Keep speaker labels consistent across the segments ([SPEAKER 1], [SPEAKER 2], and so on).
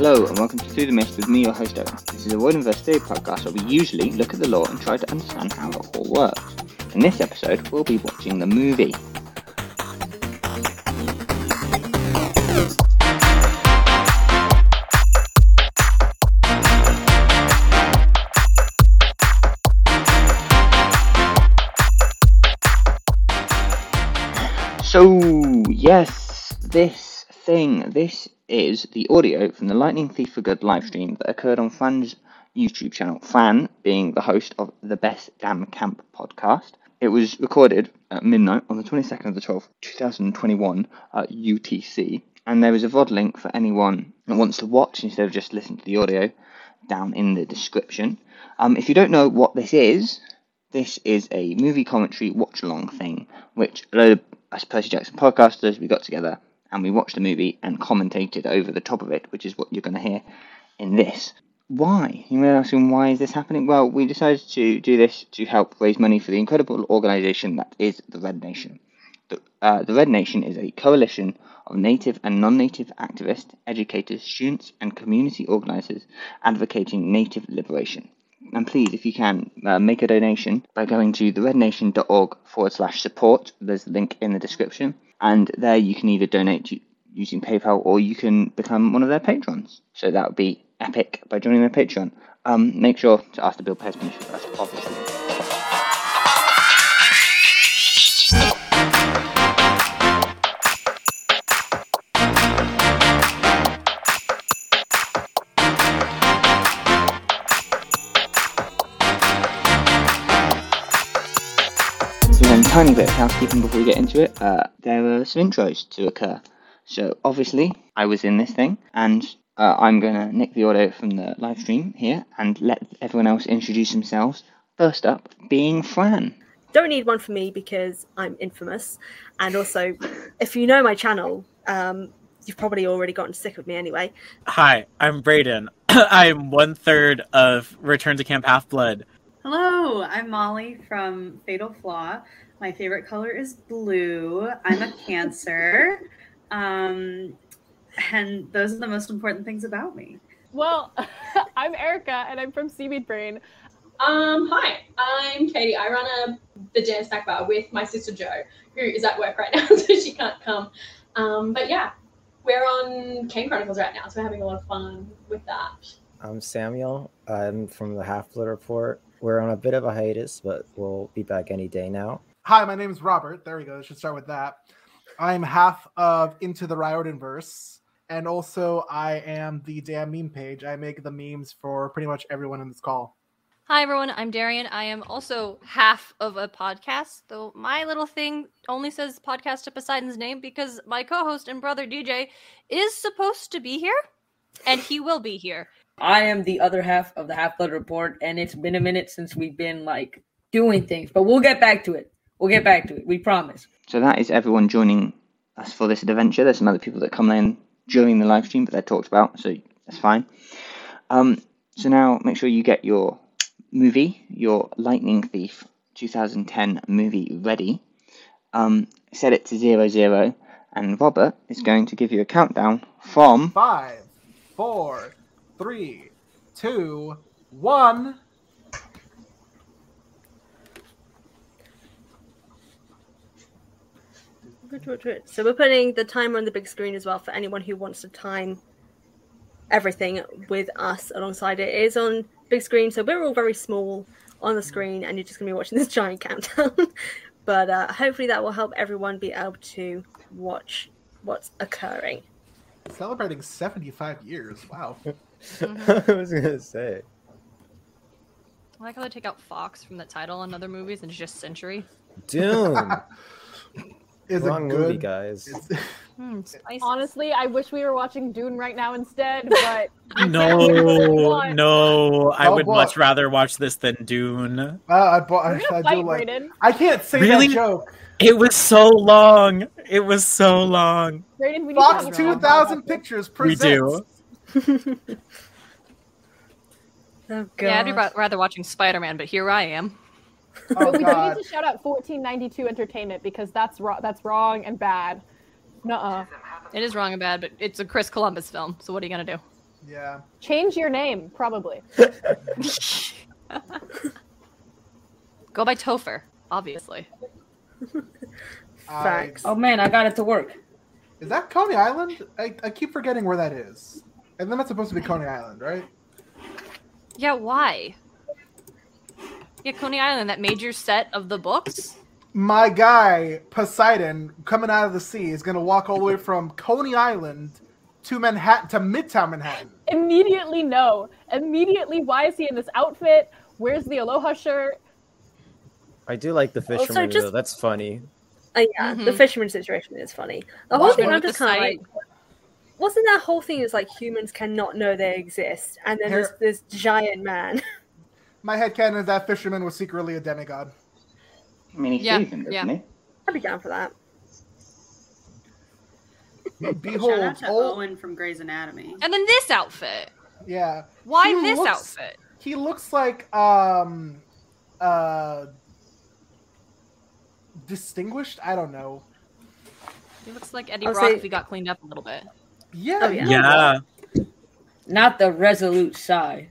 [SPEAKER 1] and welcome to Through the Mist with me, your host Owen. This is a World University podcast where we usually look at the law and try to understand how it all works. In this episode, we'll be watching the movie. So, yes, this thing, this is the audio from the Lightning Thief for Good live stream that occurred on Fan's YouTube channel. Fan being the host of the Best Damn Camp podcast. It was recorded at midnight on the 22nd of the 12th, 2021 at UTC. And there is a VOD link for anyone that wants to watch instead of just listen to the audio down in the description. Um, if you don't know what this is, this is a movie commentary watch along thing, which a load of us Percy Jackson podcasters we got together and we watched the movie and commentated over the top of it, which is what you're going to hear in this. Why? You may ask, asking why is this happening? Well, we decided to do this to help raise money for the incredible organisation that is the Red Nation. The, uh, the Red Nation is a coalition of native and non native activists, educators, students, and community organisers advocating native liberation. And please, if you can, uh, make a donation by going to therednation.org forward slash support. There's a link in the description. And there you can either donate u- using PayPal or you can become one of their patrons. So that would be epic by joining their Patreon. Um, make sure to ask to build Pairs permission first, obviously. So then, tiny bit of housekeeping before we get into it. Uh, there are some intros to occur. So obviously, I was in this thing, and uh, I'm gonna nick the audio from the live stream here and let everyone else introduce themselves. First up, being Fran.
[SPEAKER 2] don't need one for me because I'm infamous. And also, if you know my channel, um, you've probably already gotten sick of me anyway.
[SPEAKER 3] Hi, I'm Brayden. I'm one third of Return to Camp Half Blood.
[SPEAKER 4] Hello, I'm Molly from Fatal Flaw. My favorite color is blue. I'm a Cancer. Um, and those are the most important things about me.
[SPEAKER 5] Well, I'm Erica, and I'm from Seaweed Brain.
[SPEAKER 6] Um, hi, I'm Katie. I run a the dance snack bar with my sister Jo, who is at work right now, so she can't come. Um, but yeah, we're on Kane Chronicles right now, so we're having a lot of fun with that.
[SPEAKER 7] I'm Samuel. I'm from the Half Blood Report. We're on a bit of a hiatus, but we'll be back any day now.
[SPEAKER 8] Hi, my name's Robert. There we go. I should start with that. I'm half of Into the Riordan verse, and also I am the damn meme page. I make the memes for pretty much everyone in this call.
[SPEAKER 9] Hi everyone, I'm Darian. I am also half of a podcast, though my little thing only says podcast to Poseidon's name because my co-host and brother DJ is supposed to be here, and he will be here.
[SPEAKER 10] I am the other half of the Half Blood Report, and it's been a minute since we've been like doing things, but we'll get back to it. We'll get back to it. We promise.
[SPEAKER 1] So that is everyone joining us for this adventure. There's some other people that come in during the live stream, but they're talked about, so that's fine. Um, so now make sure you get your movie, your Lightning Thief 2010 movie ready. Um, set it to zero zero, and Robert is going to give you a countdown from
[SPEAKER 8] Five, four, three, two, one.
[SPEAKER 2] So we're putting the timer on the big screen as well for anyone who wants to time everything with us alongside it. It is on big screen, so we're all very small on the screen, and you're just going to be watching this giant countdown. but uh, hopefully that will help everyone be able to watch what's occurring.
[SPEAKER 8] Celebrating 75 years. Wow.
[SPEAKER 7] I was gonna say.
[SPEAKER 9] I like how they take out Fox from the title in other movies and it's just Century.
[SPEAKER 8] Oh, Uh,
[SPEAKER 7] Doom.
[SPEAKER 8] Is it
[SPEAKER 7] Wrong
[SPEAKER 8] good?
[SPEAKER 7] movie, guys.
[SPEAKER 8] It's-
[SPEAKER 9] Hmm, spicy.
[SPEAKER 5] Honestly, I wish we were watching Dune right now instead, but
[SPEAKER 3] No, no, I
[SPEAKER 8] Oh,
[SPEAKER 3] would
[SPEAKER 8] what?
[SPEAKER 3] much rather watch this than Dune.
[SPEAKER 8] uh, I, bought,
[SPEAKER 5] we're
[SPEAKER 8] I,
[SPEAKER 5] gonna
[SPEAKER 8] do
[SPEAKER 5] fight,
[SPEAKER 8] like.
[SPEAKER 5] Brayden.
[SPEAKER 8] I can't say
[SPEAKER 3] Really?
[SPEAKER 8] that joke.
[SPEAKER 3] It was so long. It was so long.
[SPEAKER 5] Brayden, we need to have
[SPEAKER 8] Fox
[SPEAKER 5] a
[SPEAKER 8] Two
[SPEAKER 5] talk
[SPEAKER 8] Thousand
[SPEAKER 5] about this.
[SPEAKER 8] Pictures
[SPEAKER 3] We
[SPEAKER 8] presents.
[SPEAKER 3] do.
[SPEAKER 2] Oh, God.
[SPEAKER 9] Yeah, I'd be ra- rather watching Spider-Man, but here I am.
[SPEAKER 8] Oh
[SPEAKER 5] But we do
[SPEAKER 8] God.
[SPEAKER 5] need to shout out 1492 Entertainment because that's ro- that's wrong and bad. Nuh-uh.
[SPEAKER 9] It is wrong and bad, but it's a Chris Columbus film, so what are you gonna do?
[SPEAKER 8] Yeah.
[SPEAKER 5] Change your name, probably.
[SPEAKER 9] Go by Topher, obviously.
[SPEAKER 8] Facts.
[SPEAKER 10] Oh man, I got it to work.
[SPEAKER 8] Is that Coney Island? I, I keep forgetting where that is. And then that's supposed to be Coney Island, right?
[SPEAKER 9] Yeah, why? Yeah, Coney Island, that major set of the books.
[SPEAKER 8] My guy, Poseidon, coming out of the sea, is going to walk all the way from Coney Island to Manhattan, to Midtown Manhattan.
[SPEAKER 5] Immediately, no. Immediately, why is he in this outfit? Where's the aloha shirt?
[SPEAKER 7] I do like the
[SPEAKER 2] Also,
[SPEAKER 7] fisherman
[SPEAKER 2] just-
[SPEAKER 7] though. That's funny.
[SPEAKER 2] Uh, yeah, the fisherman situation is funny. The whole
[SPEAKER 9] Watchmen
[SPEAKER 2] thing I'm
[SPEAKER 9] Mm-hmm. with the
[SPEAKER 2] just kind of
[SPEAKER 9] sight.
[SPEAKER 2] like, wasn't that whole thing is like humans cannot know they exist, and then
[SPEAKER 8] Here-
[SPEAKER 2] there's this giant man.
[SPEAKER 8] My headcanon is that fisherman was secretly a demigod.
[SPEAKER 1] I mean, he's
[SPEAKER 2] Yeah,
[SPEAKER 1] heathen, isn't
[SPEAKER 2] yeah.
[SPEAKER 1] he?
[SPEAKER 2] I'd be down for that.
[SPEAKER 8] Behold,
[SPEAKER 4] Shout out to Owen from Grey's Anatomy.
[SPEAKER 9] And then this outfit.
[SPEAKER 8] Yeah.
[SPEAKER 9] Why
[SPEAKER 8] He
[SPEAKER 9] this
[SPEAKER 8] looks-
[SPEAKER 9] outfit?
[SPEAKER 8] He looks like um uh distinguished, I don't know.
[SPEAKER 9] He looks like Eddie
[SPEAKER 10] I'll
[SPEAKER 9] Brock
[SPEAKER 10] say-
[SPEAKER 9] if he got cleaned up a little bit.
[SPEAKER 8] Yeah.
[SPEAKER 10] Oh,
[SPEAKER 8] you-
[SPEAKER 3] Yeah.
[SPEAKER 10] Not the resolute side.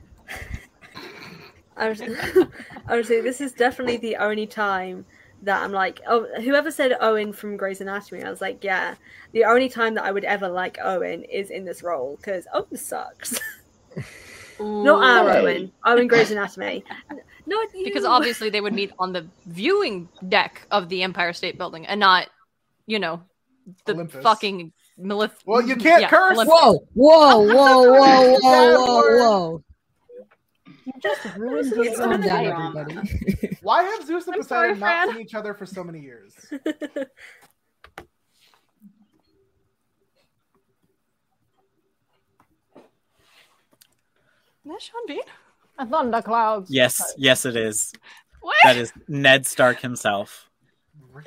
[SPEAKER 2] I was, I was saying, this is definitely the only time that I'm like, oh, whoever said Owen from Grey's Anatomy, I was like, yeah, the only time that I would ever like Owen is in this role because Owen sucks. Not our
[SPEAKER 9] Ooh.
[SPEAKER 2] Owen, Owen Grey's Anatomy. No,
[SPEAKER 9] because obviously they would meet on the viewing deck of the Empire State Building and not, you know, the
[SPEAKER 8] Olympus.
[SPEAKER 9] fucking milif.
[SPEAKER 8] Well, you can't
[SPEAKER 9] yeah,
[SPEAKER 8] curse.
[SPEAKER 9] Olympus.
[SPEAKER 11] Whoa, whoa, whoa, whoa, whoa,
[SPEAKER 8] Bad word.
[SPEAKER 11] whoa, whoa.
[SPEAKER 5] You just ruined
[SPEAKER 8] This is
[SPEAKER 11] Calm
[SPEAKER 8] another
[SPEAKER 11] down,
[SPEAKER 8] drama.
[SPEAKER 11] everybody.
[SPEAKER 8] Why have Zeus and
[SPEAKER 2] I'm
[SPEAKER 8] Poseidon
[SPEAKER 2] sorry,
[SPEAKER 8] not
[SPEAKER 2] Fran.
[SPEAKER 8] seen each other for so many years?
[SPEAKER 9] Is that Sean Bean?
[SPEAKER 5] A thunder clouds.
[SPEAKER 3] Yes, yes, it is.
[SPEAKER 9] What?
[SPEAKER 3] That is Ned Stark himself.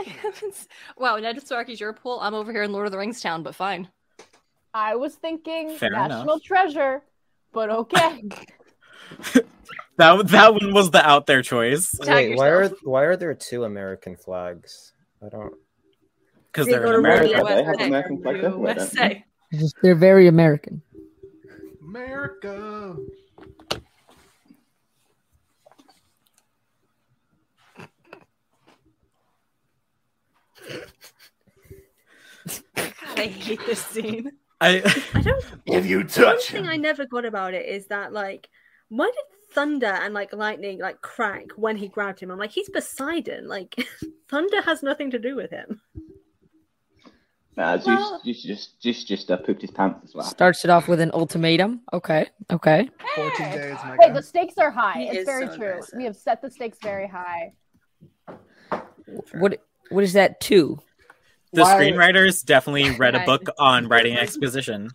[SPEAKER 9] wow, Ned Stark is your pool. I'm over here in Lord of the Rings town, but fine.
[SPEAKER 5] I was thinking
[SPEAKER 3] Fair enough.
[SPEAKER 5] national treasure, but okay.
[SPEAKER 3] That that one was the out there choice
[SPEAKER 7] Wait, why are why are there two American flags? I don't.
[SPEAKER 3] because they're in
[SPEAKER 1] America.
[SPEAKER 3] America.
[SPEAKER 1] They have American flag everywhere, don't they?
[SPEAKER 11] It's Just, they're very American.
[SPEAKER 8] America.
[SPEAKER 9] God, I hate this scene.
[SPEAKER 3] I
[SPEAKER 2] I don't.
[SPEAKER 8] If you
[SPEAKER 2] One
[SPEAKER 8] touch
[SPEAKER 2] thing I never got about it is that like, why did thunder and like lightning like crack when he grabbed him? I'm like, he's Poseidon. Like, thunder has nothing to do with him.
[SPEAKER 1] Nah, Zeus,
[SPEAKER 2] Well-
[SPEAKER 1] Zeus just just just uh, pooped his pants as well.
[SPEAKER 11] Starts it off with an ultimatum. Okay, okay.
[SPEAKER 8] 14 days, my
[SPEAKER 5] Hey,
[SPEAKER 8] guy.
[SPEAKER 5] the stakes are high.
[SPEAKER 4] um, He
[SPEAKER 5] it's
[SPEAKER 4] is
[SPEAKER 5] very
[SPEAKER 4] so
[SPEAKER 5] true. We have set the stakes very high.
[SPEAKER 11] What what is that two?
[SPEAKER 3] The
[SPEAKER 8] Why-
[SPEAKER 3] screenwriters definitely read a
[SPEAKER 5] Right.
[SPEAKER 3] book on writing exposition.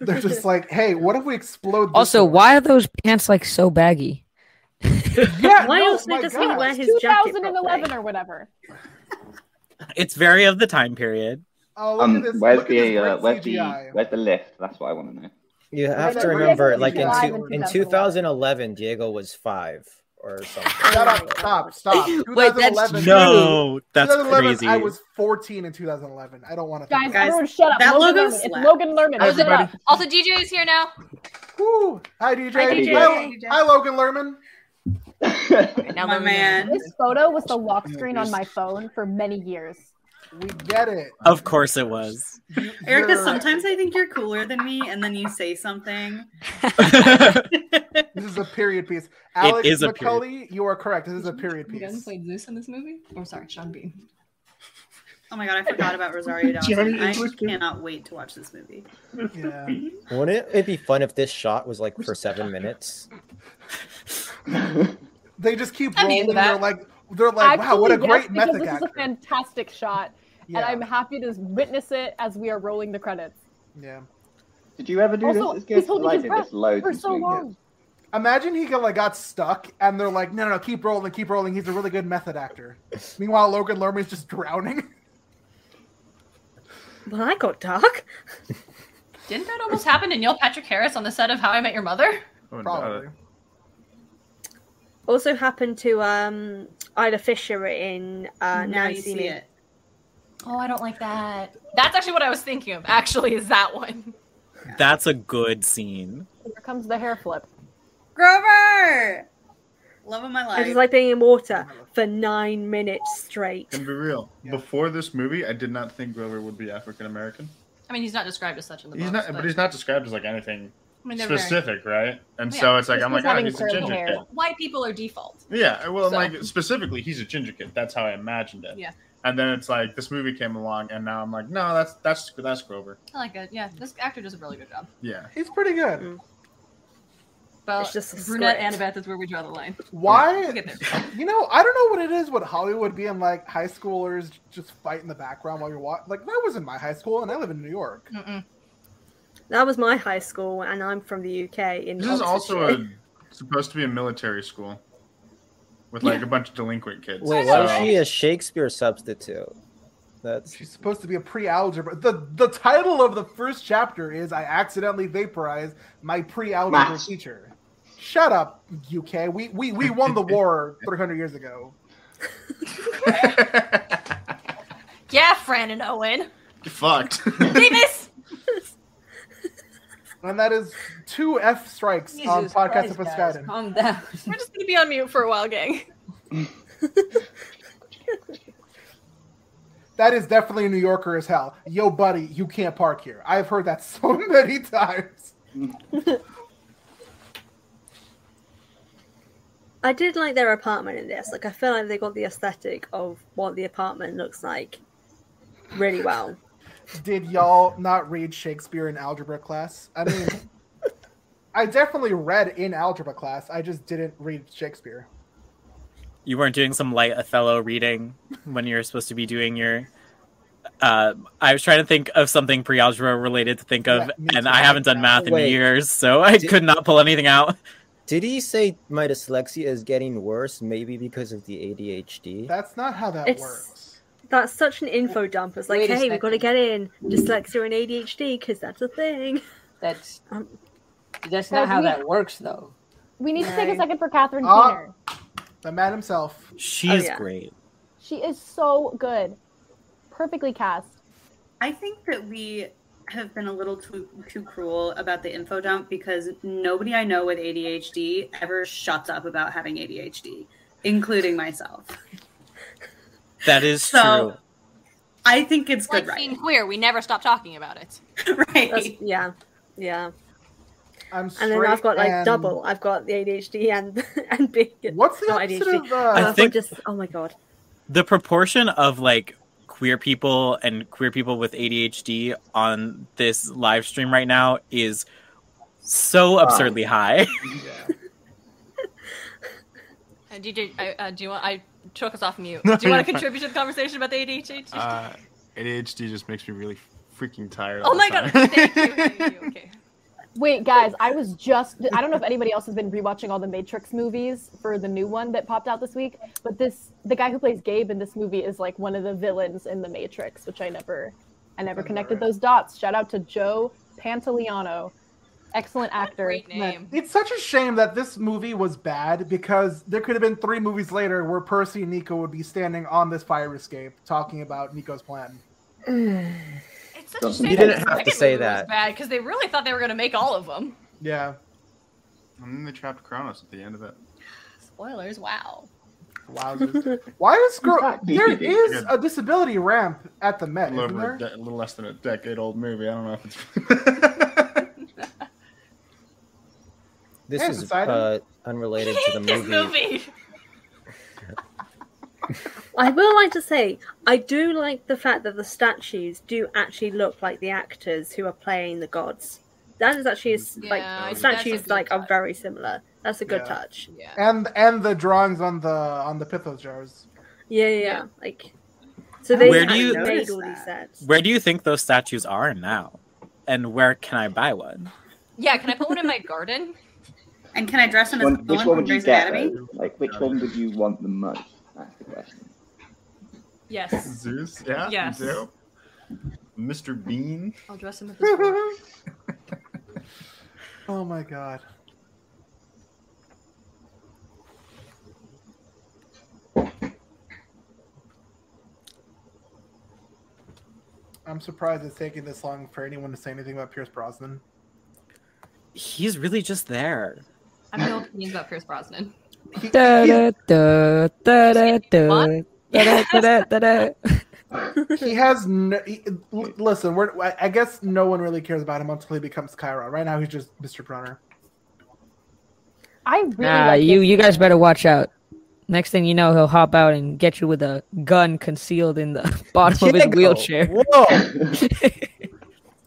[SPEAKER 8] They're just like, hey, what if we explode this
[SPEAKER 11] Also,
[SPEAKER 8] door?
[SPEAKER 11] why are those pants like so baggy?
[SPEAKER 8] Yeah,
[SPEAKER 2] Why
[SPEAKER 8] no,
[SPEAKER 2] else
[SPEAKER 8] my
[SPEAKER 2] does
[SPEAKER 8] God.
[SPEAKER 2] he wear his jacket?
[SPEAKER 5] 2011 or whatever.
[SPEAKER 3] It's very of the time period.
[SPEAKER 8] Oh, look
[SPEAKER 1] Um,
[SPEAKER 8] at this.
[SPEAKER 1] where's
[SPEAKER 8] look at
[SPEAKER 1] the
[SPEAKER 8] this
[SPEAKER 1] uh,
[SPEAKER 8] great
[SPEAKER 1] where's the
[SPEAKER 8] CGI.
[SPEAKER 1] where's the lift? That's what I want to know.
[SPEAKER 7] You have
[SPEAKER 8] that
[SPEAKER 7] to
[SPEAKER 8] right?
[SPEAKER 7] remember,
[SPEAKER 8] Diego
[SPEAKER 7] like in
[SPEAKER 8] was
[SPEAKER 7] two,
[SPEAKER 8] alive
[SPEAKER 5] in
[SPEAKER 7] in 2011, Diego was five or something.
[SPEAKER 8] Shut up, stop, stop.
[SPEAKER 11] Wait, that's
[SPEAKER 8] 2011.
[SPEAKER 3] No, that's
[SPEAKER 8] 2011,
[SPEAKER 3] crazy.
[SPEAKER 8] I was 14 in 2011. I don't want to
[SPEAKER 5] Guys,
[SPEAKER 8] think about it.
[SPEAKER 5] everyone shut up.
[SPEAKER 4] that
[SPEAKER 5] Logan
[SPEAKER 4] logo
[SPEAKER 5] Lerman. It's
[SPEAKER 4] slaps.
[SPEAKER 5] Logan Lerman.
[SPEAKER 9] Also,
[SPEAKER 5] Shut up.
[SPEAKER 9] uh, also, DJ is here now.
[SPEAKER 8] Woo. Hi, DJ.
[SPEAKER 1] Hi, DJ.
[SPEAKER 8] Hi, hi, Logan Lerman.
[SPEAKER 9] Now
[SPEAKER 4] My
[SPEAKER 9] Logan-
[SPEAKER 4] man.
[SPEAKER 5] This photo was the lock screen on my phone for many years.
[SPEAKER 8] We get it.
[SPEAKER 3] Of course it was.
[SPEAKER 8] You-
[SPEAKER 4] Erica,
[SPEAKER 8] you're-
[SPEAKER 4] sometimes I think you're cooler than me, and then you say something.
[SPEAKER 8] This is a period piece. Alex
[SPEAKER 3] is a period-
[SPEAKER 8] McCulley, you are correct. This is a period
[SPEAKER 6] He doesn't
[SPEAKER 8] piece.
[SPEAKER 6] play Zeus in this movie. Or sorry, Sean Bean.
[SPEAKER 4] Oh my god, I forgot about Rosario Dawson. I cannot wait to watch this movie.
[SPEAKER 8] Yeah.
[SPEAKER 7] Wouldn't it it'd be fun if this shot was like for seven minutes?
[SPEAKER 8] They just keep
[SPEAKER 9] I'm
[SPEAKER 8] rolling.
[SPEAKER 9] into
[SPEAKER 8] They're
[SPEAKER 9] that.
[SPEAKER 8] like, they're like, wow,
[SPEAKER 5] Actually,
[SPEAKER 8] what a
[SPEAKER 5] yes,
[SPEAKER 8] great
[SPEAKER 5] because
[SPEAKER 8] method
[SPEAKER 5] This
[SPEAKER 8] actor.
[SPEAKER 5] is a fantastic shot,
[SPEAKER 8] yeah.
[SPEAKER 5] and I'm happy to witness it as we are rolling the credits.
[SPEAKER 8] yeah.
[SPEAKER 1] Did you ever do
[SPEAKER 5] Also,
[SPEAKER 1] this? It's
[SPEAKER 5] he's
[SPEAKER 1] good.
[SPEAKER 5] holding
[SPEAKER 1] I
[SPEAKER 5] his
[SPEAKER 1] did
[SPEAKER 5] breath
[SPEAKER 1] this loads
[SPEAKER 5] for
[SPEAKER 1] in
[SPEAKER 5] so
[SPEAKER 1] between hits.
[SPEAKER 5] long.
[SPEAKER 8] Imagine he got, like got stuck, and they're like, no, no, no, keep rolling, keep rolling. He's a really good method actor. Meanwhile, Logan Lerman's just drowning.
[SPEAKER 2] Well, I got dark.
[SPEAKER 9] Didn't that almost happen to Neil Patrick Harris on the set of How I Met Your Mother?
[SPEAKER 8] Probably.
[SPEAKER 2] Also happened to um Ida Fisher in uh, Now, You See Me.
[SPEAKER 4] it.
[SPEAKER 9] Oh, I don't like that. That's actually what I was thinking of. Actually, is that one?
[SPEAKER 3] That's a good scene.
[SPEAKER 5] Here comes the hair flip.
[SPEAKER 4] Grover! Love of my life.
[SPEAKER 2] I just like being in water for nine minutes straight.
[SPEAKER 12] Can be real. Before this movie, I did not think Grover would be African American.
[SPEAKER 9] I mean, he's not described as such in the
[SPEAKER 12] He's
[SPEAKER 9] books,
[SPEAKER 12] not, but, he's not described as like anything
[SPEAKER 9] I mean, they're very-
[SPEAKER 12] specific, right? And
[SPEAKER 9] Yeah,
[SPEAKER 12] so it's like
[SPEAKER 9] just
[SPEAKER 12] I'm like,
[SPEAKER 9] because
[SPEAKER 12] oh,
[SPEAKER 9] having
[SPEAKER 12] he's a
[SPEAKER 9] curly
[SPEAKER 12] ginger
[SPEAKER 9] hair.
[SPEAKER 12] kid.
[SPEAKER 9] White people are default.
[SPEAKER 12] Yeah, well, I'm
[SPEAKER 9] So-
[SPEAKER 12] like specifically, he's a ginger kid. That's how I imagined it.
[SPEAKER 9] Yeah.
[SPEAKER 12] And then it's like this movie came along, and now I'm like, no, that's that's that's Grover.
[SPEAKER 9] I like it. Yeah, this actor does a really good job.
[SPEAKER 12] Yeah.
[SPEAKER 8] He's pretty good.
[SPEAKER 9] Well,
[SPEAKER 8] It's just a
[SPEAKER 9] brunette
[SPEAKER 8] script.
[SPEAKER 9] Annabeth is where we draw the line.
[SPEAKER 8] Why?
[SPEAKER 9] We'll get there.
[SPEAKER 8] You know, I don't know what it is. What Hollywood being like high schoolers just fight in the background while you're watching. Like that was in my high school, and I live in New York.
[SPEAKER 2] That was my high school, and I'm from the UK. In
[SPEAKER 12] This is also
[SPEAKER 2] Oxfordshire.
[SPEAKER 12] a supposed to be a military school with like a bunch of delinquent kids.
[SPEAKER 7] Wait, why is
[SPEAKER 12] so-
[SPEAKER 7] she a Shakespeare substitute? That's
[SPEAKER 8] She's supposed to be a pre-algebra. The the title of the first chapter is "I accidentally vaporized my pre-algebra
[SPEAKER 1] Maths.
[SPEAKER 8] teacher." Shut up, UK. We we we won the war 300 years ago.
[SPEAKER 9] Yeah, Fran and Owen.
[SPEAKER 12] Get fucked.
[SPEAKER 9] Davis!
[SPEAKER 8] And that is two F strikes on
[SPEAKER 9] Jesus
[SPEAKER 8] podcast of
[SPEAKER 9] Christ, guys,
[SPEAKER 8] Piscadin.
[SPEAKER 10] Calm down.
[SPEAKER 9] We're just gonna be on mute for a while, gang.
[SPEAKER 8] That is definitely a New Yorker as hell. Yo, buddy, you can't park here. I've heard that so many times.
[SPEAKER 2] I did like their apartment in this. Like, I feel like they got the aesthetic of what the apartment looks like really well.
[SPEAKER 8] Did y'all not read Shakespeare in algebra class? I mean, I definitely read in algebra class. I just didn't read Shakespeare.
[SPEAKER 3] You weren't doing some light Othello reading when you're supposed to be doing your. Uh, I was trying to think of something pre-algebra related to think of, and I haven't done math in
[SPEAKER 7] Wait.
[SPEAKER 3] years, so I
[SPEAKER 7] Did-
[SPEAKER 3] could not pull anything out.
[SPEAKER 7] Did he say my dyslexia is getting worse, maybe because of the ADHD?
[SPEAKER 8] That's not how that
[SPEAKER 2] It's-
[SPEAKER 8] works.
[SPEAKER 2] That's such an info dump. It's like,
[SPEAKER 10] Wait a
[SPEAKER 2] hey, we've got to get in dyslexia and ADHD because that's a thing. Um,
[SPEAKER 10] That's that's
[SPEAKER 5] Guys,
[SPEAKER 10] not how
[SPEAKER 5] we-
[SPEAKER 10] that works, though.
[SPEAKER 5] We need to take a
[SPEAKER 2] Right.
[SPEAKER 5] second for Catherine
[SPEAKER 8] Ah.
[SPEAKER 5] Keener.
[SPEAKER 8] The man himself.
[SPEAKER 3] She's
[SPEAKER 5] yeah.
[SPEAKER 3] great.
[SPEAKER 5] She is so good. Perfectly cast.
[SPEAKER 4] I think that we have been a little too too cruel about the info dump because nobody I know with ADHD ever shuts up about having ADHD, including myself.
[SPEAKER 3] That is
[SPEAKER 4] So-
[SPEAKER 3] true.
[SPEAKER 4] I think it's
[SPEAKER 9] Like
[SPEAKER 4] good
[SPEAKER 9] being
[SPEAKER 4] writing.
[SPEAKER 9] queer, we never stop talking about it.
[SPEAKER 4] Right.
[SPEAKER 2] That's- yeah, yeah.
[SPEAKER 8] I'm
[SPEAKER 2] And then I've
[SPEAKER 8] straight
[SPEAKER 2] got like
[SPEAKER 8] and-
[SPEAKER 2] double. I've got the ADHD and and being
[SPEAKER 8] What's the
[SPEAKER 2] not
[SPEAKER 8] opposite
[SPEAKER 2] ADHD.
[SPEAKER 8] of, uh,
[SPEAKER 2] I've
[SPEAKER 3] I
[SPEAKER 2] got
[SPEAKER 3] think-
[SPEAKER 2] just oh my god.
[SPEAKER 3] the proportion of like queer people and queer people with ADHD on this live stream right now is so absurdly high.
[SPEAKER 9] And DJ, I, uh, do you want? I took us off mute. Do you want to contribute to the conversation about the ADHD?
[SPEAKER 12] Uh, ADHD just makes me really freaking tired.
[SPEAKER 9] oh
[SPEAKER 12] all
[SPEAKER 9] my
[SPEAKER 12] the
[SPEAKER 9] god!
[SPEAKER 12] time.
[SPEAKER 9] Thank you. Thank you. Okay.
[SPEAKER 5] Wait, guys, I was just, I don't know if anybody else has been rewatching all the Matrix movies for the new one that popped out this week, but this, the guy who plays Gabe in this movie is like one of the villains in the Matrix, which I never, I never connected those dots. Shout out to Joe Pantoliano. Excellent actor.
[SPEAKER 9] Great name.
[SPEAKER 8] It's such a shame that this movie was bad because there could have been three movies later where Percy and Nico would be standing on this fire escape talking about Nico's plan.
[SPEAKER 9] It's such a
[SPEAKER 7] Dawson,
[SPEAKER 9] shame
[SPEAKER 7] you
[SPEAKER 9] that
[SPEAKER 7] didn't
[SPEAKER 9] the
[SPEAKER 7] have to
[SPEAKER 9] second
[SPEAKER 7] say
[SPEAKER 9] movie was
[SPEAKER 7] that.
[SPEAKER 9] Bad because they really thought they were going to make all of them.
[SPEAKER 8] Yeah.
[SPEAKER 12] And then they trapped Kronos at the end of it.
[SPEAKER 9] Spoilers. Wow.
[SPEAKER 8] Wowzers. Why is Gro-
[SPEAKER 1] Exactly.
[SPEAKER 8] there is a disability ramp at the Met,
[SPEAKER 12] A little,
[SPEAKER 8] isn't
[SPEAKER 12] over a,
[SPEAKER 8] there?
[SPEAKER 12] de- a little less than a decade old movie. I don't know if it's.
[SPEAKER 7] This
[SPEAKER 8] Hey,
[SPEAKER 7] is
[SPEAKER 8] Poseidon.
[SPEAKER 7] uh, unrelated to the
[SPEAKER 9] This
[SPEAKER 7] movie.
[SPEAKER 9] movie.
[SPEAKER 2] I will like to say I do like the fact that the statues do actually look like the actors who are playing the gods. That is actually a s-
[SPEAKER 9] Yeah, I
[SPEAKER 2] like
[SPEAKER 9] think that's a
[SPEAKER 2] statues
[SPEAKER 9] good
[SPEAKER 2] like are
[SPEAKER 9] touch.
[SPEAKER 2] very similar. That's a good
[SPEAKER 8] Yeah.
[SPEAKER 2] touch.
[SPEAKER 9] Yeah.
[SPEAKER 8] And and the drawings on the on the pithos jars.
[SPEAKER 2] Yeah, yeah, yeah. Like so they
[SPEAKER 3] Where do
[SPEAKER 2] actually
[SPEAKER 3] you-
[SPEAKER 2] made
[SPEAKER 4] Notice
[SPEAKER 2] all these
[SPEAKER 4] that.
[SPEAKER 2] sets.
[SPEAKER 3] Where do you think those statues are now? And where can I buy one?
[SPEAKER 9] Yeah. Can I put one in my garden?
[SPEAKER 4] And can I dress him as
[SPEAKER 1] One-
[SPEAKER 4] the
[SPEAKER 1] which
[SPEAKER 4] villain
[SPEAKER 1] one
[SPEAKER 4] from
[SPEAKER 1] would you
[SPEAKER 4] Grey's
[SPEAKER 1] get?
[SPEAKER 4] Anatomy?
[SPEAKER 1] though? Like, which one would you want the most? That's the question.
[SPEAKER 9] Yes.
[SPEAKER 12] Zeus, yeah,
[SPEAKER 9] Yes.
[SPEAKER 12] dope. Mr. Bean.
[SPEAKER 9] I'll dress him as. this one.
[SPEAKER 8] oh my god. I'm surprised it's taking this long for anyone to say anything about Pierce Brosnan.
[SPEAKER 3] he's really just there.
[SPEAKER 6] I have no opinions about Pierce Brosnan.
[SPEAKER 11] Da, da, da, da, da, da, da, da, da, da, da.
[SPEAKER 8] he has no. He, l- listen, we're, I guess no one really cares about him until he becomes Kyra. Right now, he's just Mr. Brunner.
[SPEAKER 5] I really
[SPEAKER 11] Nah,
[SPEAKER 5] like
[SPEAKER 11] you
[SPEAKER 5] this-
[SPEAKER 11] you guys better watch out. Next thing you know, he'll hop out and get you with a gun concealed in the bottom of his
[SPEAKER 8] Diego,
[SPEAKER 11] wheelchair.
[SPEAKER 8] Whoa!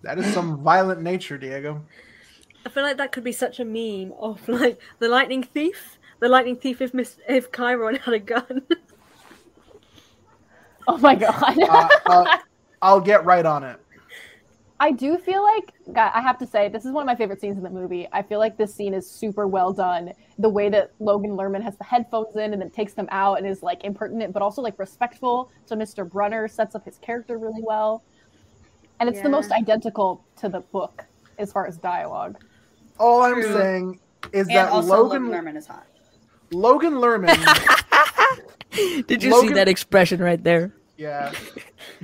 [SPEAKER 8] that is some violent nature, Diego.
[SPEAKER 2] I feel like that could be such a meme of like the lightning thief, the lightning thief if Miss if Chiron had a gun.
[SPEAKER 5] Oh my god.
[SPEAKER 8] Uh, uh, I'll get right on it.
[SPEAKER 5] I do feel like God, I have to say this is one of my favorite scenes in the movie. I feel like this scene is super well done. The way that Logan Lerman has the headphones in and then takes them out and is like impertinent but also like respectful to Mr. Brunner sets up his character really well. And it's the most
[SPEAKER 4] Yeah.
[SPEAKER 5] identical to the book as far as dialogue.
[SPEAKER 8] All I'm
[SPEAKER 5] True.
[SPEAKER 8] saying is
[SPEAKER 5] And
[SPEAKER 8] that
[SPEAKER 5] also
[SPEAKER 8] Logan
[SPEAKER 5] Logan
[SPEAKER 4] Lerman is hot.
[SPEAKER 8] Logan Lerman,
[SPEAKER 11] Did you see
[SPEAKER 8] Logan-
[SPEAKER 11] that expression right there?
[SPEAKER 8] yeah,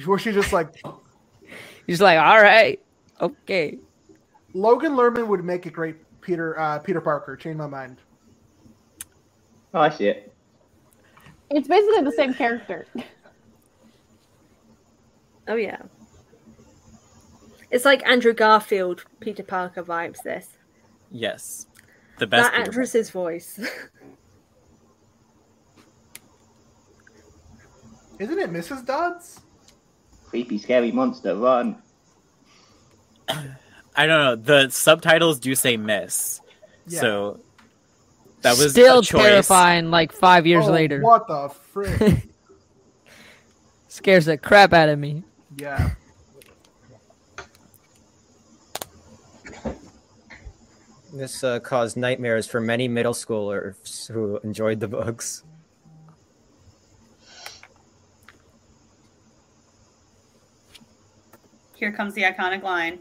[SPEAKER 8] where she just like
[SPEAKER 11] He's like, all right, okay.
[SPEAKER 8] Logan Lerman would make a great Peter uh, Peter Parker. Change my mind.
[SPEAKER 1] Oh, I see it.
[SPEAKER 5] It's basically the same character.
[SPEAKER 2] Oh yeah. It's like Andrew Garfield, Peter Parker vibes this.
[SPEAKER 3] Yes, the best.
[SPEAKER 2] that
[SPEAKER 3] Peter Parker.
[SPEAKER 2] actress's voice.
[SPEAKER 8] Isn't it Mrs. Dodds?
[SPEAKER 1] Creepy, scary monster, run.
[SPEAKER 3] I don't know. The subtitles do say miss,
[SPEAKER 8] Yeah.
[SPEAKER 3] so that was
[SPEAKER 11] still
[SPEAKER 3] a choice.
[SPEAKER 11] terrifying. Like five years
[SPEAKER 8] Oh,
[SPEAKER 11] later,
[SPEAKER 8] What the frick?
[SPEAKER 11] scares the crap out of me.
[SPEAKER 8] yeah.
[SPEAKER 7] This uh, caused nightmares for many middle schoolers who enjoyed the books.
[SPEAKER 4] Here comes the iconic line.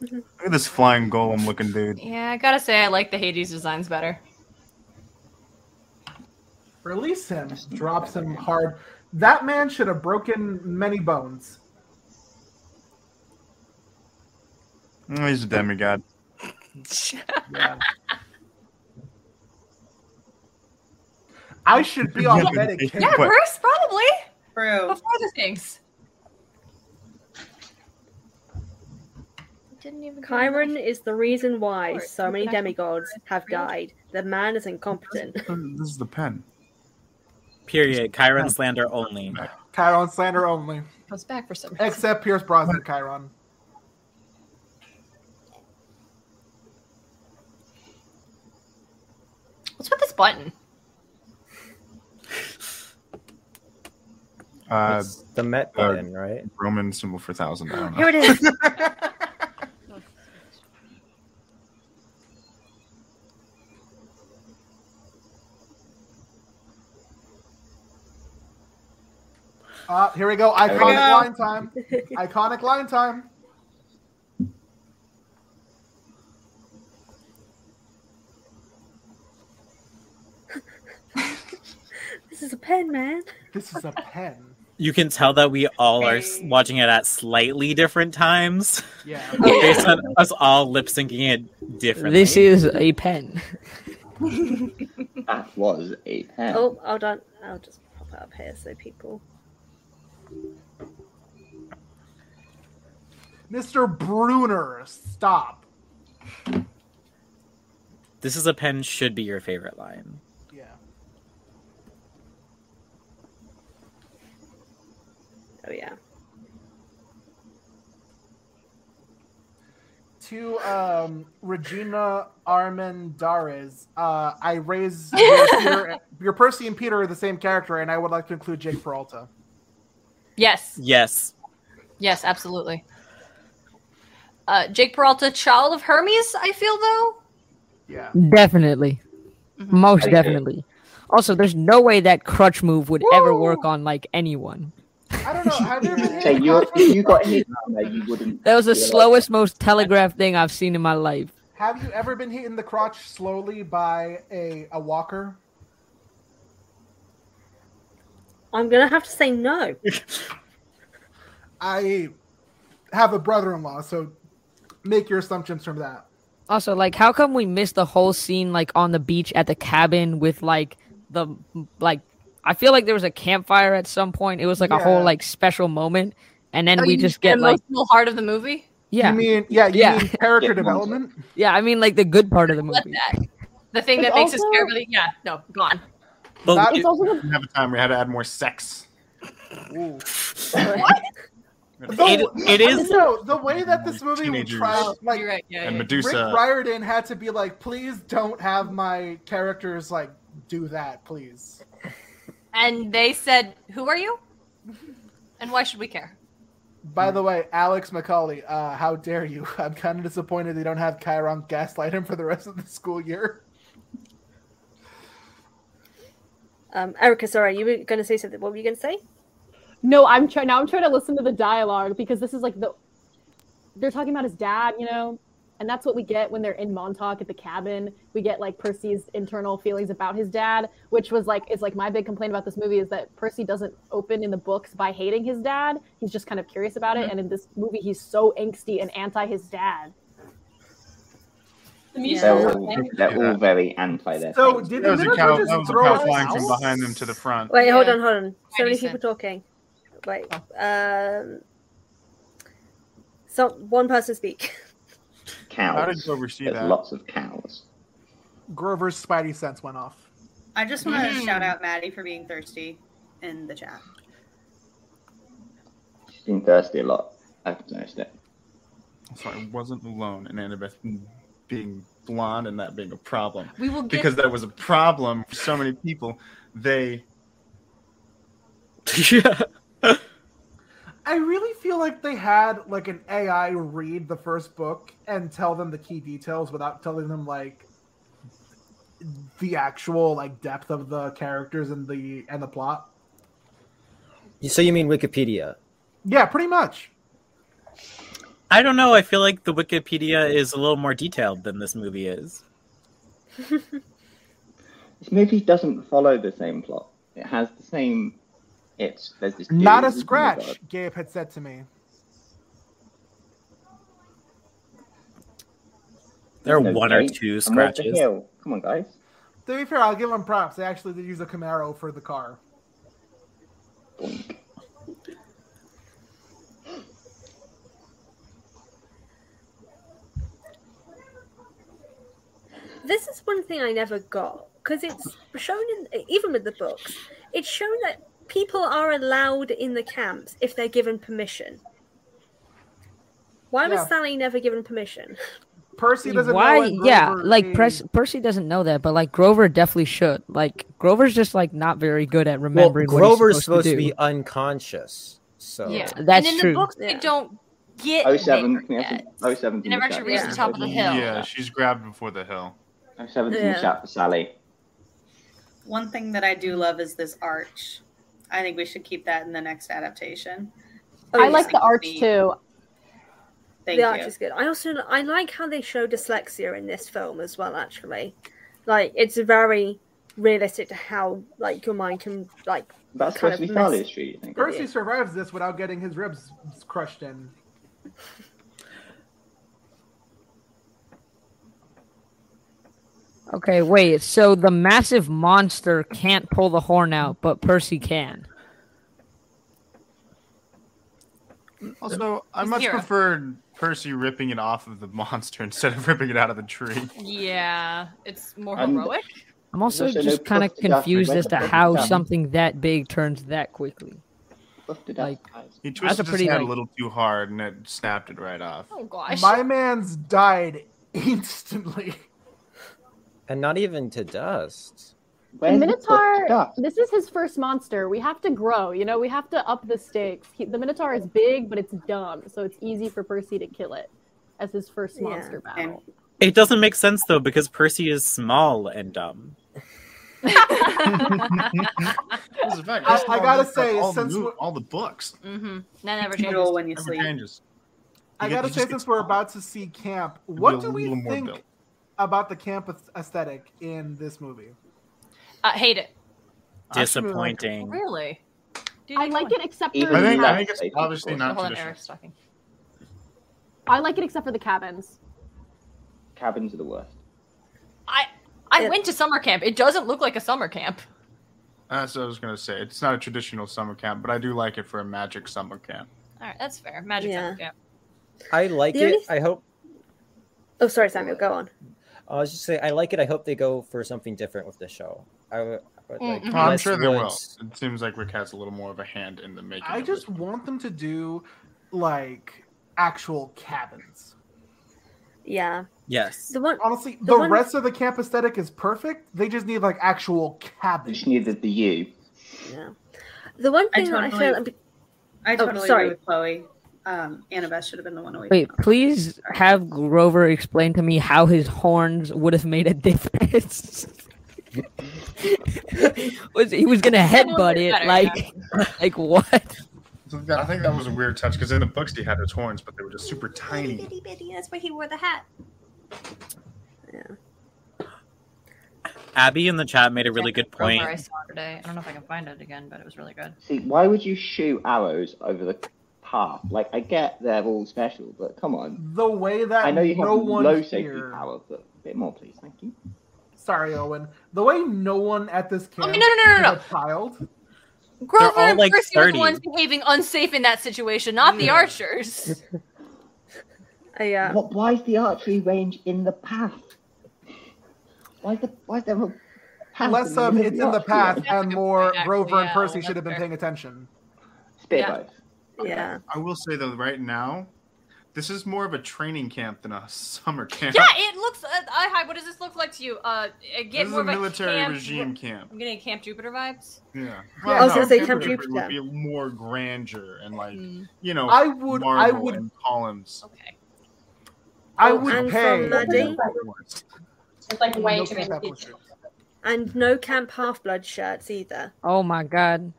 [SPEAKER 12] Look at this flying golem looking dude.
[SPEAKER 9] Yeah, I gotta say I like the Hades designs better.
[SPEAKER 8] Release him. Drops him hard. That man should have broken many bones.
[SPEAKER 12] Mm, he's a demigod.
[SPEAKER 8] Yeah. I should be on medication.
[SPEAKER 9] Yeah, Bruce probably
[SPEAKER 4] True.
[SPEAKER 9] before the things. Didn't even.
[SPEAKER 2] Chiron is the reason why so many
[SPEAKER 9] International
[SPEAKER 2] demigods have died. The man is incompetent.
[SPEAKER 12] This is the pen.
[SPEAKER 3] Period. Chiron slander only.
[SPEAKER 8] Chiron slander only.
[SPEAKER 9] Comes back for some reason.
[SPEAKER 8] Except Pierce Brosnan, Chiron.
[SPEAKER 9] What's with this button?
[SPEAKER 12] Uh,
[SPEAKER 7] the Met button, right?
[SPEAKER 12] Roman symbol for thousand. I don't know.
[SPEAKER 9] Here it is.
[SPEAKER 8] Uh, here we go.
[SPEAKER 4] we
[SPEAKER 8] Iconic
[SPEAKER 4] go.
[SPEAKER 8] line time. Iconic line time.
[SPEAKER 2] This is a pen, man.
[SPEAKER 8] This is a pen.
[SPEAKER 3] You can tell that we all are s- watching it at slightly different times,
[SPEAKER 8] Yeah.
[SPEAKER 3] based on us all lip syncing it differently.
[SPEAKER 11] This is a pen.
[SPEAKER 1] That was a pen.
[SPEAKER 2] Oh, hold on. I'll just pop it up here so people.
[SPEAKER 8] Mr. Bruner, stop.
[SPEAKER 3] this is a pen should be your favorite line.
[SPEAKER 8] Yeah.
[SPEAKER 2] Oh yeah.
[SPEAKER 8] To um, Regina Armendariz, uh, I raise your, Peter, your Percy and Peter are the same character, and I would like to include Jake Peralta.
[SPEAKER 9] Yes.
[SPEAKER 3] Yes.
[SPEAKER 9] Yes, absolutely. Uh, Jake Peralta, Child of Hermes, I feel though.
[SPEAKER 8] Yeah.
[SPEAKER 11] Definitely,
[SPEAKER 8] Mm-hmm.
[SPEAKER 11] most
[SPEAKER 1] I agree.
[SPEAKER 11] definitely. Also, there's no way that crutch move would ever work on like anyone.
[SPEAKER 8] I don't know. Have you ever
[SPEAKER 1] Say,
[SPEAKER 8] hit
[SPEAKER 1] you,
[SPEAKER 8] a
[SPEAKER 1] if
[SPEAKER 8] conference?
[SPEAKER 1] you got hit down there, you wouldn't.
[SPEAKER 11] That was the
[SPEAKER 1] be alive.
[SPEAKER 11] slowest, most telegraphed thing I've seen in my life.
[SPEAKER 8] Have you ever been hit in the crotch slowly by a, a walker?
[SPEAKER 2] I'm gonna have to say no.
[SPEAKER 8] I have a brother in law, so make your assumptions from that.
[SPEAKER 11] Also, like, how come we missed the whole scene, like, on the beach at the cabin with, like, the, like, I feel like there was a campfire at some point. It was, like, a
[SPEAKER 8] Yeah.
[SPEAKER 11] whole, like, special moment. And then
[SPEAKER 9] Oh,
[SPEAKER 11] we
[SPEAKER 9] you
[SPEAKER 11] just
[SPEAKER 9] mean
[SPEAKER 11] get,
[SPEAKER 9] the
[SPEAKER 11] like,
[SPEAKER 9] emotional heart of the movie.
[SPEAKER 11] yeah.
[SPEAKER 8] You mean yeah? You
[SPEAKER 11] Yeah.
[SPEAKER 8] mean character
[SPEAKER 11] Yeah.
[SPEAKER 8] development?
[SPEAKER 11] yeah, I mean, like, the good part of the movie.
[SPEAKER 9] The thing
[SPEAKER 5] It's
[SPEAKER 9] that makes us
[SPEAKER 5] also-
[SPEAKER 9] care really yeah, no, gone.
[SPEAKER 12] But
[SPEAKER 5] it's also
[SPEAKER 12] we didn't have a time. We had to add more sex.
[SPEAKER 8] Ooh.
[SPEAKER 3] It- it is-
[SPEAKER 8] no the way that this movie
[SPEAKER 12] Teenagers.
[SPEAKER 8] tried like
[SPEAKER 9] You're right. Yeah,
[SPEAKER 12] And
[SPEAKER 9] yeah, yeah.
[SPEAKER 8] Rick
[SPEAKER 12] Medusa.
[SPEAKER 8] Riordan had to be like, please don't have my characters like do that, please.
[SPEAKER 9] And they said, Who are you? And why should we care?
[SPEAKER 8] By the way, Alex McCauley, uh, how dare you? I'm kind of disappointed they don't have Chiron gaslight him for the rest of the school year.
[SPEAKER 2] Um, Erica, sorry, you were going to say something. What were you going to say?
[SPEAKER 5] No, I'm trying now. I'm trying to listen to the dialogue because this is like the they're talking about his dad, you know, and that's what we get when they're in Montauk at the cabin. We get like Percy's internal feelings about his dad, which was like it's like my big complaint about this movie is that Percy doesn't open in the books by hating his dad. He's just kind of curious about it, and in this movie, he's so angsty and anti his dad.
[SPEAKER 6] The
[SPEAKER 1] They're,
[SPEAKER 6] musical.
[SPEAKER 1] all, they're all very anti their
[SPEAKER 8] So
[SPEAKER 1] things.
[SPEAKER 8] did
[SPEAKER 12] That
[SPEAKER 8] the
[SPEAKER 12] was a
[SPEAKER 8] Minutemen
[SPEAKER 12] cow,
[SPEAKER 8] just
[SPEAKER 12] that was a
[SPEAKER 8] throw
[SPEAKER 12] cow
[SPEAKER 8] us
[SPEAKER 12] flying from
[SPEAKER 8] out?
[SPEAKER 12] behind them to the front.
[SPEAKER 2] Wait, hold
[SPEAKER 9] Yeah.
[SPEAKER 2] on, hold on. So many
[SPEAKER 9] Ninety
[SPEAKER 2] people talking. Wait. Um, so one person speak.
[SPEAKER 1] Cows.
[SPEAKER 12] How did you oversee
[SPEAKER 1] There's
[SPEAKER 12] that?
[SPEAKER 1] lots of cows.
[SPEAKER 8] Grover's spidey sense went off.
[SPEAKER 4] I just want to
[SPEAKER 9] Mm.
[SPEAKER 4] shout out Maddie for being thirsty in the chat.
[SPEAKER 1] She's been thirsty a lot. I've noticed it.
[SPEAKER 12] So I wasn't alone in Annabeth being blonde and that being a problem.
[SPEAKER 9] We will get
[SPEAKER 12] Because that was a problem for so many people. They
[SPEAKER 3] yeah.
[SPEAKER 8] I really feel like they had like an AI read the first book and tell them the key details without telling them like the actual like depth of the characters and the and the plot.
[SPEAKER 7] So you mean Wikipedia?
[SPEAKER 8] Yeah, pretty much.
[SPEAKER 3] I don't know. I feel like the Wikipedia is a little more detailed than this movie is.
[SPEAKER 1] This movie doesn't follow the same plot. It has the same. It's there's this. dude
[SPEAKER 8] Not a
[SPEAKER 1] who's in the
[SPEAKER 8] scratch,
[SPEAKER 1] garden.
[SPEAKER 8] Gabe had said to me.
[SPEAKER 3] There are
[SPEAKER 1] There's no
[SPEAKER 3] one or
[SPEAKER 1] gate.
[SPEAKER 3] two
[SPEAKER 1] I'm over the
[SPEAKER 3] scratches.
[SPEAKER 1] hill. Come on, guys.
[SPEAKER 8] To be fair, I'll give them props. They actually did use a Camaro for the car.
[SPEAKER 1] Boink.
[SPEAKER 2] This is one thing I never got because it's shown in even with the books. It's shown that people are allowed in the camps if they're given permission. Why
[SPEAKER 8] Yeah.
[SPEAKER 2] was Sally never given permission?
[SPEAKER 8] Percy doesn't know
[SPEAKER 11] Why?
[SPEAKER 8] what
[SPEAKER 11] Yeah,
[SPEAKER 8] Grover
[SPEAKER 11] like
[SPEAKER 8] is.
[SPEAKER 11] Pres- Percy doesn't know that, but like Grover definitely should. Like Grover's just like not very good at
[SPEAKER 7] Well,
[SPEAKER 11] remembering.
[SPEAKER 7] Grover's
[SPEAKER 11] what he's
[SPEAKER 7] supposed
[SPEAKER 11] supposed,
[SPEAKER 7] to
[SPEAKER 11] do.
[SPEAKER 7] be unconscious.
[SPEAKER 12] Oh.
[SPEAKER 7] So
[SPEAKER 9] Yeah.
[SPEAKER 11] That's
[SPEAKER 9] and in
[SPEAKER 11] true.
[SPEAKER 9] the books they
[SPEAKER 2] Yeah.
[SPEAKER 9] don't get
[SPEAKER 1] 07,
[SPEAKER 9] there
[SPEAKER 1] can we have
[SPEAKER 9] yet.
[SPEAKER 1] some, 07 's
[SPEAKER 9] They
[SPEAKER 1] in the
[SPEAKER 9] never
[SPEAKER 1] chat.
[SPEAKER 9] actually reached the top of the hill.
[SPEAKER 12] Yeah, she's grabbed before the hill.
[SPEAKER 1] 07 's in the
[SPEAKER 2] Yeah.
[SPEAKER 1] chat for Sally.
[SPEAKER 4] One thing that I do love is this arch. I think we should keep that in the next adaptation.
[SPEAKER 5] I Oh, like the arch
[SPEAKER 4] Thank
[SPEAKER 5] too.
[SPEAKER 4] Thank
[SPEAKER 2] the
[SPEAKER 4] you.
[SPEAKER 2] arch is good. I also I like how they show dyslexia in this film as well. Actually, like it's very realistic to how like your mind can like
[SPEAKER 1] That's
[SPEAKER 2] Kind
[SPEAKER 1] supposed to
[SPEAKER 2] of
[SPEAKER 1] be
[SPEAKER 2] mess-
[SPEAKER 1] Sally's street, you think?
[SPEAKER 8] Percy survives this without getting his ribs crushed in.
[SPEAKER 11] Okay, wait. So the massive monster can't pull the horn out, but Percy can.
[SPEAKER 12] Also, I
[SPEAKER 9] He's
[SPEAKER 12] much
[SPEAKER 9] zero.
[SPEAKER 12] preferred Percy ripping it off of the monster instead of ripping it out of the tree.
[SPEAKER 9] Yeah, it's more
[SPEAKER 1] And-
[SPEAKER 9] heroic.
[SPEAKER 11] I'm also
[SPEAKER 1] also no
[SPEAKER 11] just kind of
[SPEAKER 1] puff to duck
[SPEAKER 11] confused as
[SPEAKER 1] related
[SPEAKER 11] to
[SPEAKER 1] to the
[SPEAKER 11] how
[SPEAKER 1] sun.
[SPEAKER 11] something that big turns that quickly.
[SPEAKER 1] Buffed it
[SPEAKER 11] Like-
[SPEAKER 1] up, guys.
[SPEAKER 12] He
[SPEAKER 11] That's a
[SPEAKER 12] twisted his
[SPEAKER 11] pretty,
[SPEAKER 12] head a
[SPEAKER 11] like-
[SPEAKER 12] little too hard and it snapped it right off.
[SPEAKER 9] Oh gosh.
[SPEAKER 8] My man's died instantly.
[SPEAKER 7] and not even to dust.
[SPEAKER 5] The
[SPEAKER 1] Where's the puff to
[SPEAKER 5] Minotaur,
[SPEAKER 1] duck?
[SPEAKER 5] this is his first monster. We have to grow, you know, we have to up the stakes. He, the Minotaur is big, but it's dumb, so it's easy for Percy to kill it as his first
[SPEAKER 2] Yeah.
[SPEAKER 5] monster battle.
[SPEAKER 3] It doesn't make sense though because Percy is small and dumb.
[SPEAKER 12] This is a fact.
[SPEAKER 8] I-
[SPEAKER 12] This
[SPEAKER 8] I
[SPEAKER 12] is
[SPEAKER 8] gotta
[SPEAKER 12] all-
[SPEAKER 8] say,
[SPEAKER 12] all the,
[SPEAKER 8] since
[SPEAKER 12] mo-
[SPEAKER 8] we're-
[SPEAKER 12] all the books
[SPEAKER 9] mm-hmm. That never changes.
[SPEAKER 4] Noodle when you
[SPEAKER 12] never
[SPEAKER 4] sleep.
[SPEAKER 12] changes.
[SPEAKER 8] I
[SPEAKER 12] You get-
[SPEAKER 8] gotta
[SPEAKER 12] you
[SPEAKER 8] say,
[SPEAKER 12] just
[SPEAKER 8] since
[SPEAKER 12] get
[SPEAKER 8] we're
[SPEAKER 12] smaller.
[SPEAKER 8] about to see camp,
[SPEAKER 12] It'd be a
[SPEAKER 8] what do we
[SPEAKER 12] little more
[SPEAKER 8] think
[SPEAKER 12] built.
[SPEAKER 8] about the camp aesthetic in this movie?
[SPEAKER 9] I hate it.
[SPEAKER 8] Actually, we like it.
[SPEAKER 3] Disappointing.
[SPEAKER 9] Really? Do you
[SPEAKER 5] I like it except for
[SPEAKER 12] I
[SPEAKER 1] Even
[SPEAKER 12] think,
[SPEAKER 1] less
[SPEAKER 12] I think it's
[SPEAKER 1] basic, of
[SPEAKER 12] obviously
[SPEAKER 1] course.
[SPEAKER 12] not
[SPEAKER 9] Hold on,
[SPEAKER 12] traditional.
[SPEAKER 9] Eric's talking.
[SPEAKER 5] I like it except for the cabins.
[SPEAKER 1] Cabins are the worst.
[SPEAKER 9] I went to summer camp. It doesn't look like a summer camp.
[SPEAKER 12] That's what I was gonna say. It's not a traditional summer camp, but I do like it for a magic summer camp.
[SPEAKER 9] All right, that's fair. Magic summer camp.
[SPEAKER 7] I like
[SPEAKER 9] The
[SPEAKER 7] it.
[SPEAKER 9] only
[SPEAKER 7] I hope.
[SPEAKER 2] Oh, sorry, Samuel. Go on.
[SPEAKER 7] I was just saying, I like it. I hope they go for something different with the show. I would. but, like,
[SPEAKER 12] Oh, I'm
[SPEAKER 7] less
[SPEAKER 12] sure they will.
[SPEAKER 7] woods.
[SPEAKER 12] It seems like Rick has a little more of a hand in the making.
[SPEAKER 8] I
[SPEAKER 12] of
[SPEAKER 8] just want them to do like actual cabins.
[SPEAKER 2] Yeah.
[SPEAKER 3] Yes.
[SPEAKER 2] The one
[SPEAKER 8] honestly,
[SPEAKER 2] the
[SPEAKER 8] the,
[SPEAKER 2] one-
[SPEAKER 8] rest of the camp aesthetic is perfect. They just need like actual cabins.
[SPEAKER 1] Just needed the you.
[SPEAKER 2] Yeah. The one
[SPEAKER 4] I
[SPEAKER 2] thing that I
[SPEAKER 4] totally-
[SPEAKER 2] feel.
[SPEAKER 4] I
[SPEAKER 2] Oh,
[SPEAKER 4] totally
[SPEAKER 2] sorry.
[SPEAKER 4] agree with Chloe. Um, Annabeth should have been the one away.
[SPEAKER 11] Wait, please have Grover explain to me how his horns would have made a difference. was he was gonna headbutt it like like what?
[SPEAKER 12] So that- I think that was a weird touch because in the books he had his horns, but they were just super tiny.
[SPEAKER 9] Bitty bitty. That's why he wore the hat.
[SPEAKER 3] Abby in the chat made a really good point.
[SPEAKER 9] Grover I saw today. I don't know if I can find it again, but it was really good.
[SPEAKER 1] See, why would you shoot arrows over the path? Like, I get they're all special, but come on.
[SPEAKER 8] The way that
[SPEAKER 1] I know you have
[SPEAKER 8] no one
[SPEAKER 1] low safety
[SPEAKER 8] here.
[SPEAKER 1] power, but a bit more, please. Thank you.
[SPEAKER 8] Sorry, Owen. The way no one at this camp.
[SPEAKER 9] Oh, no, no, no, no,
[SPEAKER 8] is a Child.
[SPEAKER 9] Grover
[SPEAKER 8] all,
[SPEAKER 9] and
[SPEAKER 8] like,
[SPEAKER 9] Percy were the
[SPEAKER 8] 30.
[SPEAKER 9] ones behaving unsafe in that situation, not the
[SPEAKER 1] Yeah. uh,
[SPEAKER 9] archers.
[SPEAKER 2] yeah.
[SPEAKER 1] What, why is the archery range in the path? Why is, the, why is there a path?
[SPEAKER 8] Less
[SPEAKER 1] the
[SPEAKER 8] of
[SPEAKER 1] middle
[SPEAKER 8] um, it's in the
[SPEAKER 1] archery range?
[SPEAKER 8] path and more
[SPEAKER 12] point,
[SPEAKER 8] Grover and
[SPEAKER 12] actually,
[SPEAKER 8] Percy
[SPEAKER 12] yeah,
[SPEAKER 8] should have been
[SPEAKER 12] that's
[SPEAKER 8] paying attention.
[SPEAKER 1] Spearbow.
[SPEAKER 2] Yeah.
[SPEAKER 12] I will say though, right now, this is more of a training camp than a summer camp.
[SPEAKER 9] yeah, it looks. Uh, I, hi, what does this look like to you? Uh, I get
[SPEAKER 12] this is
[SPEAKER 9] more
[SPEAKER 12] a
[SPEAKER 9] of a
[SPEAKER 12] military
[SPEAKER 9] camp-
[SPEAKER 12] regime camp.
[SPEAKER 9] I'm getting Camp Jupiter vibes.
[SPEAKER 12] Yeah.
[SPEAKER 8] I was gonna say
[SPEAKER 12] Camp
[SPEAKER 8] Camp
[SPEAKER 12] Jupiter would
[SPEAKER 8] Jupiter.
[SPEAKER 12] be more grandeur and like you know,
[SPEAKER 8] I would- I
[SPEAKER 12] marble
[SPEAKER 8] would-
[SPEAKER 12] and columns.
[SPEAKER 9] Mm. Okay.
[SPEAKER 8] I
[SPEAKER 2] Oh,
[SPEAKER 8] would
[SPEAKER 2] and
[SPEAKER 8] pay.
[SPEAKER 2] from Maddie?
[SPEAKER 6] It's like way too many
[SPEAKER 8] people.
[SPEAKER 2] And no camp half blood shirts either.
[SPEAKER 11] Oh my god.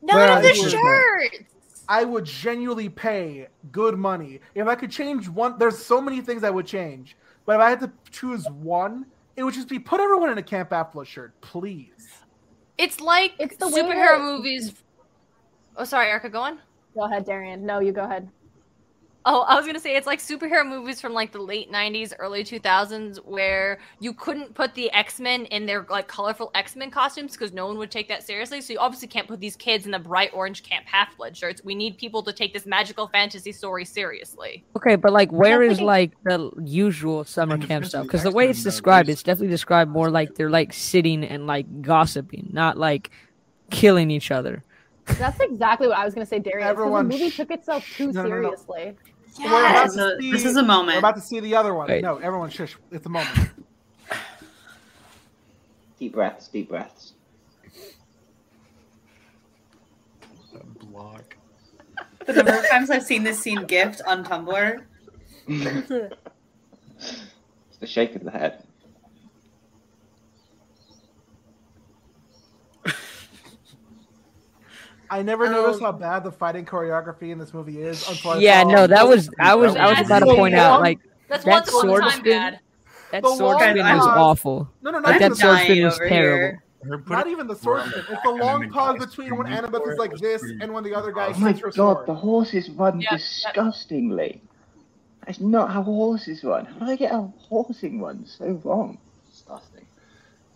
[SPEAKER 8] Well, I would-
[SPEAKER 9] shirts.
[SPEAKER 8] I would genuinely pay good money if I could change one. There's so many things I would change, but if I had to choose one, it would just be put everyone in a Camp Apple shirt, please.
[SPEAKER 9] It's like
[SPEAKER 5] the way
[SPEAKER 9] superhero
[SPEAKER 5] that-
[SPEAKER 9] movies. Oh, sorry, Erica, go on.
[SPEAKER 5] Go ahead, Darian. No, you go ahead.
[SPEAKER 9] Oh, I was gonna say it's like superhero movies from like the late '90s, early 2000s, where you couldn't put the X-Men in their like colorful X-Men costumes because no one would take that seriously. So you obviously can't put these kids in the bright orange Camp Half-Blood shirts. We need people to take this magical fantasy story seriously.
[SPEAKER 11] Okay, but like where
[SPEAKER 9] That's
[SPEAKER 11] is like the usual summer camp stuff? Because the way it's
[SPEAKER 9] X-Men, though,
[SPEAKER 11] described, it's definitely described more like they're like sitting and like gossiping, not like killing each other.
[SPEAKER 5] That's exactly what I was gonna say, Darian. It's 'cause
[SPEAKER 8] Everyone
[SPEAKER 5] the movie took itself too
[SPEAKER 8] No, no, no, no.
[SPEAKER 5] seriously.
[SPEAKER 8] We're about
[SPEAKER 4] Yes.
[SPEAKER 8] to
[SPEAKER 4] So this
[SPEAKER 8] see-
[SPEAKER 4] is a moment.
[SPEAKER 8] We're about to see the other one.
[SPEAKER 1] Wait.
[SPEAKER 8] No, everyone, shush. It's a moment.
[SPEAKER 1] Deep breaths, deep breaths.
[SPEAKER 12] Block.
[SPEAKER 4] The number of times I've seen this scene gift on Tumblr.
[SPEAKER 1] It's the shake of the head.
[SPEAKER 8] I never
[SPEAKER 9] Um,
[SPEAKER 8] noticed how bad the fighting choreography in this movie is. Until I
[SPEAKER 11] Yeah,
[SPEAKER 8] saw-
[SPEAKER 11] no, that was I was I was
[SPEAKER 8] That's
[SPEAKER 11] about to
[SPEAKER 8] so
[SPEAKER 11] point out
[SPEAKER 8] long.
[SPEAKER 11] like
[SPEAKER 9] That's
[SPEAKER 11] that
[SPEAKER 9] one- one
[SPEAKER 11] sword
[SPEAKER 9] time
[SPEAKER 11] spin.
[SPEAKER 9] bad.
[SPEAKER 11] That
[SPEAKER 8] The
[SPEAKER 11] sword
[SPEAKER 8] long
[SPEAKER 11] spin was
[SPEAKER 8] pause-
[SPEAKER 11] awful.
[SPEAKER 8] No, no,
[SPEAKER 11] Like,
[SPEAKER 8] not
[SPEAKER 11] that
[SPEAKER 8] even
[SPEAKER 11] sword
[SPEAKER 8] the-
[SPEAKER 11] spin was terrible.
[SPEAKER 8] Not even the sword spin. It's the long pause between when Annabeth is like this and when the other guy
[SPEAKER 1] Oh my
[SPEAKER 8] hits her sword.
[SPEAKER 1] god, the horses run disgustingly. That's not how horses run. How do I get a horsing run so wrong? Disgusting.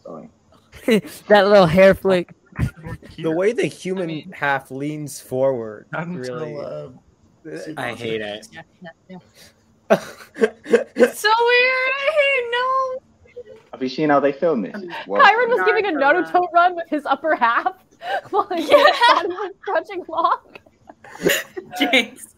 [SPEAKER 1] Sorry.
[SPEAKER 11] that little hair flick.
[SPEAKER 7] The way the human half leans forward, really.
[SPEAKER 3] I hate it.
[SPEAKER 9] It's so weird. I
[SPEAKER 1] Have you seen how they film this? It's wild.
[SPEAKER 5] Kyron was giving a Naruto run with his upper half while his body was crunching lock.
[SPEAKER 4] Jinx.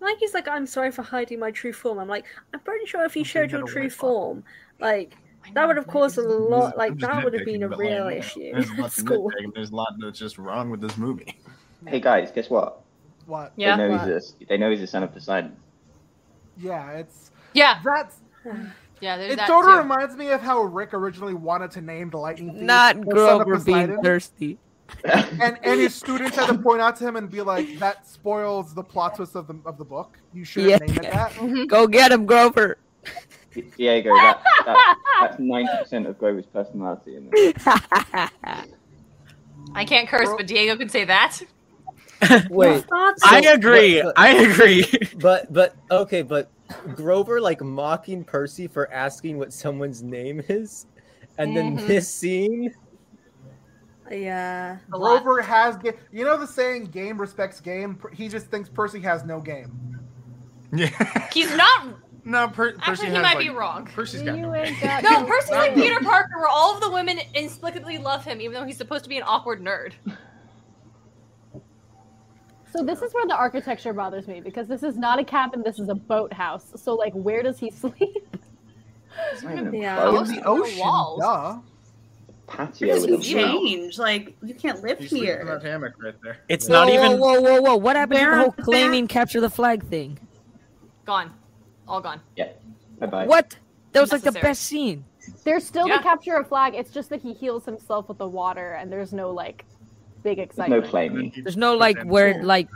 [SPEAKER 2] Mikey's like, I'm sorry for hiding my true form. I'm like, I'm pretty sure if you showed your true form, like that would have caused a lot. Like that would have been a real issue
[SPEAKER 12] There's
[SPEAKER 2] at
[SPEAKER 12] lots of
[SPEAKER 2] school.
[SPEAKER 12] nitpicking. There's a lot that's just wrong with this movie.
[SPEAKER 1] Hey guys, guess what?
[SPEAKER 8] What?
[SPEAKER 1] They know, he's a, they know he's the son of Poseidon.
[SPEAKER 8] Yeah, it's
[SPEAKER 9] yeah.
[SPEAKER 8] That's
[SPEAKER 9] yeah. There's
[SPEAKER 8] it
[SPEAKER 9] that
[SPEAKER 8] sort
[SPEAKER 9] too.
[SPEAKER 8] of reminds me of how Rick originally wanted to name the lightning thief
[SPEAKER 11] Not
[SPEAKER 8] the son of
[SPEAKER 11] Grover being
[SPEAKER 8] Poseidon,
[SPEAKER 11] thirsty.
[SPEAKER 8] and and his students had to point out to him and be like, "That spoils the plot twist of the of the book. You shouldn't
[SPEAKER 11] Yeah. Mm-hmm.
[SPEAKER 8] name it that."
[SPEAKER 11] Go get him, Grover.
[SPEAKER 1] Diego, that, that, that's 90% of Grover's personality. In this.
[SPEAKER 11] I
[SPEAKER 9] I can't curse, but Diego can say that.
[SPEAKER 7] Wait,
[SPEAKER 9] thoughts?
[SPEAKER 3] I agree, I agree.
[SPEAKER 7] But but okay, but Grover like mocking Percy for asking what someone's name is, and then
[SPEAKER 2] Mhm.
[SPEAKER 7] this scene.
[SPEAKER 2] Yeah.
[SPEAKER 8] Grover has game. You know the saying, "Game respects game." Per- He just thinks Percy has no game.
[SPEAKER 9] He's not.
[SPEAKER 12] No, per-
[SPEAKER 9] Actually, he might be wrong.
[SPEAKER 12] Percy's got no.
[SPEAKER 9] No, Percy's like Peter Parker, where all of the women inexplicably love him, even though he's supposed to be an awkward nerd.
[SPEAKER 5] So this is where the architecture bothers me because this is not a cabin. This is a boathouse. So like, where does he sleep?
[SPEAKER 2] Yeah.
[SPEAKER 8] In the ocean, duh.
[SPEAKER 1] Patio
[SPEAKER 4] This
[SPEAKER 1] with a
[SPEAKER 4] would
[SPEAKER 1] roof.
[SPEAKER 4] change. Like you can't live
[SPEAKER 12] He's sleeping
[SPEAKER 4] here.
[SPEAKER 12] in that hammock right there.
[SPEAKER 3] It's not even.
[SPEAKER 11] Whoa, whoa, whoa! What happened to
[SPEAKER 4] Where
[SPEAKER 11] the
[SPEAKER 4] are
[SPEAKER 11] whole
[SPEAKER 4] the
[SPEAKER 11] claiming capture the flag thing?
[SPEAKER 9] Gone. All gone.
[SPEAKER 1] Yeah. Bye bye.
[SPEAKER 11] What? That was like the
[SPEAKER 9] Necessary.
[SPEAKER 11] best scene.
[SPEAKER 5] There's still
[SPEAKER 9] Yeah.
[SPEAKER 5] the capture a flag. It's just that he heals himself with the water, and there's no like
[SPEAKER 1] There's
[SPEAKER 5] big
[SPEAKER 1] no
[SPEAKER 5] excitement.
[SPEAKER 1] claiming.
[SPEAKER 11] There's no like where like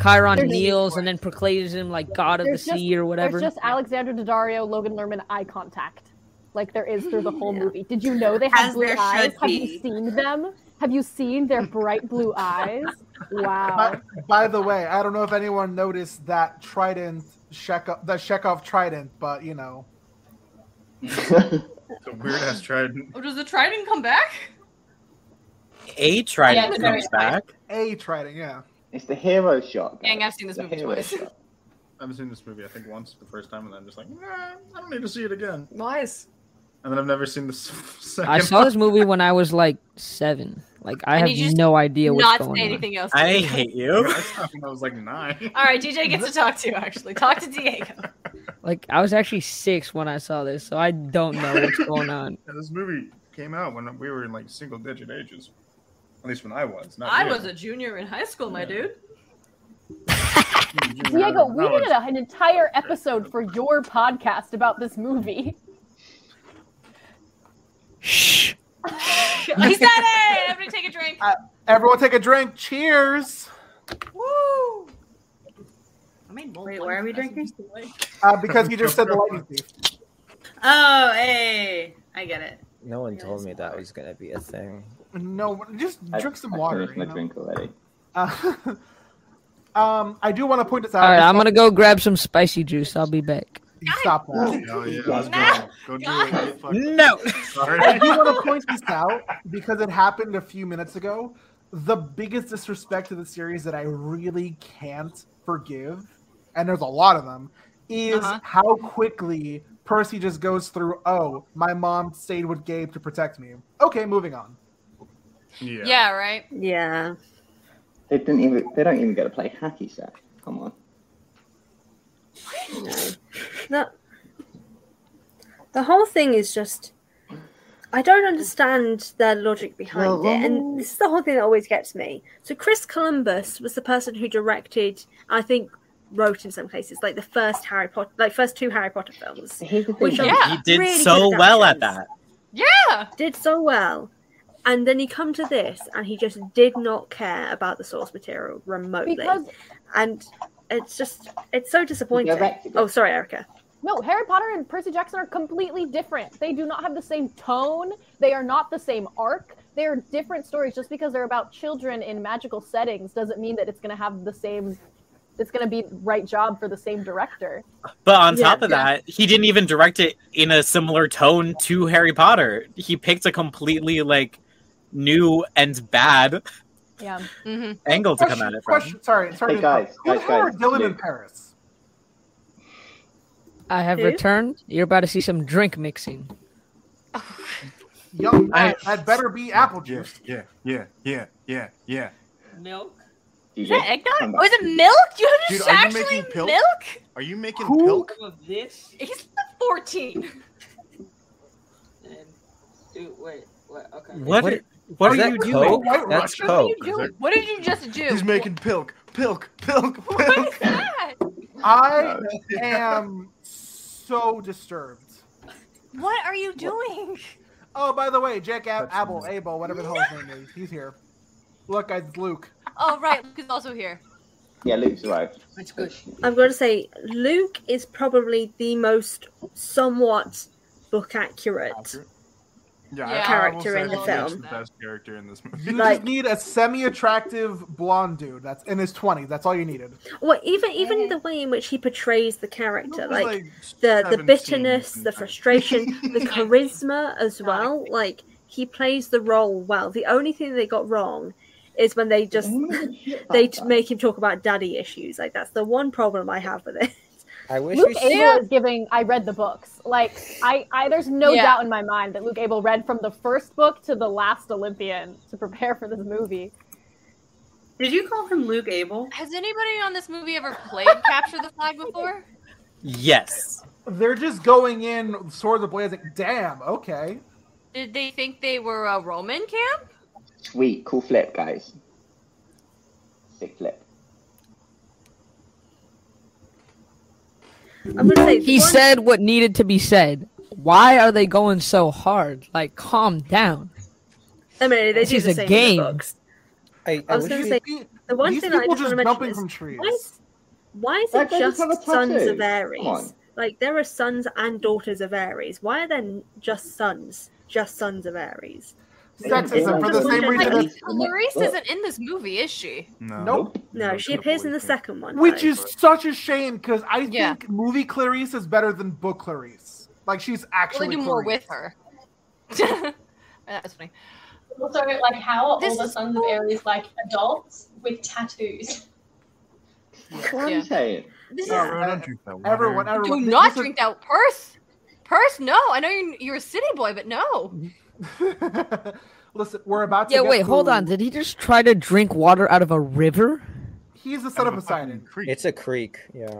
[SPEAKER 11] Chiron kneels and then proclaims him like god of the
[SPEAKER 5] There's just-
[SPEAKER 11] sea or whatever.
[SPEAKER 5] There's just Alexander Daddario, Logan Lerman eye contact, like there is through the whole movie. Did you know they have
[SPEAKER 10] As
[SPEAKER 5] blue
[SPEAKER 10] there
[SPEAKER 5] eyes?
[SPEAKER 10] should
[SPEAKER 5] Have you
[SPEAKER 10] be.
[SPEAKER 5] seen them? Have you seen their bright blue eyes? Wow.
[SPEAKER 8] By, by the way, I don't know if anyone noticed that trident, Shekov, that Shekov trident, but you know,
[SPEAKER 12] It's a weird ass trident.
[SPEAKER 9] Oh, does the Trident come back?
[SPEAKER 3] A trident
[SPEAKER 1] Yeah,
[SPEAKER 3] comes
[SPEAKER 1] it's very
[SPEAKER 3] back.
[SPEAKER 8] a trident, yeah.
[SPEAKER 1] It's the hero shot.
[SPEAKER 9] Dang, I've seen this
[SPEAKER 1] The
[SPEAKER 9] movie
[SPEAKER 1] hero
[SPEAKER 9] twice.
[SPEAKER 1] shot.
[SPEAKER 12] I've seen this movie I think once the first time, and then I'm just like, nah, I don't need to see it again.
[SPEAKER 9] Nice.
[SPEAKER 12] And then I've never seen the s- second.
[SPEAKER 11] I saw this movie when I was like seven. Like I
[SPEAKER 9] And
[SPEAKER 11] have
[SPEAKER 9] you just
[SPEAKER 11] no idea what's
[SPEAKER 9] Not
[SPEAKER 11] going
[SPEAKER 9] say
[SPEAKER 11] on.
[SPEAKER 9] anything else.
[SPEAKER 3] I hate you.
[SPEAKER 12] I saw it when I was like nine.
[SPEAKER 9] All right, DJ gets to talk to you. Actually, talk to Diego.
[SPEAKER 11] Like I was actually six when I saw this, so I don't know what's going on.
[SPEAKER 12] Yeah, this movie came out when we were in like single digit ages. At least when I was. Not
[SPEAKER 9] I
[SPEAKER 12] you.
[SPEAKER 9] was a junior in high school, my dude.
[SPEAKER 12] You were
[SPEAKER 5] Diego,
[SPEAKER 12] in
[SPEAKER 5] we
[SPEAKER 12] college.
[SPEAKER 5] did an entire episode for your podcast about this movie.
[SPEAKER 11] Shh.
[SPEAKER 9] He's not it. I'm gonna take a drink.
[SPEAKER 8] Everyone, take a drink. Cheers.
[SPEAKER 9] Woo! I made bold
[SPEAKER 4] Wait,
[SPEAKER 9] one
[SPEAKER 4] why are
[SPEAKER 9] for
[SPEAKER 4] we
[SPEAKER 9] us.
[SPEAKER 4] drinking?
[SPEAKER 8] Uh, because you just said the lightning thief.
[SPEAKER 4] Oh, hey, I get it.
[SPEAKER 7] No one told me that was gonna be a thing.
[SPEAKER 8] No, just
[SPEAKER 1] I-
[SPEAKER 8] drink some
[SPEAKER 1] I
[SPEAKER 8] water.
[SPEAKER 1] finished
[SPEAKER 8] you
[SPEAKER 1] my
[SPEAKER 8] know?
[SPEAKER 1] drink already.
[SPEAKER 8] Uh, um, I do want to point this out.
[SPEAKER 11] All right,
[SPEAKER 8] This
[SPEAKER 11] I'm
[SPEAKER 8] one-
[SPEAKER 11] gonna go grab some spicy juice. I'll be back.
[SPEAKER 8] stop that.
[SPEAKER 12] Oh, yeah,
[SPEAKER 1] No.
[SPEAKER 12] let's go. Go do it. Get fucked.
[SPEAKER 3] No.
[SPEAKER 8] I
[SPEAKER 12] Sorry.
[SPEAKER 8] do want to point this out because it happened a few minutes ago. The biggest disrespect to the series that I really can't forgive, and there's a lot of them, is
[SPEAKER 9] Uh-huh.
[SPEAKER 8] how quickly Percy just goes through, oh, my mom stayed with Gabe to protect me. Okay, moving on.
[SPEAKER 12] Yeah.
[SPEAKER 9] Yeah, right.
[SPEAKER 2] Yeah.
[SPEAKER 1] They didn't even. They don't even get to play hacky sack. Come on.
[SPEAKER 2] No. The whole thing is just. I don't understand their logic behind it, and this is the whole thing that always gets me. So Chris Columbus was the person who directed, I think, wrote in some cases, like the first Harry Potter, like first two Harry Potter films.
[SPEAKER 1] So here's the
[SPEAKER 2] Which
[SPEAKER 1] thing.
[SPEAKER 9] Yeah.
[SPEAKER 3] He did
[SPEAKER 2] Really
[SPEAKER 3] so
[SPEAKER 2] good
[SPEAKER 3] well at that.
[SPEAKER 2] adaptations. did so well, and then he come to this, and he just did not care about the source material remotely.
[SPEAKER 5] Because
[SPEAKER 2] and it's just it's so disappointing.
[SPEAKER 1] directed it.
[SPEAKER 2] Oh, sorry, Erica.
[SPEAKER 5] No, Harry Potter and Percy Jackson are completely different. They do not have the same tone. They are not the same arc. They are different stories. Just because they're about children in magical settings doesn't mean that it's going to have the same. It's going to be right job for the same director.
[SPEAKER 3] But on
[SPEAKER 2] Yeah.
[SPEAKER 3] top of that, he didn't even direct it in a similar tone to Harry Potter. He picked a completely like new and bad
[SPEAKER 5] Yeah.
[SPEAKER 9] Mm-hmm.
[SPEAKER 3] angle to come
[SPEAKER 8] Question,
[SPEAKER 3] at it from.
[SPEAKER 8] question, sorry, sorry.
[SPEAKER 1] Hey,
[SPEAKER 8] to interrupt.
[SPEAKER 1] guys,
[SPEAKER 8] Who the
[SPEAKER 1] guys,
[SPEAKER 8] hell are
[SPEAKER 1] guys,
[SPEAKER 8] Dylan
[SPEAKER 1] Luke.
[SPEAKER 8] in Paris?
[SPEAKER 11] I have
[SPEAKER 2] Who?
[SPEAKER 11] returned. You're about to see some drink mixing.
[SPEAKER 8] Young
[SPEAKER 3] I-
[SPEAKER 8] man, that better be apple
[SPEAKER 12] Yeah,
[SPEAKER 8] juice.
[SPEAKER 12] yeah, yeah, yeah, yeah, yeah.
[SPEAKER 10] Milk.
[SPEAKER 9] Is
[SPEAKER 1] DJ,
[SPEAKER 9] that eggnog?
[SPEAKER 1] come
[SPEAKER 9] Oh,
[SPEAKER 1] back.
[SPEAKER 9] is it milk? You have to
[SPEAKER 12] Dude, are you
[SPEAKER 9] actually
[SPEAKER 12] making
[SPEAKER 9] milk?
[SPEAKER 12] pilk? Are you making
[SPEAKER 8] Who-
[SPEAKER 12] pilk?
[SPEAKER 10] Some of this
[SPEAKER 9] He's like 14.
[SPEAKER 10] and dude, wait, wait, okay.
[SPEAKER 3] What
[SPEAKER 7] What-
[SPEAKER 3] what
[SPEAKER 7] is
[SPEAKER 3] are
[SPEAKER 7] that
[SPEAKER 3] you
[SPEAKER 7] Coke?
[SPEAKER 3] doing?
[SPEAKER 8] White
[SPEAKER 7] That's
[SPEAKER 8] Russian?
[SPEAKER 7] Coke.
[SPEAKER 9] What are you doing? What did you just do?
[SPEAKER 12] He's making pilk, pilk, pilk,
[SPEAKER 9] What
[SPEAKER 12] pilk.
[SPEAKER 9] is that?
[SPEAKER 12] Uh,
[SPEAKER 8] I am so disturbed.
[SPEAKER 9] What are you doing?
[SPEAKER 8] Oh, by the way, Jack Ab-
[SPEAKER 12] That's
[SPEAKER 8] Abel, Abel, whatever the hell his name is, he's here. Look, it's Luke.
[SPEAKER 9] Oh, right. Luke is also here.
[SPEAKER 1] Yeah, Luke's arrived.
[SPEAKER 10] That's good.
[SPEAKER 2] I'm going to say Luke is probably the most somewhat book accurate
[SPEAKER 12] Yeah,
[SPEAKER 2] Yeah. character in the film.
[SPEAKER 12] The best character in this movie.
[SPEAKER 8] You just need a semi-attractive blonde dude that's in his twenties. That's all you needed.
[SPEAKER 2] Well, even even the way in which he portrays the character,
[SPEAKER 8] Nobody's,
[SPEAKER 2] like,
[SPEAKER 8] like,
[SPEAKER 2] the the
[SPEAKER 8] haven't
[SPEAKER 2] bitterness, the frustration, the charisma as well. Like he plays the role well. The only thing they got wrong is when they just they t- make him talk about daddy issues. Like that's the one problem I have with it.
[SPEAKER 7] I wish
[SPEAKER 5] Luke
[SPEAKER 7] we
[SPEAKER 5] Abel
[SPEAKER 7] saw.
[SPEAKER 5] is giving. I read the books. Like I, I there's no
[SPEAKER 2] Yeah.
[SPEAKER 5] doubt in my mind that Luke Abel read from the first book to the last Olympian to prepare for this movie.
[SPEAKER 4] Did you call him Luke Abel?
[SPEAKER 9] Has anybody on this movie ever played Capture the Flag before?
[SPEAKER 3] Yes.
[SPEAKER 8] They're just going in swords of blazing. Damn. Okay.
[SPEAKER 9] Did they think they were a Roman camp?
[SPEAKER 1] Sweet, cool flip, guys. Sick flip.
[SPEAKER 2] I'm gonna say
[SPEAKER 11] he
[SPEAKER 2] one-
[SPEAKER 11] said what needed to be said. Why are they going so hard? Like, calm down.
[SPEAKER 2] I mean, they
[SPEAKER 11] This
[SPEAKER 2] do
[SPEAKER 11] is
[SPEAKER 2] the
[SPEAKER 11] a
[SPEAKER 2] same.
[SPEAKER 11] game.
[SPEAKER 7] I,
[SPEAKER 2] I was going to say the one
[SPEAKER 8] these
[SPEAKER 2] thing I
[SPEAKER 8] people
[SPEAKER 2] just want to
[SPEAKER 8] just
[SPEAKER 2] mention
[SPEAKER 8] jumping
[SPEAKER 2] is
[SPEAKER 8] from trees.
[SPEAKER 2] why is, why is
[SPEAKER 8] Why can't
[SPEAKER 2] it
[SPEAKER 8] they
[SPEAKER 2] just
[SPEAKER 8] have a
[SPEAKER 2] sons
[SPEAKER 8] tattoo?
[SPEAKER 2] of
[SPEAKER 8] Come on.
[SPEAKER 2] Aries? Like there are sons and daughters of Aries. Why are there n- just sons? Just sons of Aries.
[SPEAKER 8] Sexism for the
[SPEAKER 2] Just
[SPEAKER 8] same
[SPEAKER 2] wonder-
[SPEAKER 8] reason
[SPEAKER 2] like,
[SPEAKER 8] that-
[SPEAKER 9] Clarice isn't in this movie, is she?
[SPEAKER 12] No.
[SPEAKER 8] Nope.
[SPEAKER 2] No, she appears in the second one.
[SPEAKER 8] Which
[SPEAKER 2] though.
[SPEAKER 8] is such a shame because I
[SPEAKER 9] Yeah.
[SPEAKER 8] think movie Clarice is better than book Clarice. Like she's
[SPEAKER 9] Well, they
[SPEAKER 8] actually
[SPEAKER 9] do more
[SPEAKER 8] Clarice.
[SPEAKER 9] with her. Uh, That's funny.
[SPEAKER 6] Also, like, how are
[SPEAKER 9] This
[SPEAKER 6] all the
[SPEAKER 9] is
[SPEAKER 6] sons of Aries like adults with tattoos?
[SPEAKER 1] That's what
[SPEAKER 9] Yeah.
[SPEAKER 1] I'm saying.
[SPEAKER 9] This
[SPEAKER 8] Yeah.
[SPEAKER 9] is
[SPEAKER 8] Everyone,
[SPEAKER 12] don't drink that water.
[SPEAKER 8] everyone,
[SPEAKER 9] Do
[SPEAKER 8] everyone. This
[SPEAKER 9] not
[SPEAKER 8] is-
[SPEAKER 9] drink that Perth. Perth, no. I know you're, you're a city boy, but no.
[SPEAKER 8] Listen, we're about to.
[SPEAKER 11] Yeah,
[SPEAKER 8] get
[SPEAKER 11] wait, hold on.
[SPEAKER 8] food.
[SPEAKER 11] Did he just try to drink water out of a river?
[SPEAKER 8] He's the son of Poseidon.
[SPEAKER 7] It's a creek. Yeah.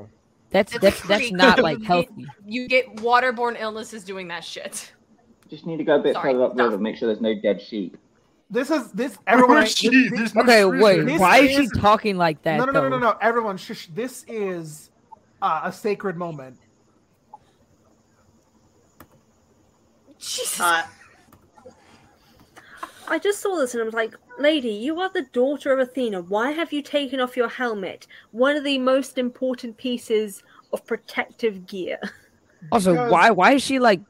[SPEAKER 11] That's
[SPEAKER 9] It's
[SPEAKER 11] that's
[SPEAKER 9] a
[SPEAKER 11] that's
[SPEAKER 9] creek.
[SPEAKER 11] not like
[SPEAKER 9] You get-
[SPEAKER 11] healthy.
[SPEAKER 9] You get waterborne illnesses doing that shit.
[SPEAKER 1] Just need to go a bit
[SPEAKER 9] Sorry,
[SPEAKER 1] further up
[SPEAKER 9] stop.
[SPEAKER 1] river, make sure there's no dead sheep.
[SPEAKER 8] This is this. Everyone. this-
[SPEAKER 12] Sheep,
[SPEAKER 8] this-
[SPEAKER 12] there's no
[SPEAKER 11] Okay,
[SPEAKER 12] trees
[SPEAKER 11] wait.
[SPEAKER 12] there.
[SPEAKER 8] This
[SPEAKER 11] Why is she
[SPEAKER 8] is-
[SPEAKER 11] talking like that?
[SPEAKER 8] no, no, no, no, no,
[SPEAKER 11] though?
[SPEAKER 8] no. Everyone, shush. This is uh, a sacred moment.
[SPEAKER 9] Jesus.
[SPEAKER 4] Uh,
[SPEAKER 2] I just saw this and I was like, "Lady, you are the daughter of Athena. Why have you taken off your helmet? One of the most important pieces of protective gear."
[SPEAKER 11] Also,
[SPEAKER 8] Because-
[SPEAKER 11] why why is she like?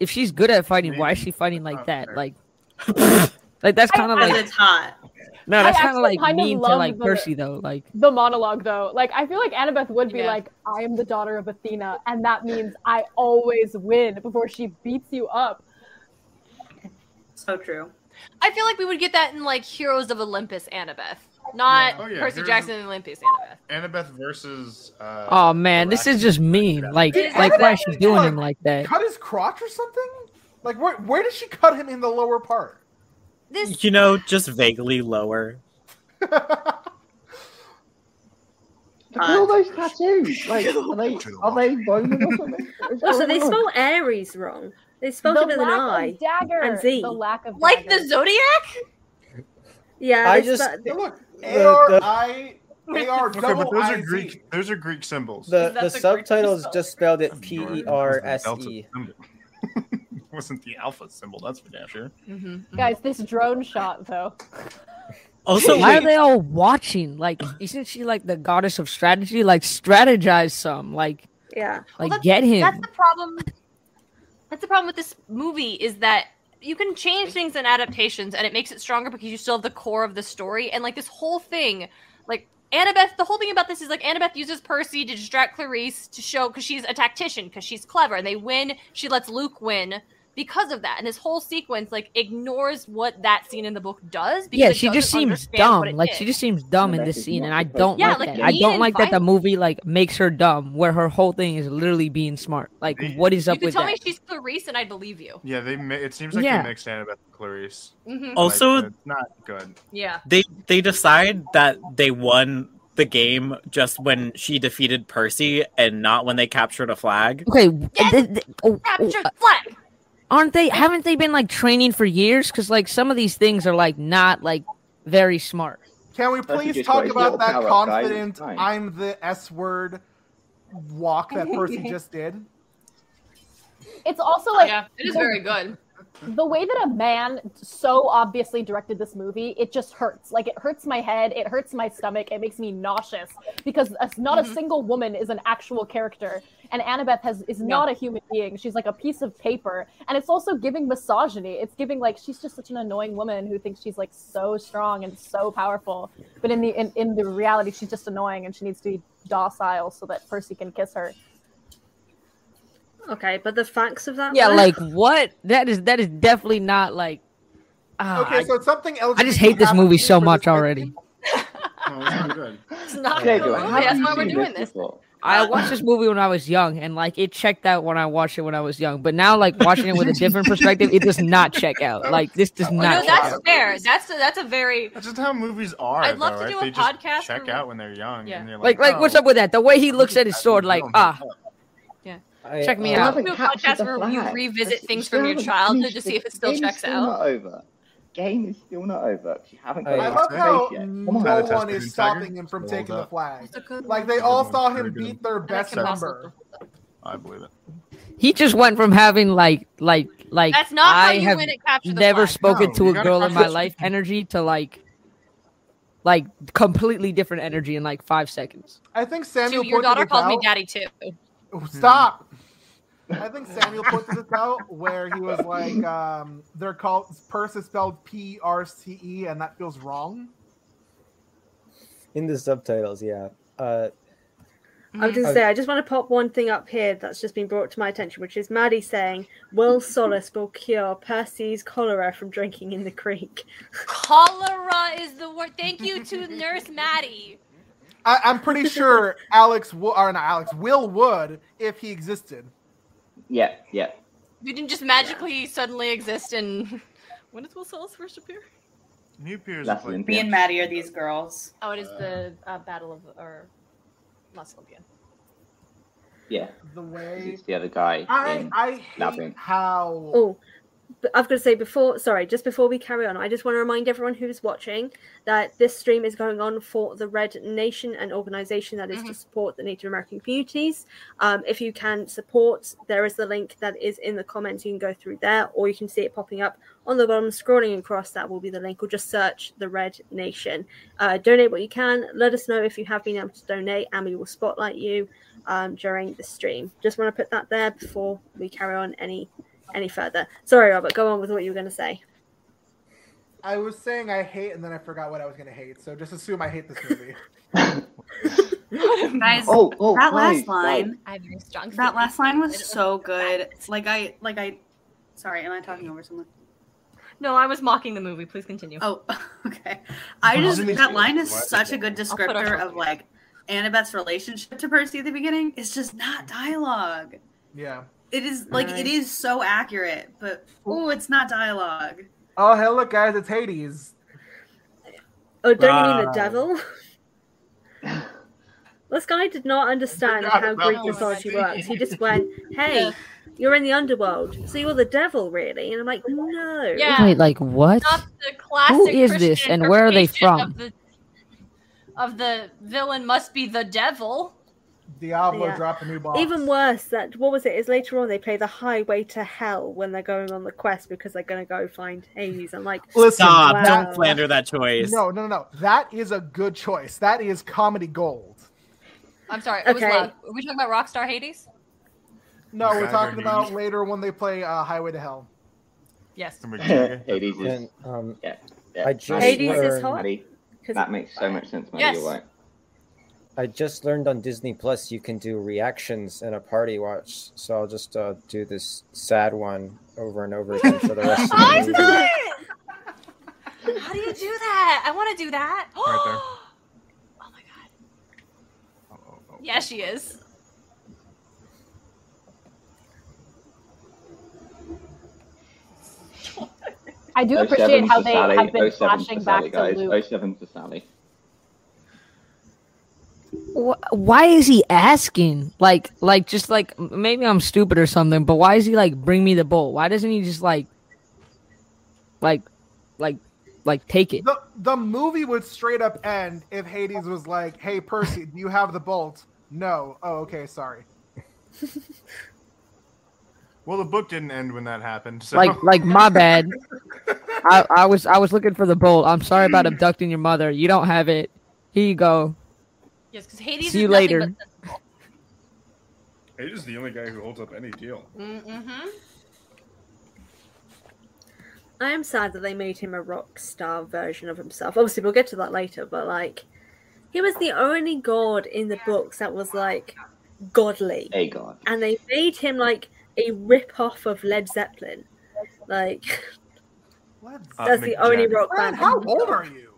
[SPEAKER 11] If she's good at fighting, why is
[SPEAKER 12] Maybe.
[SPEAKER 11] she fighting
[SPEAKER 12] Oh,
[SPEAKER 11] like that?
[SPEAKER 12] fair.
[SPEAKER 11] Like, like that's kind of
[SPEAKER 4] because
[SPEAKER 11] like
[SPEAKER 4] it's hot.
[SPEAKER 11] no,
[SPEAKER 5] I
[SPEAKER 11] that's kind of
[SPEAKER 5] actually
[SPEAKER 11] like
[SPEAKER 5] kinda
[SPEAKER 11] mean to
[SPEAKER 5] love
[SPEAKER 11] like
[SPEAKER 5] the-
[SPEAKER 11] Percy though. Like,
[SPEAKER 5] The monologue, though, like I feel like Annabeth would be
[SPEAKER 9] Yeah.
[SPEAKER 5] like, "I am the daughter of Athena, and that means I always win." Before she beats you up,
[SPEAKER 4] So true.
[SPEAKER 9] I feel like we would get that in like Heroes of Olympus, Annabeth,
[SPEAKER 12] Yeah.
[SPEAKER 9] not
[SPEAKER 12] Oh, yeah,
[SPEAKER 9] Percy
[SPEAKER 12] Heroes
[SPEAKER 9] Jackson and Olympus, Annabeth.
[SPEAKER 12] Annabeth versus. Uh,
[SPEAKER 11] oh man, this is just mean. Like,
[SPEAKER 8] Did
[SPEAKER 11] like why is
[SPEAKER 8] Annabelle,
[SPEAKER 11] she doing him
[SPEAKER 8] like,
[SPEAKER 11] like that?
[SPEAKER 8] Cut his crotch or something? Like where? Where did she cut him in the lower part?
[SPEAKER 9] This
[SPEAKER 3] You know, just vaguely lower.
[SPEAKER 1] Look at all those tattoos. Like, are they, are they bone or something?
[SPEAKER 2] Also, they spell Aries wrong. They spelled
[SPEAKER 5] the
[SPEAKER 2] it with an
[SPEAKER 5] lack
[SPEAKER 2] I.
[SPEAKER 5] of dagger,
[SPEAKER 2] and Z.
[SPEAKER 5] the lack of
[SPEAKER 9] like
[SPEAKER 5] dagger.
[SPEAKER 9] the Zodiac.
[SPEAKER 2] Yeah,
[SPEAKER 7] I
[SPEAKER 2] they
[SPEAKER 7] just
[SPEAKER 2] spe-
[SPEAKER 8] Hey, look,
[SPEAKER 7] The-
[SPEAKER 8] A R
[SPEAKER 7] the-
[SPEAKER 8] I A R
[SPEAKER 12] Okay, but
[SPEAKER 8] double
[SPEAKER 12] those are
[SPEAKER 8] I Z.
[SPEAKER 12] Greek. Those are Greek symbols.
[SPEAKER 7] The
[SPEAKER 9] Is that
[SPEAKER 7] the,
[SPEAKER 9] the Greek
[SPEAKER 7] subtitles
[SPEAKER 9] symbol?
[SPEAKER 7] just spelled it
[SPEAKER 12] That's
[SPEAKER 7] P
[SPEAKER 12] Dorian.
[SPEAKER 7] E
[SPEAKER 12] It was
[SPEAKER 7] R
[SPEAKER 12] the
[SPEAKER 7] S
[SPEAKER 12] Delta
[SPEAKER 7] E.
[SPEAKER 12] symbol. It wasn't the alpha symbol? That's for damn sure.
[SPEAKER 5] guys. This drone shot, though.
[SPEAKER 3] Also,
[SPEAKER 11] why
[SPEAKER 3] wait,
[SPEAKER 11] are they all watching? Like, isn't she like the goddess of strategy? Like, strategize some. Like,
[SPEAKER 2] yeah.
[SPEAKER 11] like
[SPEAKER 9] that's-
[SPEAKER 11] get him.
[SPEAKER 9] That's the problem. That's the problem with this movie is that you can change things in adaptations and it makes it stronger because you still have the core of the story and like this whole thing, like Annabeth. The whole thing about this is like Annabeth uses Percy to distract Clarice to show because she's a tactician because she's clever and they win. She lets Luke win because of that and this whole sequence like ignores what that scene in the book does. Because
[SPEAKER 11] yeah,
[SPEAKER 9] it
[SPEAKER 11] she just
[SPEAKER 9] doesn't
[SPEAKER 11] seems
[SPEAKER 9] understand what
[SPEAKER 11] dumb.
[SPEAKER 9] it
[SPEAKER 11] Like,
[SPEAKER 9] is.
[SPEAKER 11] she just seems dumb in
[SPEAKER 1] Annabeth
[SPEAKER 11] this
[SPEAKER 1] is
[SPEAKER 11] scene,
[SPEAKER 1] not
[SPEAKER 11] and I
[SPEAKER 1] the first
[SPEAKER 11] don't
[SPEAKER 1] Yeah,
[SPEAKER 11] like
[SPEAKER 1] like,
[SPEAKER 11] that. I
[SPEAKER 9] mean
[SPEAKER 11] don't
[SPEAKER 9] and
[SPEAKER 11] like that the
[SPEAKER 9] violent.
[SPEAKER 11] movie like makes her dumb, where her whole thing is literally being smart. Like,
[SPEAKER 12] They-
[SPEAKER 11] what is
[SPEAKER 9] You
[SPEAKER 11] up
[SPEAKER 9] could
[SPEAKER 11] with
[SPEAKER 9] tell
[SPEAKER 11] that?
[SPEAKER 9] me she's Clarice and I'd believe you.
[SPEAKER 12] Yeah, they. Mi- it seems like
[SPEAKER 11] Yeah.
[SPEAKER 12] they mixed Annabeth and Clarice.
[SPEAKER 9] hmm
[SPEAKER 3] Also-
[SPEAKER 12] like, it's not good.
[SPEAKER 9] Yeah.
[SPEAKER 3] they they decide that they won the game just when she defeated Percy and not when they captured a flag.
[SPEAKER 11] Okay, w-
[SPEAKER 9] Yes!
[SPEAKER 11] th- th- oh, oh,
[SPEAKER 9] Capture the flag.
[SPEAKER 11] aren't they? Haven't they been like training for years? Because like some of these things are like not like very smart.
[SPEAKER 8] Can we
[SPEAKER 1] Percy
[SPEAKER 8] please
[SPEAKER 1] just
[SPEAKER 8] talk
[SPEAKER 1] got his
[SPEAKER 8] about
[SPEAKER 1] little
[SPEAKER 8] that
[SPEAKER 1] power up, guys.
[SPEAKER 8] confident
[SPEAKER 1] It's fine.
[SPEAKER 8] I'm the S word walk that Percy just did?
[SPEAKER 5] It's also like
[SPEAKER 9] yeah, it is very good.
[SPEAKER 5] the way that a man so obviously directed this movie, it just hurts. Like it hurts my head, it hurts my stomach, it makes me nauseous because a, not
[SPEAKER 9] Mm-hmm.
[SPEAKER 5] a single woman is an actual character, and Annabeth has is not a human being. She's like a piece of paper, and it's also giving misogyny. It's giving like she's just such an annoying woman who thinks she's like so strong and so powerful, but in the in, in the reality, she's just annoying and she needs to be docile so that Percy can kiss her.
[SPEAKER 2] Okay, but the facts of that.
[SPEAKER 11] Yeah,
[SPEAKER 2] were-
[SPEAKER 11] like what? That is that is definitely not like. ah,
[SPEAKER 8] okay, so it's something
[SPEAKER 11] I, I just hate this movie so much already.
[SPEAKER 6] It's not
[SPEAKER 11] Okay,
[SPEAKER 6] a
[SPEAKER 11] go
[SPEAKER 6] good
[SPEAKER 11] on.
[SPEAKER 6] movie.
[SPEAKER 11] Have
[SPEAKER 6] That's
[SPEAKER 11] you
[SPEAKER 6] why we're
[SPEAKER 11] seen
[SPEAKER 6] doing
[SPEAKER 11] this
[SPEAKER 6] this.
[SPEAKER 11] I watched this movie when I was young, and like it checked out when I watched it when I was young. But now, like watching it with a different perspective, it does not check out. Like this does not.
[SPEAKER 9] no,
[SPEAKER 11] check
[SPEAKER 9] that's
[SPEAKER 11] out.
[SPEAKER 9] fair. That's a, that's a very.
[SPEAKER 12] That's just how movies are.
[SPEAKER 9] I'd love
[SPEAKER 12] though,
[SPEAKER 9] to
[SPEAKER 12] right?
[SPEAKER 9] do
[SPEAKER 12] They
[SPEAKER 9] a
[SPEAKER 12] just
[SPEAKER 9] podcast.
[SPEAKER 12] Check
[SPEAKER 9] where-
[SPEAKER 12] out when they're young.
[SPEAKER 9] Yeah.
[SPEAKER 12] And you're
[SPEAKER 11] Like, like, what's
[SPEAKER 12] oh,
[SPEAKER 11] up with that? The way he looks at his sword, like, ah,
[SPEAKER 9] Yeah.
[SPEAKER 7] I-
[SPEAKER 11] check me
[SPEAKER 7] I
[SPEAKER 11] out.
[SPEAKER 7] haven't
[SPEAKER 9] Do a
[SPEAKER 7] captured
[SPEAKER 9] podcast
[SPEAKER 7] the
[SPEAKER 9] where we
[SPEAKER 7] flag.
[SPEAKER 9] revisit things
[SPEAKER 1] still
[SPEAKER 9] from your
[SPEAKER 1] haven't
[SPEAKER 9] childhood
[SPEAKER 1] finished
[SPEAKER 9] to
[SPEAKER 1] it.
[SPEAKER 9] see if it still
[SPEAKER 1] Game
[SPEAKER 9] checks
[SPEAKER 1] is
[SPEAKER 9] out.
[SPEAKER 1] Not over. Game is still not over. You haven't got
[SPEAKER 8] I,
[SPEAKER 1] it
[SPEAKER 8] love how
[SPEAKER 1] yet. Come
[SPEAKER 8] no
[SPEAKER 1] on.
[SPEAKER 8] Mm. one is stopping him from taking
[SPEAKER 12] uh,
[SPEAKER 8] the flag. Like they all saw him beat their best
[SPEAKER 11] can also-
[SPEAKER 8] number.
[SPEAKER 12] I believe it.
[SPEAKER 11] He just went from having like, like, like.
[SPEAKER 9] That's not how
[SPEAKER 11] I
[SPEAKER 9] you
[SPEAKER 11] have
[SPEAKER 9] win at Capture the
[SPEAKER 11] never
[SPEAKER 9] Flag.
[SPEAKER 11] spoken
[SPEAKER 9] No,
[SPEAKER 11] to
[SPEAKER 9] you
[SPEAKER 11] a
[SPEAKER 9] gotta
[SPEAKER 11] girl in
[SPEAKER 9] capture
[SPEAKER 11] my
[SPEAKER 9] the
[SPEAKER 11] life energy to like, like completely different energy in like five seconds.
[SPEAKER 8] I think Samuel.
[SPEAKER 9] Dude, your
[SPEAKER 8] pointed
[SPEAKER 9] daughter
[SPEAKER 8] this
[SPEAKER 9] calls me
[SPEAKER 8] out.
[SPEAKER 9] daddy too.
[SPEAKER 8] Oh, Stop. I think Samuel pointed this out where he was like, um, "They're called purse is spelled P R C E, and that feels wrong."
[SPEAKER 7] in the subtitles. Yeah. Uh,
[SPEAKER 2] I was going
[SPEAKER 7] mm.
[SPEAKER 2] to say, I just want to pop one thing up here that's just been brought to my attention, which is Maddie saying, Will Solace will cure Percy's cholera from drinking in the creek.
[SPEAKER 9] Cholera is the word. Thank you to Nurse Maddie.
[SPEAKER 8] I, I'm pretty sure Alex, Wo- or not Alex, Will would if he existed.
[SPEAKER 1] Yeah, yeah.
[SPEAKER 9] You didn't just magically suddenly exist and. When does Will Solis first appear?
[SPEAKER 12] New Peers
[SPEAKER 1] Last
[SPEAKER 12] like,
[SPEAKER 1] Olympian.
[SPEAKER 4] Me and Maddie are these girls.
[SPEAKER 9] Oh, it is the uh, Battle of or Las Olympia.
[SPEAKER 1] Yeah.
[SPEAKER 8] The way
[SPEAKER 1] It's the other guy.
[SPEAKER 8] I,
[SPEAKER 1] in
[SPEAKER 8] I hate
[SPEAKER 1] Labyrinth.
[SPEAKER 8] how
[SPEAKER 2] Oh, but I've got to say before, sorry, just before we carry on, I just want to remind everyone who's watching that this stream is going on for the Red Nation, an organization that is to support the Native American communities. Um, if you can support, there is the link that is in the comments. You can go through there, or you can see it popping up on the bottom, scrolling across. That will be the link, or just search the Red Nation. Uh, donate what you can. Let us know if you have been able to donate, and we will spotlight you um, during the stream. Just want to put that there before we carry on any any further. Sorry, Robert, go on with what you were going to say.
[SPEAKER 8] I was saying I hate, and then I forgot what I was going to hate. So just assume I hate this movie.
[SPEAKER 4] Guys,
[SPEAKER 1] Oh, oh,
[SPEAKER 4] that
[SPEAKER 1] right,
[SPEAKER 4] last line,
[SPEAKER 9] I have very strong.
[SPEAKER 4] that
[SPEAKER 9] feelings.
[SPEAKER 4] last line
[SPEAKER 9] I
[SPEAKER 4] was
[SPEAKER 9] don't
[SPEAKER 4] so
[SPEAKER 9] know.
[SPEAKER 4] good. Like I, like I, sorry, am I talking over someone?
[SPEAKER 9] No, I was mocking the movie. Please continue.
[SPEAKER 4] Oh, okay. I just
[SPEAKER 12] Wasn't it-
[SPEAKER 4] that line is
[SPEAKER 12] Why-
[SPEAKER 4] such a good
[SPEAKER 9] I'll put our
[SPEAKER 4] descriptor
[SPEAKER 9] trust
[SPEAKER 4] of like Annabeth's relationship to Percy at the beginning. It's just
[SPEAKER 9] Mm.
[SPEAKER 4] not dialogue.
[SPEAKER 8] Yeah.
[SPEAKER 4] It is like
[SPEAKER 2] Right.
[SPEAKER 4] it is so accurate, but oh, it's not dialogue.
[SPEAKER 8] Oh, hey, look, guys, it's Hades.
[SPEAKER 2] Oh, don't you mean the
[SPEAKER 8] Right.
[SPEAKER 2] devil? this guy did not understand
[SPEAKER 12] forgot
[SPEAKER 2] how
[SPEAKER 12] about
[SPEAKER 2] Greek
[SPEAKER 12] that.
[SPEAKER 2] mythology works. He just went, hey, you're in the underworld, so you're the devil, really? And I'm like, no.
[SPEAKER 9] Yeah.
[SPEAKER 11] Wait, like what?
[SPEAKER 9] Not the classic.
[SPEAKER 11] is this
[SPEAKER 9] Christian
[SPEAKER 11] and where are they
[SPEAKER 9] interpretation
[SPEAKER 11] from?
[SPEAKER 9] Of the, of the villain must be the devil.
[SPEAKER 8] Diablo
[SPEAKER 2] Yeah.
[SPEAKER 8] dropped a new box.
[SPEAKER 2] Even worse, that what was it? Is later on they play the highway to hell when they're going on the quest because they're going to go find Hades. I'm like,
[SPEAKER 8] Listen,
[SPEAKER 3] Stop!
[SPEAKER 2] wow.
[SPEAKER 3] Don't slander that choice.
[SPEAKER 8] No, no, no, no. That is a good choice. That is comedy gold.
[SPEAKER 9] I'm sorry. It
[SPEAKER 2] Okay.
[SPEAKER 9] was loud. Are we talking about Rockstar Hades?
[SPEAKER 8] No, we're
[SPEAKER 12] Driver
[SPEAKER 8] talking about
[SPEAKER 12] Hades.
[SPEAKER 8] later when they play uh, Highway to Hell.
[SPEAKER 9] Yes.
[SPEAKER 1] Hades is.
[SPEAKER 7] and, um,
[SPEAKER 1] Yeah, yeah.
[SPEAKER 7] I just
[SPEAKER 2] Hades is
[SPEAKER 7] learned-
[SPEAKER 2] hot.
[SPEAKER 1] Maddie,
[SPEAKER 2] 'Cause-
[SPEAKER 1] that makes so much sense, Maddie.
[SPEAKER 9] Yes.
[SPEAKER 1] You're right.
[SPEAKER 7] I just learned on Disney Plus you can do reactions in a party watch, so I'll just uh, do this sad one over and over again for the rest of the
[SPEAKER 9] I
[SPEAKER 7] movie.
[SPEAKER 9] did it! How do you do that? I want to do that.
[SPEAKER 12] Right there.
[SPEAKER 9] Oh my god.
[SPEAKER 12] Oh, oh, oh.
[SPEAKER 9] Yeah, she is.
[SPEAKER 5] I do
[SPEAKER 1] 07
[SPEAKER 5] appreciate
[SPEAKER 1] for
[SPEAKER 5] how they
[SPEAKER 1] Oh Sally,
[SPEAKER 5] have
[SPEAKER 1] 07
[SPEAKER 5] been
[SPEAKER 1] for
[SPEAKER 5] flashing
[SPEAKER 1] Sally,
[SPEAKER 5] back
[SPEAKER 1] guys.
[SPEAKER 5] to Luke.
[SPEAKER 1] 07 for Sally.
[SPEAKER 11] Wh- why is he asking? Like, like, just like m- maybe I'm stupid or something. But why is he like bring me the bowl? Why doesn't he just like, like, like, like take it?
[SPEAKER 8] The the movie would straight up end if Hades was like, "Hey Percy, do you have the bolt?" No. Oh, okay, sorry.
[SPEAKER 12] Well, the book didn't end when that happened. So.
[SPEAKER 11] Like, like my bad. I, I was I was looking for the bolt. I'm sorry about
[SPEAKER 9] Mm.
[SPEAKER 11] abducting your mother. You don't have it. Here you go.
[SPEAKER 9] Yes, because Hades
[SPEAKER 11] See
[SPEAKER 9] is
[SPEAKER 11] you
[SPEAKER 9] nothing
[SPEAKER 11] later.
[SPEAKER 9] but-
[SPEAKER 12] It is the only guy who holds up any deal.
[SPEAKER 9] Mm-hmm.
[SPEAKER 2] I am sad that they made him a rock star version of himself. Obviously, we'll get to that later, but like, he was the only god in the books that was like godly.
[SPEAKER 1] A god.
[SPEAKER 2] And they made him like a rip off of Led Zeppelin. Like,
[SPEAKER 4] Uh,
[SPEAKER 2] that's the only rock band.
[SPEAKER 8] How old are you?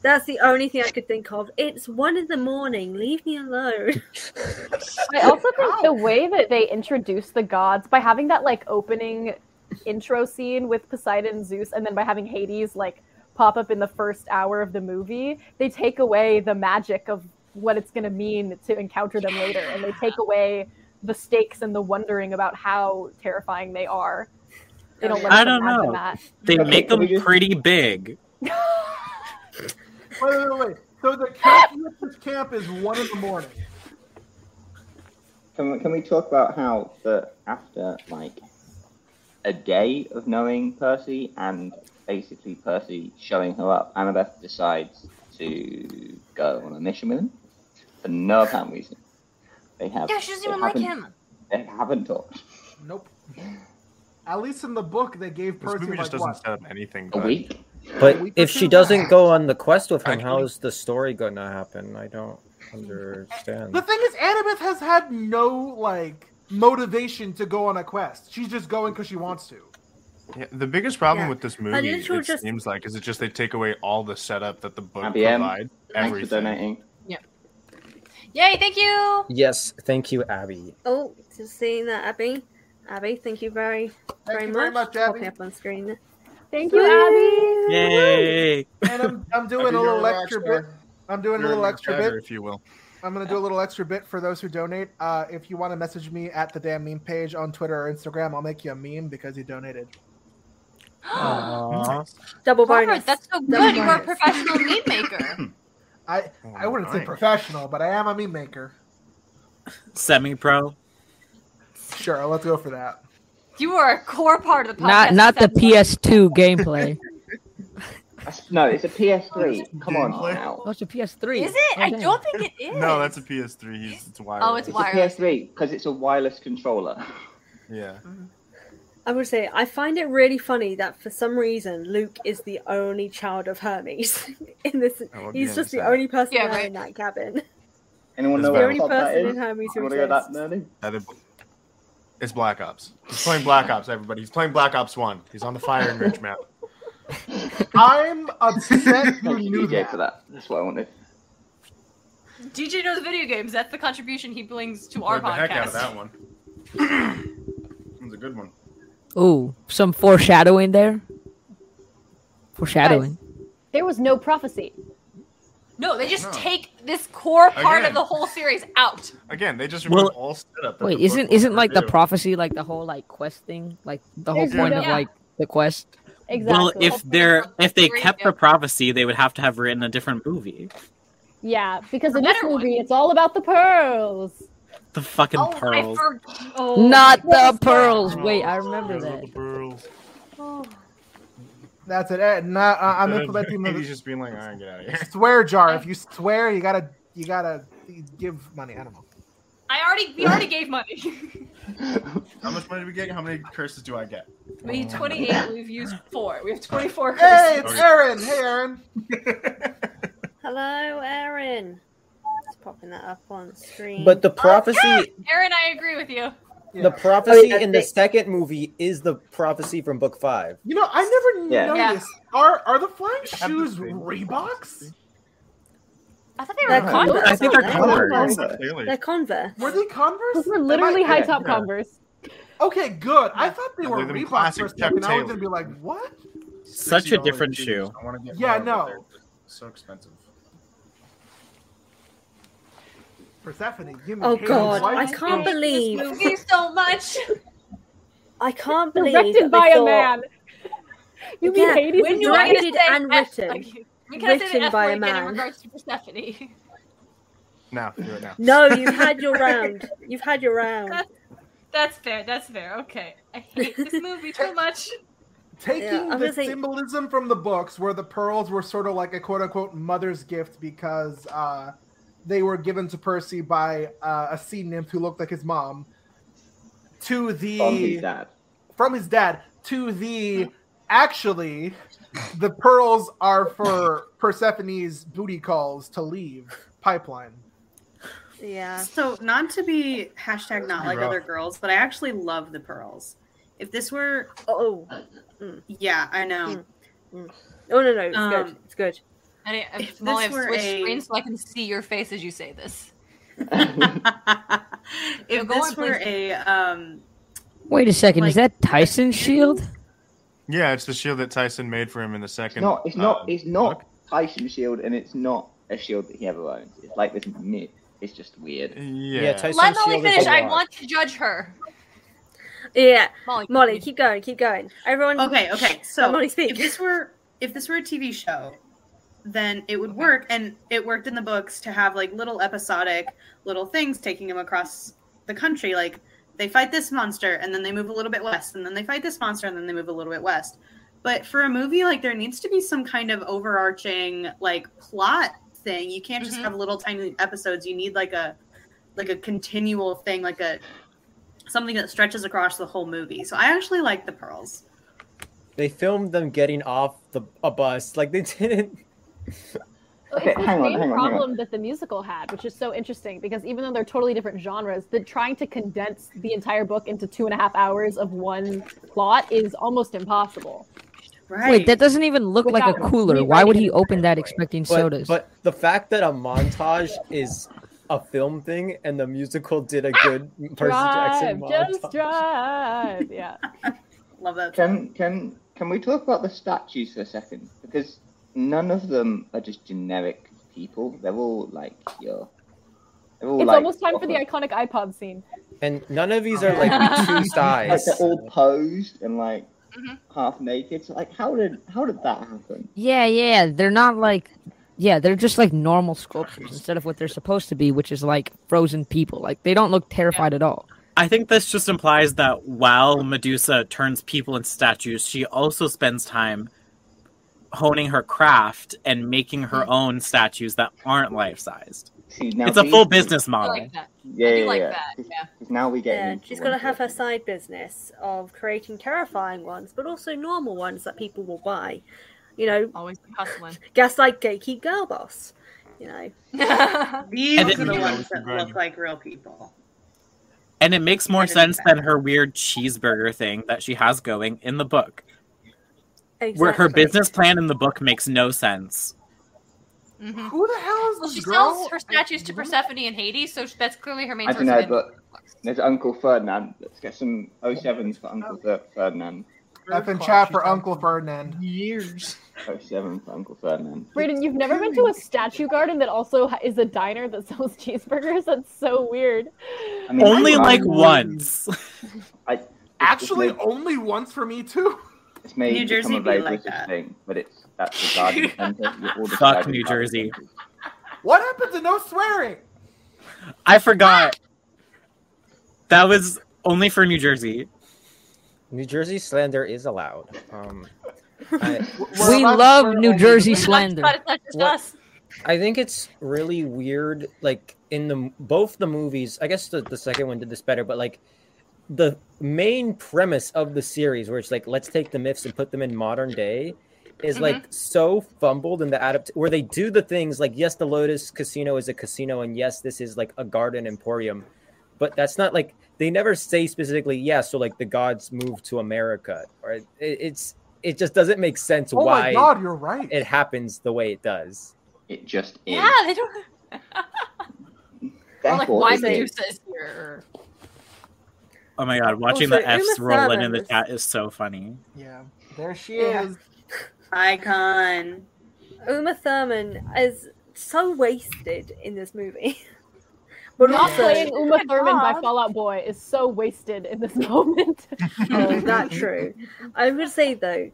[SPEAKER 2] That's the only thing I could think of. It's one in the morning. Leave me alone.
[SPEAKER 5] I also think the way that they introduced the gods by having that like opening intro scene with Poseidon and Zeus, and then by having Hades like pop up in the first hour of the movie, they take away the magic of what it's going to mean to encounter them later, and they take away the stakes and the wondering about how terrifying they are. They don't let
[SPEAKER 3] I
[SPEAKER 5] us
[SPEAKER 3] don't
[SPEAKER 5] imagine
[SPEAKER 3] know.
[SPEAKER 5] that.
[SPEAKER 3] They
[SPEAKER 8] Okay,
[SPEAKER 3] make
[SPEAKER 8] can
[SPEAKER 3] them pretty big.
[SPEAKER 8] Wait, wait, wait, wait. So the camp, Eurypidus camp is one in the morning.
[SPEAKER 1] Can, can we talk about how that after like a day of knowing Percy and basically Percy showing her up, Annabeth decides to go on a mission with him for no apparent reason. They have
[SPEAKER 9] Yeah, she doesn't
[SPEAKER 1] they
[SPEAKER 9] even like
[SPEAKER 1] haven't-
[SPEAKER 9] him.
[SPEAKER 1] They haven't talked
[SPEAKER 8] Nope. At least in the book, they gave
[SPEAKER 12] This
[SPEAKER 8] Percy
[SPEAKER 12] movie
[SPEAKER 8] like
[SPEAKER 12] just doesn't
[SPEAKER 8] what?
[SPEAKER 12] set up anything.
[SPEAKER 1] a
[SPEAKER 12] but-
[SPEAKER 1] week.
[SPEAKER 7] But
[SPEAKER 8] We
[SPEAKER 7] if she
[SPEAKER 8] pursue-
[SPEAKER 7] doesn't go on the quest with him, how is the story going to happen? I don't understand.
[SPEAKER 8] The thing is, Annabeth has had no like motivation to go on a quest. She's just going because she wants to.
[SPEAKER 12] Yeah, the biggest problem
[SPEAKER 2] Yeah.
[SPEAKER 12] with this
[SPEAKER 2] And
[SPEAKER 12] movie, it
[SPEAKER 2] literal just-
[SPEAKER 12] seems like, is it just they take away all the setup that the book
[SPEAKER 1] IBM.
[SPEAKER 12] provides.
[SPEAKER 1] Thanks for
[SPEAKER 12] Everything.
[SPEAKER 1] donating.
[SPEAKER 9] Yay, thank you.
[SPEAKER 7] Yes, thank you, Abby.
[SPEAKER 2] Oh, just seeing that, Abby. Abby, thank you very, very
[SPEAKER 8] you
[SPEAKER 2] much.
[SPEAKER 8] very much, Abby.
[SPEAKER 2] Popping up on screen. there.
[SPEAKER 5] Thank you, Abby.
[SPEAKER 3] Yay!
[SPEAKER 8] And I'm, I'm doing
[SPEAKER 12] Abby,
[SPEAKER 8] a
[SPEAKER 12] you're
[SPEAKER 8] little
[SPEAKER 12] a rock
[SPEAKER 8] extra
[SPEAKER 12] star.
[SPEAKER 8] bit. I'm doing a
[SPEAKER 12] You're
[SPEAKER 8] little
[SPEAKER 12] rock
[SPEAKER 8] extra
[SPEAKER 12] starter,
[SPEAKER 8] bit.
[SPEAKER 12] if you will.
[SPEAKER 8] I'm gonna do a little extra bit for those who donate. Uh, if you want to message me at the damn meme page on Twitter or Instagram, I'll make you a meme because you donated.
[SPEAKER 2] Double bonus.
[SPEAKER 9] Robert, that's so good. You are a
[SPEAKER 2] bonus.
[SPEAKER 9] professional meme maker.
[SPEAKER 8] I
[SPEAKER 12] Oh,
[SPEAKER 8] I wouldn't say
[SPEAKER 12] Alright.
[SPEAKER 8] professional, but I am a meme maker.
[SPEAKER 3] Semi-pro.
[SPEAKER 8] Sure, let's go for that.
[SPEAKER 1] oh
[SPEAKER 9] You are a core part of the podcast.
[SPEAKER 11] Not not the
[SPEAKER 9] That's-
[SPEAKER 11] PS2 gameplay.
[SPEAKER 1] That's- No, it's a PS3. Come on
[SPEAKER 12] Gameplay.
[SPEAKER 1] now.
[SPEAKER 11] Oh, it's a PS3.
[SPEAKER 9] Is it?
[SPEAKER 11] Oh,
[SPEAKER 9] I
[SPEAKER 11] damn.
[SPEAKER 9] don't think it is.
[SPEAKER 12] No, that's a PS3. He's, it's wireless.
[SPEAKER 9] Oh, it's
[SPEAKER 1] It's
[SPEAKER 9] wireless.
[SPEAKER 1] a PS3 because it's a wireless controller.
[SPEAKER 12] Yeah.
[SPEAKER 9] Mm-hmm.
[SPEAKER 2] I would say I find it really funny that for some reason Luke is the only child of Hermes in this.
[SPEAKER 12] I wouldn't
[SPEAKER 2] He's
[SPEAKER 12] be
[SPEAKER 2] just the
[SPEAKER 12] upset.
[SPEAKER 2] only person
[SPEAKER 9] Yeah,
[SPEAKER 2] there
[SPEAKER 9] right.
[SPEAKER 2] in that cabin.
[SPEAKER 1] Anyone
[SPEAKER 12] It's
[SPEAKER 1] know
[SPEAKER 12] the
[SPEAKER 1] what
[SPEAKER 12] only
[SPEAKER 1] club that
[SPEAKER 2] person
[SPEAKER 1] is?
[SPEAKER 2] in Hermes who
[SPEAKER 1] Want to go that
[SPEAKER 2] exists.
[SPEAKER 1] nerdy?
[SPEAKER 12] That is- it's Black Ops. He's playing Black Ops, everybody. He's playing Black Ops 1. He's on the Fire and Ridge map.
[SPEAKER 8] I'm upset you
[SPEAKER 1] Thank you,
[SPEAKER 8] knew
[SPEAKER 1] DJ,
[SPEAKER 8] that.
[SPEAKER 1] for that. That's what I wanted.
[SPEAKER 9] DJ knows video games. That's the contribution he brings to our
[SPEAKER 12] Played the heck out of
[SPEAKER 9] podcast.
[SPEAKER 12] that one. It's a good one.
[SPEAKER 11] Ooh, some foreshadowing there. Foreshadowing.
[SPEAKER 5] There was no prophecy.
[SPEAKER 9] No, they just
[SPEAKER 12] No.
[SPEAKER 9] take this core part
[SPEAKER 12] Again.
[SPEAKER 9] of the whole series out.
[SPEAKER 12] Again, they just
[SPEAKER 3] Well-
[SPEAKER 12] removed all setup. that
[SPEAKER 11] Wait,
[SPEAKER 12] the book
[SPEAKER 11] isn't
[SPEAKER 12] was
[SPEAKER 11] isn't like the
[SPEAKER 12] gonna do.
[SPEAKER 11] prophecy like the whole like quest thing? Like the whole
[SPEAKER 5] There's
[SPEAKER 11] point
[SPEAKER 5] no-
[SPEAKER 11] of
[SPEAKER 9] Yeah.
[SPEAKER 11] like the quest.
[SPEAKER 5] Exactly.
[SPEAKER 3] Well, if they're if they
[SPEAKER 9] Great
[SPEAKER 3] kept the
[SPEAKER 9] example.
[SPEAKER 3] prophecy, they would have to have written a different movie.
[SPEAKER 5] yeah, because in
[SPEAKER 9] A
[SPEAKER 5] this
[SPEAKER 9] better one.
[SPEAKER 5] movie, it's all about the pearls.
[SPEAKER 3] The fucking
[SPEAKER 9] Oh,
[SPEAKER 3] pearls.
[SPEAKER 9] I for- oh,
[SPEAKER 11] Not
[SPEAKER 9] my
[SPEAKER 11] the pearls.
[SPEAKER 12] Oh.
[SPEAKER 11] Wait, I remember
[SPEAKER 12] Those are
[SPEAKER 11] that.
[SPEAKER 12] the pearls.
[SPEAKER 9] God.
[SPEAKER 8] That's it. Eh, Nah, I- I'm
[SPEAKER 12] Uh,
[SPEAKER 8] implementing
[SPEAKER 12] He's
[SPEAKER 8] the
[SPEAKER 12] just being like, all right, get out of here.
[SPEAKER 8] swear jar. If you swear, you gotta you gotta give money. I don't know.
[SPEAKER 9] I already we already gave money.
[SPEAKER 12] How much money do we get? How many curses do I get?
[SPEAKER 8] Oh,
[SPEAKER 12] Mm.
[SPEAKER 9] we need 28. We've used four. We have 24
[SPEAKER 8] Hey,
[SPEAKER 9] curses.
[SPEAKER 8] it's Aaron. Hey, Aaron.
[SPEAKER 2] Hello, Aaron. Just popping that up on screen.
[SPEAKER 7] But
[SPEAKER 9] Oh,
[SPEAKER 7] the prophecy,
[SPEAKER 9] Aaron, I agree with you.
[SPEAKER 8] Yeah.
[SPEAKER 7] the prophecy
[SPEAKER 2] yeah,
[SPEAKER 7] in the
[SPEAKER 2] they-
[SPEAKER 7] second movie is the prophecy from book five.
[SPEAKER 8] You know, I never
[SPEAKER 1] Yeah.
[SPEAKER 9] Yeah.
[SPEAKER 8] noticed. Are are the flying
[SPEAKER 12] Have the
[SPEAKER 8] shoes
[SPEAKER 12] same-
[SPEAKER 8] Reeboks?
[SPEAKER 9] I thought they
[SPEAKER 2] They're
[SPEAKER 9] were condoms.
[SPEAKER 2] Converse.
[SPEAKER 3] I think they're
[SPEAKER 2] aren't
[SPEAKER 3] Converse.
[SPEAKER 12] Clearly.
[SPEAKER 2] They're Converse.
[SPEAKER 8] Were they Converse?
[SPEAKER 5] Those were
[SPEAKER 8] Am
[SPEAKER 5] literally
[SPEAKER 8] I-
[SPEAKER 5] high top
[SPEAKER 12] yeah.
[SPEAKER 5] Converse.
[SPEAKER 8] Okay, good. I thought they
[SPEAKER 12] Yeah,
[SPEAKER 8] were
[SPEAKER 12] they're them
[SPEAKER 8] Reeboks
[SPEAKER 12] classic
[SPEAKER 8] for a second.
[SPEAKER 12] Chuck
[SPEAKER 8] I was gonna
[SPEAKER 12] Taylors.
[SPEAKER 8] be like, what?
[SPEAKER 3] Such a
[SPEAKER 12] $60
[SPEAKER 3] different
[SPEAKER 12] shoes.
[SPEAKER 3] shoe.
[SPEAKER 12] I want to get
[SPEAKER 8] Yeah,
[SPEAKER 12] more, but
[SPEAKER 8] no.
[SPEAKER 12] they're just So expensive.
[SPEAKER 8] Persephone, give me
[SPEAKER 2] Oh
[SPEAKER 8] Hades'
[SPEAKER 2] God,
[SPEAKER 8] wife.
[SPEAKER 2] I can't
[SPEAKER 9] This
[SPEAKER 2] believe
[SPEAKER 9] movie so much.
[SPEAKER 2] I can't believe that
[SPEAKER 5] Directed by
[SPEAKER 2] they
[SPEAKER 5] a
[SPEAKER 2] thought-
[SPEAKER 5] man. You mean
[SPEAKER 2] Yeah,
[SPEAKER 5] Hades?
[SPEAKER 2] when
[SPEAKER 5] is
[SPEAKER 2] you
[SPEAKER 5] directed-
[SPEAKER 2] Directed and
[SPEAKER 9] F-
[SPEAKER 2] written.
[SPEAKER 9] like, we can say
[SPEAKER 2] Written
[SPEAKER 9] the F
[SPEAKER 2] by
[SPEAKER 9] word
[SPEAKER 2] a
[SPEAKER 9] again in
[SPEAKER 2] man.
[SPEAKER 9] regards to Persephone.
[SPEAKER 12] Now, do it now.
[SPEAKER 2] No, you've had your round. You've had your round.
[SPEAKER 9] That's
[SPEAKER 13] That's fair. That's fair. Okay. I hate this movie so much.
[SPEAKER 8] Taking
[SPEAKER 13] Yeah, I'm
[SPEAKER 8] the
[SPEAKER 13] gonna say-
[SPEAKER 8] symbolism from the books, where the pearls were sort of like a quote unquote mother's gift because uh, they were given to Percy by uh, a sea nymph who looked like his mom, to the
[SPEAKER 1] From his dad.
[SPEAKER 8] from his dad to the actually the pearls are for Persephone's booty calls to leave pipeline.
[SPEAKER 2] Yeah.
[SPEAKER 4] So not to be hashtag not like
[SPEAKER 8] rough.
[SPEAKER 4] other girls, but I actually love the pearls. If this were
[SPEAKER 2] oh,
[SPEAKER 4] yeah, I know.
[SPEAKER 2] Oh no no, it's good.
[SPEAKER 4] Um,
[SPEAKER 2] It's good.
[SPEAKER 9] I, I,
[SPEAKER 4] this
[SPEAKER 9] Molly, I've
[SPEAKER 4] were
[SPEAKER 9] switched
[SPEAKER 4] a-
[SPEAKER 9] screens so I can see your face as you say this.
[SPEAKER 4] If
[SPEAKER 9] go
[SPEAKER 4] this
[SPEAKER 9] on,
[SPEAKER 4] were
[SPEAKER 9] please.
[SPEAKER 4] a um
[SPEAKER 11] Wait a second, is that Tyson's shield?
[SPEAKER 14] Yeah, it's the shield that Tyson made for him in the second.
[SPEAKER 1] No, it's
[SPEAKER 14] uh,
[SPEAKER 12] um,
[SPEAKER 1] not. It's not Tyson's shield, and it's not a shield that he ever owns. It's like this myth. It's just weird.
[SPEAKER 14] Yeah,
[SPEAKER 9] Let Molly finish. I want to judge her.
[SPEAKER 2] Yeah,
[SPEAKER 9] Molly,
[SPEAKER 2] Molly, keep going, keep going. Everyone.
[SPEAKER 4] Okay, okay.
[SPEAKER 2] Shh,
[SPEAKER 4] So
[SPEAKER 2] let Molly speak.
[SPEAKER 4] if this were if this were a TV show, then it would work, and it worked in the books to have like little episodic little things taking them across the country. Like they fight this monster, and then they move a little bit west, and then they fight this monster, and then they move a little bit west. But for a movie, like there needs to be some kind of overarching like plot thing. You can't
[SPEAKER 2] Mm-hmm.
[SPEAKER 4] just have little tiny episodes. You need like a like a continual thing, like a something that stretches across the whole movie. So I actually like the pearls.
[SPEAKER 7] They filmed them getting off the a bus. Like they didn't.
[SPEAKER 5] It's the same problem that the musical had, which is so interesting because even though they're totally different genres, the trying to condense the entire book into two and a half hours of one plot is almost impossible.
[SPEAKER 11] Wait, that doesn't even look like a
[SPEAKER 7] Without
[SPEAKER 11] cooler.
[SPEAKER 7] me
[SPEAKER 11] Why would he open that expecting
[SPEAKER 7] But,
[SPEAKER 11] sodas?
[SPEAKER 7] but the fact that a montage is a film thing and the musical did a good Percy Jackson
[SPEAKER 5] Drive,
[SPEAKER 7] montage.
[SPEAKER 5] just drive. Yeah.
[SPEAKER 4] Love that.
[SPEAKER 1] Can can can we talk about the statues for a second? Because none of them are just generic people. They're all like your. They're all
[SPEAKER 5] It's
[SPEAKER 1] like
[SPEAKER 5] almost time for the
[SPEAKER 1] proper-
[SPEAKER 5] iconic iPod scene.
[SPEAKER 7] And none of these are like two
[SPEAKER 1] Like
[SPEAKER 7] size.
[SPEAKER 1] they're all posed and like half naked. So like, how did how did that happen?
[SPEAKER 11] yeah, yeah, they're not like, yeah, they're just like normal sculptures instead of what they're supposed to be, which is like frozen people. Like they don't look terrified at all.
[SPEAKER 3] I think this just implies that while Medusa turns people into statues, she also spends time honing her craft and making her own statues that aren't life sized.
[SPEAKER 1] Hmm. now
[SPEAKER 3] It's a
[SPEAKER 1] these-
[SPEAKER 3] full business model.
[SPEAKER 2] like that.
[SPEAKER 1] Yeah,
[SPEAKER 2] do
[SPEAKER 1] yeah,
[SPEAKER 2] like
[SPEAKER 1] yeah.
[SPEAKER 2] that,
[SPEAKER 1] 'Cause-
[SPEAKER 2] yeah.
[SPEAKER 1] 'cause Now we get.
[SPEAKER 2] Yeah, she's got to have her side business of creating terrifying ones, but also normal ones that people will buy. You know,
[SPEAKER 9] always hustling.
[SPEAKER 2] Gaslight Gatekeep Girl Boss. You know,
[SPEAKER 4] These
[SPEAKER 3] And
[SPEAKER 4] are
[SPEAKER 3] it-
[SPEAKER 4] the ones that look like real people.
[SPEAKER 3] And it makes more sense than her weird cheeseburger thing that she has going in the book, where her business plan in the book makes no sense.
[SPEAKER 8] Who the hell is
[SPEAKER 9] Mm-hmm. Well, she
[SPEAKER 8] this girl?
[SPEAKER 9] sells her statues to Persephone and Hades, so that's clearly her main
[SPEAKER 1] I
[SPEAKER 9] source
[SPEAKER 1] don't
[SPEAKER 9] of
[SPEAKER 1] know,
[SPEAKER 9] income.
[SPEAKER 1] but there's Uncle Ferdinand. Let's get some 07s for Uncle Fer- Ferdinand.
[SPEAKER 8] F and chat for Uncle Ferdinand.
[SPEAKER 12] Years.
[SPEAKER 1] 07 for Uncle Ferdinand.
[SPEAKER 5] Brayden, you've never been to a statue garden that also ha- is a diner that sells cheeseburgers? That's so weird.
[SPEAKER 1] I mean,
[SPEAKER 3] Only
[SPEAKER 1] I'm-
[SPEAKER 3] like once.
[SPEAKER 1] I
[SPEAKER 8] Actually,
[SPEAKER 1] it's made-
[SPEAKER 8] only once for me too.
[SPEAKER 1] It's made
[SPEAKER 8] New
[SPEAKER 1] to
[SPEAKER 8] Jersey
[SPEAKER 1] come
[SPEAKER 8] be
[SPEAKER 1] available
[SPEAKER 8] like
[SPEAKER 1] as a
[SPEAKER 8] that.
[SPEAKER 1] thing, but it's that's the garden center. You're all the
[SPEAKER 3] Fuck
[SPEAKER 1] garden
[SPEAKER 3] New
[SPEAKER 1] center.
[SPEAKER 3] Jersey.
[SPEAKER 8] What happened to no swearing?
[SPEAKER 3] I forgot. That was only for New Jersey.
[SPEAKER 7] New Jersey slander is allowed. Um, I,
[SPEAKER 11] we love New Jersey slander.
[SPEAKER 7] I think it's really weird. Like in the both the movies, I guess the, the second one did this better, but like the main premise of the series, where it's like let's take the myths and put them in modern day, is
[SPEAKER 9] Mm-hmm.
[SPEAKER 7] like so fumbled in the adapt where they do the things like yes, the Lotus Casino is a casino, and yes, this is like a garden emporium, but that's not like they never say specifically yeah. So like the gods moved to America, or it, it's it just doesn't make sense
[SPEAKER 8] Oh
[SPEAKER 7] why
[SPEAKER 8] my god, you're right.
[SPEAKER 7] it happens the way it does.
[SPEAKER 1] It just
[SPEAKER 9] Yeah, they don't. Or like
[SPEAKER 7] Therefore,
[SPEAKER 9] why
[SPEAKER 7] it is.
[SPEAKER 9] Medusa is here.
[SPEAKER 3] Oh my god, watching
[SPEAKER 4] Also,
[SPEAKER 3] the F's
[SPEAKER 4] Uma
[SPEAKER 3] roll in in the
[SPEAKER 4] Thurman.
[SPEAKER 3] chat is so funny.
[SPEAKER 8] Yeah, there she is.
[SPEAKER 4] Icon.
[SPEAKER 2] Uma Thurman is so wasted in this movie. But
[SPEAKER 5] Not
[SPEAKER 2] also,
[SPEAKER 5] playing Uma Thurman by
[SPEAKER 2] God.
[SPEAKER 5] Fallout Boy is so wasted in this moment.
[SPEAKER 2] oh, that true. I would say though,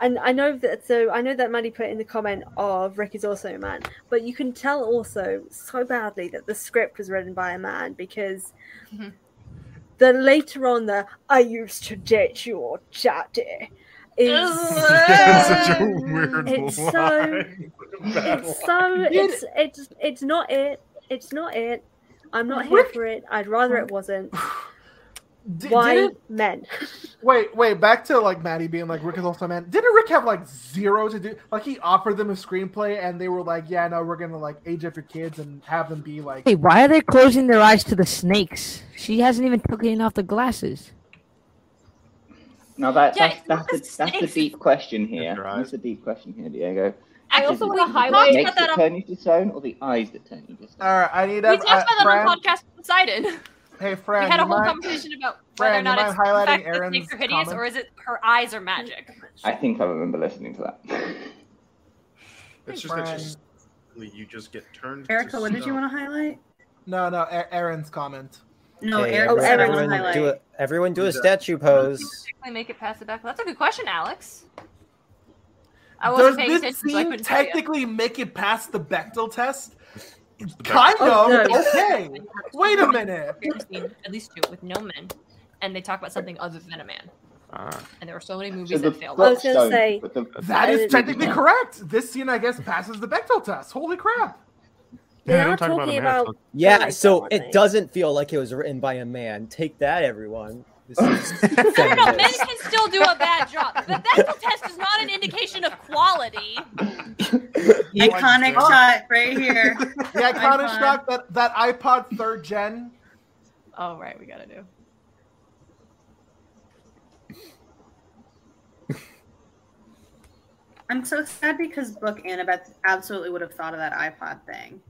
[SPEAKER 2] and I know that so I know that Maddie put in the comment of Rick is also a man, but you can tell also so badly that the script was written by a man because The later on, the I used to date your daddy is
[SPEAKER 14] That's such a weird
[SPEAKER 2] it's
[SPEAKER 14] line.
[SPEAKER 2] so
[SPEAKER 14] Bad
[SPEAKER 2] it's so it's it's it's not it. It's not it. I'm not here for it. I'd rather it wasn't.
[SPEAKER 8] Did-
[SPEAKER 2] Why
[SPEAKER 8] didn't-
[SPEAKER 2] men?
[SPEAKER 8] Wait, wait, back to like Maddie being like Rick is also a man. Didn't Rick have like zero to do? Like he offered them a screenplay and they were like, yeah, no, we're gonna like age up your kids and have them be like.
[SPEAKER 11] Hey, why are they closing their eyes to the snakes? She hasn't even taken off the glasses.
[SPEAKER 1] Now that,
[SPEAKER 11] Yeah,
[SPEAKER 1] that's that's the, that's the deep question here. That's the deep question here, Diego.
[SPEAKER 9] I
[SPEAKER 1] Is
[SPEAKER 9] also
[SPEAKER 1] it
[SPEAKER 9] wanna
[SPEAKER 1] the
[SPEAKER 9] highlight-
[SPEAKER 1] snakes
[SPEAKER 9] Talked about
[SPEAKER 1] that
[SPEAKER 9] that on-
[SPEAKER 1] turn you to stone, or the eyes that turn you to stone?
[SPEAKER 8] All right, I need. uh,
[SPEAKER 9] We
[SPEAKER 1] uh,
[SPEAKER 9] talked about that on podcast Poseidon.
[SPEAKER 8] Hey,
[SPEAKER 9] We
[SPEAKER 8] Fran.
[SPEAKER 9] had a
[SPEAKER 8] you
[SPEAKER 9] whole
[SPEAKER 8] mind-
[SPEAKER 9] conversation about whether or
[SPEAKER 8] Fran,
[SPEAKER 9] not
[SPEAKER 8] you
[SPEAKER 9] it's
[SPEAKER 8] mind highlighting
[SPEAKER 9] the fact that
[SPEAKER 8] Aaron's
[SPEAKER 9] snakes are hideous or
[SPEAKER 8] comment?
[SPEAKER 9] is it her eyes are magic.
[SPEAKER 1] I think I remember listening to that.
[SPEAKER 14] It's
[SPEAKER 8] Hey,
[SPEAKER 14] just that
[SPEAKER 8] Brian.
[SPEAKER 14] she's, you just get turned.
[SPEAKER 4] Erica,
[SPEAKER 14] to
[SPEAKER 4] what did you
[SPEAKER 14] stone.
[SPEAKER 4] want to highlight?
[SPEAKER 8] No, no, A- Aaron's comment.
[SPEAKER 4] No,
[SPEAKER 7] Okay, everyone,
[SPEAKER 4] Erica's everyone
[SPEAKER 7] everyone do a,
[SPEAKER 4] highlight.
[SPEAKER 7] everyone do a statue pose.
[SPEAKER 9] Technically make it past the back. That's a good question, Alex. I
[SPEAKER 8] Does
[SPEAKER 9] wasn't paying
[SPEAKER 8] this
[SPEAKER 9] attention, so I
[SPEAKER 8] scene
[SPEAKER 9] couldn't tell you.
[SPEAKER 8] technically make it past the Bechtel test? Kind
[SPEAKER 9] Oh,
[SPEAKER 8] of.
[SPEAKER 9] no.
[SPEAKER 8] Okay. Wait a minute.
[SPEAKER 9] I've seen At least two with no men, and they talk about something other than a man. And there were so many movies that failed.
[SPEAKER 8] that is technically correct. This scene, I guess, passes the Bechtel test. Holy crap!
[SPEAKER 14] They Yeah, they are don't talk about talking America. about-
[SPEAKER 7] Yeah,
[SPEAKER 14] Like,
[SPEAKER 7] so
[SPEAKER 14] aren't
[SPEAKER 7] it
[SPEAKER 14] they?
[SPEAKER 7] doesn't feel like it was written by a man. Take that, everyone. This
[SPEAKER 14] Oh,
[SPEAKER 7] is
[SPEAKER 9] No, no, no, men
[SPEAKER 7] feminist.
[SPEAKER 9] can still do a bad job. The Bechdel test is not an indication of quality.
[SPEAKER 4] Iconic shot right here.
[SPEAKER 8] The iconic
[SPEAKER 4] iPod.
[SPEAKER 8] shot that that iPod third gen.
[SPEAKER 9] Oh right, we gotta do.
[SPEAKER 4] I'm so sad because Book Annabeth absolutely would have thought of that iPod thing,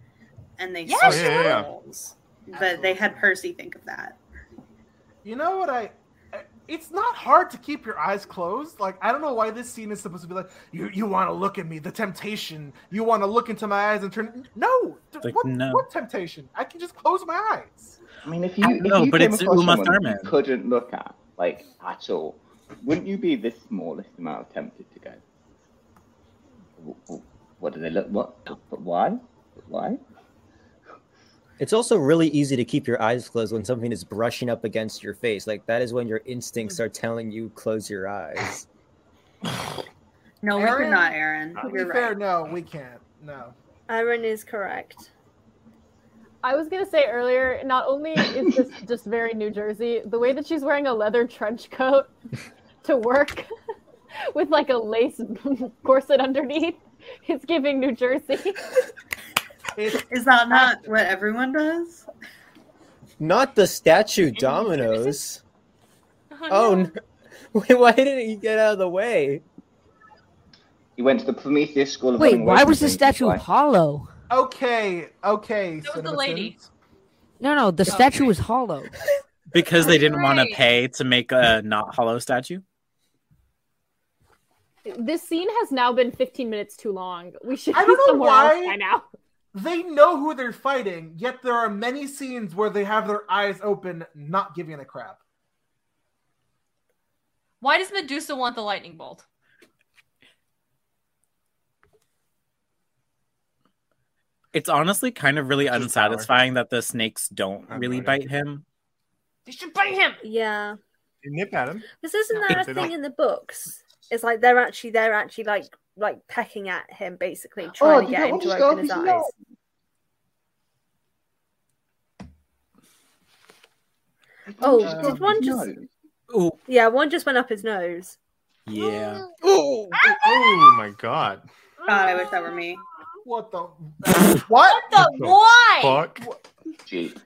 [SPEAKER 4] and they
[SPEAKER 9] Yeah,
[SPEAKER 14] Oh,
[SPEAKER 4] sold
[SPEAKER 9] she
[SPEAKER 4] the
[SPEAKER 9] would.
[SPEAKER 4] rules. but they had Percy think of that.
[SPEAKER 8] You know what I? I- It's not hard to keep your eyes closed. Like I don't know why this scene is supposed to be like you. You want to look at me, the temptation. You want to look into my eyes and turn. No, Th-
[SPEAKER 3] Like,
[SPEAKER 8] what,
[SPEAKER 3] no.
[SPEAKER 8] what temptation? I can just close my eyes.
[SPEAKER 1] I mean, if you, if
[SPEAKER 3] No,
[SPEAKER 1] you
[SPEAKER 3] but
[SPEAKER 1] came
[SPEAKER 3] it's
[SPEAKER 1] across
[SPEAKER 3] Uma
[SPEAKER 1] someone
[SPEAKER 3] Thurman.
[SPEAKER 1] you couldn't look at, like at all, wouldn't you be the smallest amount tempted to go? "W- w- What do they look? What? But why? But why?
[SPEAKER 7] It's also really easy to keep your eyes closed when something is brushing up against your face. Like that is when your instincts are telling you close your eyes.
[SPEAKER 4] No, we
[SPEAKER 8] Aaron?
[SPEAKER 4] could not, Aaron.
[SPEAKER 8] To be
[SPEAKER 4] You're
[SPEAKER 8] fair,
[SPEAKER 4] right.
[SPEAKER 8] no, we can't. No.
[SPEAKER 2] Aaron is correct.
[SPEAKER 5] I was gonna say earlier, not only is this just very New Jersey, the way that she's wearing a leather trench coat to work with like a lace corset underneath, it's giving New Jersey.
[SPEAKER 4] Is that not what everyone does?
[SPEAKER 7] Not the statue dominoes. Oh, no. Wait, why didn't he get out of the way?
[SPEAKER 1] He went to the Prometheus School of
[SPEAKER 11] Wait,
[SPEAKER 1] Running
[SPEAKER 11] why
[SPEAKER 1] Away
[SPEAKER 11] was
[SPEAKER 1] from
[SPEAKER 11] the
[SPEAKER 1] Things,
[SPEAKER 11] statue
[SPEAKER 1] why?
[SPEAKER 11] hollow?
[SPEAKER 8] Okay. Okay. That
[SPEAKER 9] was the lady.
[SPEAKER 11] No, no, the statue was hollow.
[SPEAKER 3] because they didn't want to
[SPEAKER 11] Right.
[SPEAKER 3] pay to make a not hollow statue.
[SPEAKER 5] This scene has now been 15 minutes too long. We should
[SPEAKER 8] I
[SPEAKER 5] be
[SPEAKER 8] don't know
[SPEAKER 5] somewhere
[SPEAKER 8] why.
[SPEAKER 5] else by now.
[SPEAKER 8] They know who they're fighting, yet there are many scenes where they have their eyes open, not giving a crap.
[SPEAKER 9] Why does Medusa want the lightning bolt?
[SPEAKER 3] It's honestly kind of really unsatisfying that the snakes don't
[SPEAKER 14] I have
[SPEAKER 3] really
[SPEAKER 14] no
[SPEAKER 3] bite him.
[SPEAKER 9] They should bite him.
[SPEAKER 2] Yeah,
[SPEAKER 14] You nip at him.
[SPEAKER 2] because isn't
[SPEAKER 14] No,
[SPEAKER 2] that a
[SPEAKER 14] they
[SPEAKER 2] thing
[SPEAKER 14] don't.
[SPEAKER 2] in the books? It's like they're actually they're actually like like pecking at him basically
[SPEAKER 1] Oh,
[SPEAKER 2] trying
[SPEAKER 1] did
[SPEAKER 2] to
[SPEAKER 1] that
[SPEAKER 2] get him
[SPEAKER 1] one
[SPEAKER 2] to
[SPEAKER 1] just go
[SPEAKER 2] open
[SPEAKER 1] up
[SPEAKER 2] his
[SPEAKER 1] his
[SPEAKER 2] eyes.
[SPEAKER 1] nose?
[SPEAKER 2] Oh,
[SPEAKER 1] Just go
[SPEAKER 2] did
[SPEAKER 1] up
[SPEAKER 2] one
[SPEAKER 1] his
[SPEAKER 2] just?
[SPEAKER 1] nose.
[SPEAKER 3] Ooh,
[SPEAKER 2] Yeah, one just went up his nose.
[SPEAKER 3] yeah.
[SPEAKER 14] Oh, oh my god.
[SPEAKER 4] God, I wish that were me.
[SPEAKER 8] What the? What?
[SPEAKER 9] The why?
[SPEAKER 14] Fuck.
[SPEAKER 1] Jeep.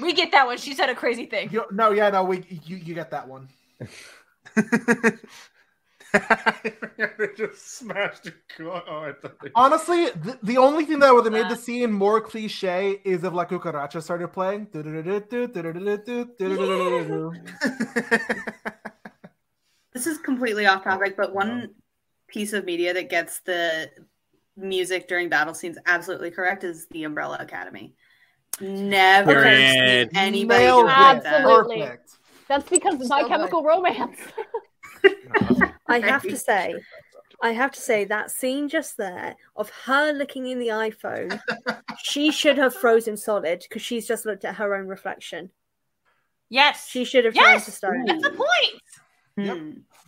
[SPEAKER 9] We get that one. She said a crazy thing.
[SPEAKER 8] You- no, yeah, no, we you, you get that one.
[SPEAKER 14] they just smashed a car. Oh, I thought they
[SPEAKER 8] Honestly, the, the only thing that would have made the scene more cliche is if La Cucaracha started playing.
[SPEAKER 4] This is completely off topic, but one piece of media that gets the music during battle scenes absolutely correct is the Umbrella Academy. Never seen
[SPEAKER 3] Period.
[SPEAKER 4] anybody
[SPEAKER 8] Nailed
[SPEAKER 4] do it.
[SPEAKER 5] Absolutely.
[SPEAKER 4] That.
[SPEAKER 5] That's because of my
[SPEAKER 2] So
[SPEAKER 5] chemical romance.
[SPEAKER 2] I have to say, I have to say that scene just there of her looking in the iPhone, she should have frozen solid because she's just looked at her own reflection. Yes. She should have tried to start.
[SPEAKER 13] That's the point.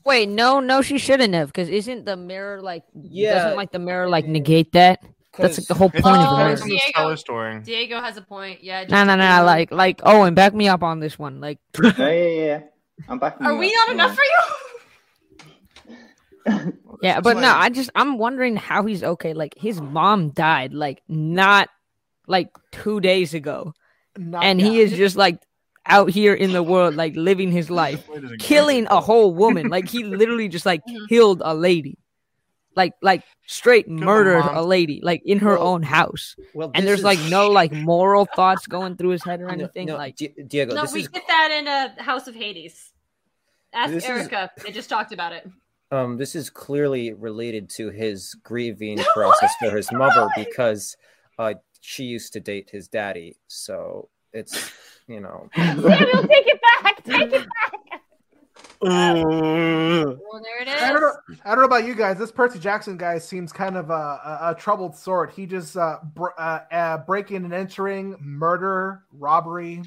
[SPEAKER 11] Wait, no, no, she shouldn't have, because isn't the mirror like
[SPEAKER 13] Yeah.
[SPEAKER 11] doesn't like the mirror like negate that? That's like, the whole point of the mirror.
[SPEAKER 9] Oh, Diego, Diego has a point. Yeah.
[SPEAKER 11] No,
[SPEAKER 9] just-
[SPEAKER 11] no, no. Like, like Owen, back me up on this one. Like,
[SPEAKER 1] yeah, yeah, yeah. I'm backing
[SPEAKER 9] Are
[SPEAKER 1] you
[SPEAKER 9] we
[SPEAKER 1] up.
[SPEAKER 9] not enough for you?
[SPEAKER 11] yeah, but no, I just I'm wondering how he's okay. Like, his mom died like not like two days ago, and he is just like out here in the world, like living his life, killing a whole woman. Like, he literally just like
[SPEAKER 8] Mm-hmm.
[SPEAKER 11] killed a lady. Like, like straight murdered
[SPEAKER 7] mom.
[SPEAKER 11] a lady, like in her own house,
[SPEAKER 7] well,
[SPEAKER 11] and
[SPEAKER 7] this
[SPEAKER 11] there's like
[SPEAKER 7] is-
[SPEAKER 11] no like moral thoughts going through his head or
[SPEAKER 7] No,
[SPEAKER 11] anything.
[SPEAKER 7] no,
[SPEAKER 11] like,
[SPEAKER 7] Di- Diego,
[SPEAKER 9] No,
[SPEAKER 7] this
[SPEAKER 9] we
[SPEAKER 7] is
[SPEAKER 9] get that in a House of Hades. Ask
[SPEAKER 7] This is-
[SPEAKER 9] Erica. They just talked about it.
[SPEAKER 7] um this is clearly related to his grieving process for his mother because uh she used to date his daddy, so it's you know.
[SPEAKER 5] Samuel, take it back. Take it back.
[SPEAKER 9] Well, there it
[SPEAKER 8] I don't, know, I don't know about you guys. This Percy Jackson guy seems kind of a, a, a troubled sort. He just uh, br- uh, uh, breaking and entering, murder, robbery,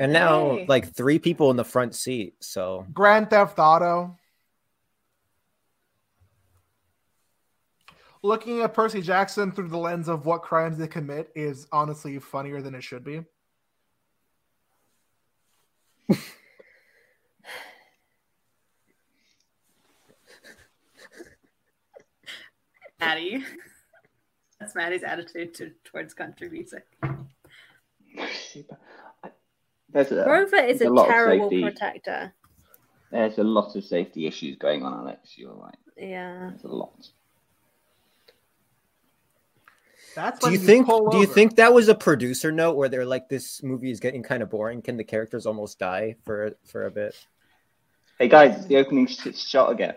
[SPEAKER 7] And now like three people in the front seat, so
[SPEAKER 8] Grand Theft Auto. Looking at Percy Jackson through the lens of what crimes they commit is honestly funnier than it should be.
[SPEAKER 4] Maddie. That's Maddie's attitude to, towards country music.
[SPEAKER 1] There's a,
[SPEAKER 2] Rover
[SPEAKER 1] there's
[SPEAKER 2] is a,
[SPEAKER 1] lot of
[SPEAKER 2] terrible
[SPEAKER 1] safety-
[SPEAKER 2] protector.
[SPEAKER 1] There's a lot of safety issues going on, Alex. You're right.
[SPEAKER 2] Yeah.
[SPEAKER 1] There's a lot.
[SPEAKER 8] That's
[SPEAKER 7] do
[SPEAKER 8] when
[SPEAKER 7] you think do
[SPEAKER 8] pull
[SPEAKER 7] you
[SPEAKER 8] over.
[SPEAKER 7] think that was a producer note where they're like this movie is getting kind of boring? Can the characters almost die for for a bit?
[SPEAKER 1] Hey guys, it's the opening sh- shot again.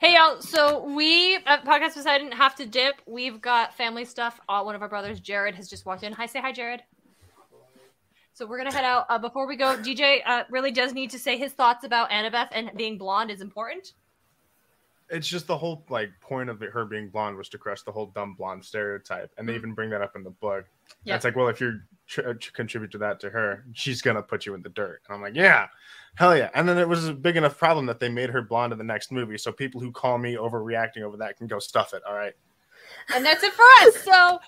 [SPEAKER 9] Hey y'all, so we at Podcast Poseidon have to dip. We've got family stuff. Uh, one of our brothers, Jared, has just walked in. Hi, say hi, Jared. So we're gonna head out. Uh, before we go, DJ uh, really does need to say his thoughts about Annabeth and being blonde is important.
[SPEAKER 14] It's just the whole like point of her being blonde was to crush the whole dumb blonde stereotype, and they even bring that up in the book.
[SPEAKER 9] Yeah.
[SPEAKER 14] It's like, well, if you tr- uh, tr- contribute to that to her, she's gonna put you in the dirt. And I'm like, yeah, hell yeah. And then it was a big enough problem that they made her blonde in the next movie. So people who call me overreacting over that can go stuff it. All right.
[SPEAKER 9] and that's it for us. So,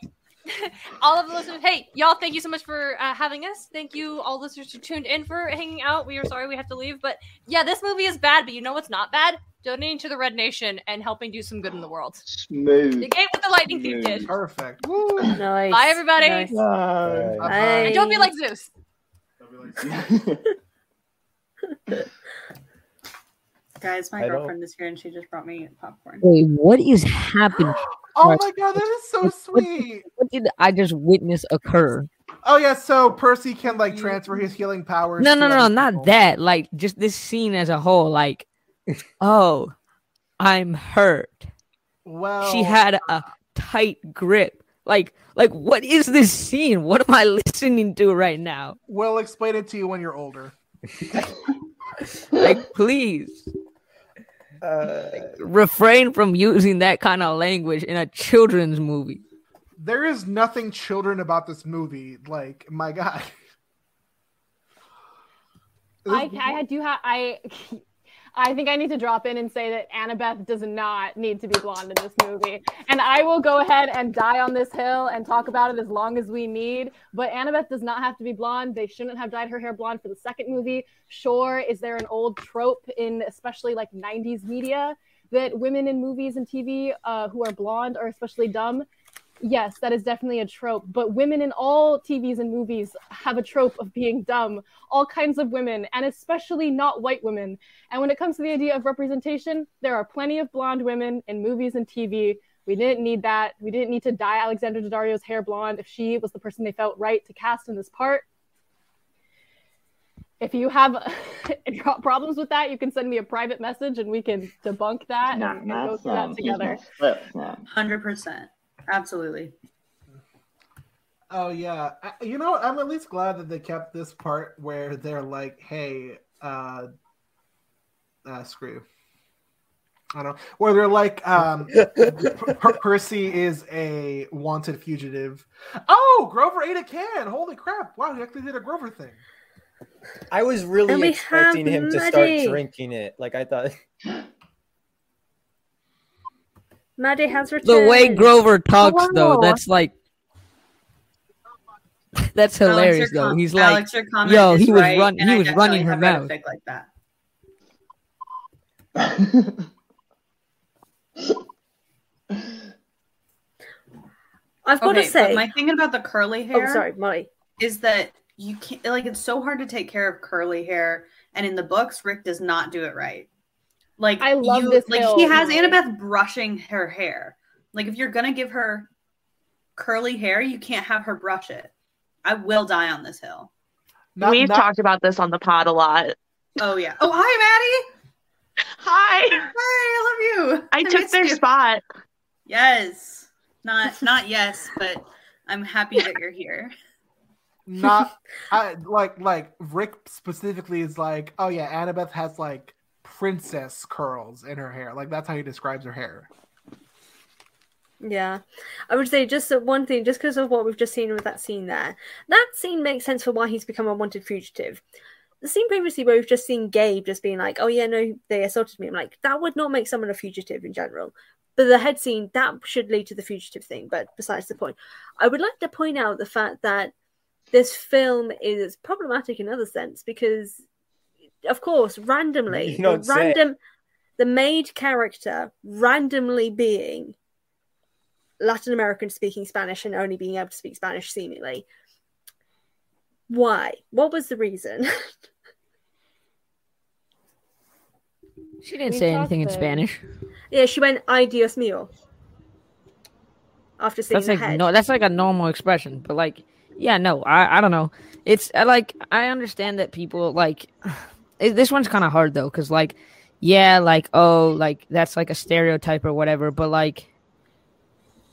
[SPEAKER 9] all of the listeners, hey, y'all, thank you so much for uh, having us. Thank you, all listeners who tuned in for hanging out. We are sorry we have to leave, but yeah, this movie is bad, but you know what's not bad? Donating to the Red Nation and helping do some good in the world.
[SPEAKER 1] Smooth.
[SPEAKER 9] The game with the lightning thief did.
[SPEAKER 8] Perfect.
[SPEAKER 2] Nice.
[SPEAKER 9] Bye, everybody.
[SPEAKER 2] Nice.
[SPEAKER 9] And don't be like Zeus.
[SPEAKER 4] Guys, my
[SPEAKER 11] I don't-
[SPEAKER 4] girlfriend is here and she just brought me popcorn.
[SPEAKER 11] Wait, what is happening?
[SPEAKER 8] Oh my god, that is so
[SPEAKER 11] What-
[SPEAKER 8] sweet.
[SPEAKER 11] What did I just witness occur?
[SPEAKER 8] Oh yeah, so Percy can like transfer his healing powers.
[SPEAKER 11] No,
[SPEAKER 8] to
[SPEAKER 11] no, no,
[SPEAKER 8] other
[SPEAKER 11] not
[SPEAKER 8] people.
[SPEAKER 11] that. Like just this scene as a whole. Like, oh, I'm hurt.
[SPEAKER 8] Well,
[SPEAKER 11] She had a tight grip. Like, like what is this scene? What am I listening to right now?
[SPEAKER 8] We'll explain it to you when you're older.
[SPEAKER 11] Like, please refrain from using that kind of language in a children's movie.
[SPEAKER 8] There is nothing children about this movie. Like, my god.
[SPEAKER 5] I, I do have I. I think I need to drop in and say that Annabeth does not need to be blonde in this movie. And I will go ahead and die on this hill and talk about it as long as we need. But Annabeth does not have to be blonde. They shouldn't have dyed her hair blonde for the second movie. Sure, is there an old trope in especially like 90s media that women in movies and TV uh, who are blonde are especially dumb? Yes, that is definitely a trope. But women in all TVs and movies have a trope of being dumb. All kinds of women, and especially not white women. And when it comes to the idea of representation, there are plenty of blonde women in movies and TV. We didn't need that. We didn't need to dye Alexandra Daddario's hair blonde if she was the person they felt right to cast in this part. If you have if you got problems with that, you can send me a private message and we can debunk that
[SPEAKER 1] Nah,
[SPEAKER 5] and, and go
[SPEAKER 1] that's um,
[SPEAKER 5] through that
[SPEAKER 1] not-
[SPEAKER 5] together.
[SPEAKER 1] that's not-
[SPEAKER 4] 100%. Absolutely.
[SPEAKER 8] Oh yeah, I, you know I'm at least glad that they kept this part where they're like, "Hey, uh, uh screw." I don't. Where they're like, um, Per- Per- Percy is a wanted fugitive. Oh, Grover ate a can. Holy crap! Wow, he actually did a Grover thing.
[SPEAKER 7] I was really
[SPEAKER 2] And we have
[SPEAKER 7] expecting him to
[SPEAKER 2] Maddie.
[SPEAKER 7] start drinking it. Like I thought.
[SPEAKER 2] Maddie has returned.
[SPEAKER 11] The way Grover talks,
[SPEAKER 2] Oh,
[SPEAKER 11] though, that's like that's
[SPEAKER 4] Alex, your
[SPEAKER 11] hilarious. though
[SPEAKER 4] com-
[SPEAKER 11] he's like,
[SPEAKER 4] Alex, your comment
[SPEAKER 11] yo,
[SPEAKER 4] is
[SPEAKER 11] he was
[SPEAKER 4] right,
[SPEAKER 11] running,
[SPEAKER 4] and
[SPEAKER 11] he
[SPEAKER 4] I
[SPEAKER 11] was
[SPEAKER 4] definitely
[SPEAKER 11] running her
[SPEAKER 4] have read a
[SPEAKER 11] mouth.
[SPEAKER 4] fic like that.
[SPEAKER 2] I've got to
[SPEAKER 4] Okay, but
[SPEAKER 2] say,
[SPEAKER 4] my thing about the curly
[SPEAKER 2] Oh,
[SPEAKER 4] hair.
[SPEAKER 2] sorry, Molly.
[SPEAKER 4] Is that you can't like it's so hard to take care of curly hair, and in the books, Rick does not do it right. Like
[SPEAKER 5] I love
[SPEAKER 4] you-
[SPEAKER 5] this
[SPEAKER 4] Like he
[SPEAKER 5] film,
[SPEAKER 4] has
[SPEAKER 5] Molly.
[SPEAKER 4] Annabeth brushing her hair. Like if you're gonna give her curly hair, you can't have her brush it. I will die on this hill.
[SPEAKER 15] We've talked about this on the pod a lot.
[SPEAKER 4] Oh yeah. Oh hi, Maddie.
[SPEAKER 15] Hi.
[SPEAKER 4] Hi, I love you.
[SPEAKER 15] I took
[SPEAKER 4] missed
[SPEAKER 15] their
[SPEAKER 4] you.
[SPEAKER 15] spot.
[SPEAKER 4] Yes. Not not yes, but I'm happy that you're here.
[SPEAKER 8] Not I like like Rick specifically is like, oh yeah, Annabeth has like princess curls in her hair. Like that's how he describes her hair.
[SPEAKER 2] Yeah, I would say just that one thing, just because of what we've just seen with that scene there, that scene makes sense for why he's become a wanted fugitive. The scene previously where we've just seen Gabe just being like, "Oh yeah, no, they assaulted me," I'm like, that would not make someone a fugitive in general. But the head scene that should lead to the fugitive thing. But besides the point, I would like to point out the fact that this film is problematic in other sense because, of course, randomly,
[SPEAKER 5] You don't
[SPEAKER 2] the
[SPEAKER 5] say.
[SPEAKER 2] random, the maid character randomly being Latin American speaking Spanish and only being able to speak Spanish seemingly. Why? What was the reason?
[SPEAKER 11] She didn't say anything in Spanish.
[SPEAKER 2] Yeah, she went "Ay Dios mío" after seeing
[SPEAKER 11] That's
[SPEAKER 2] the
[SPEAKER 11] like
[SPEAKER 2] head.
[SPEAKER 11] no, that's like a normal expression, but like, yeah, no, I, I don't know. It's I like I understand that people like it, this one's kind of hard though, because like, yeah, like oh, like that's like a stereotype or whatever, but like,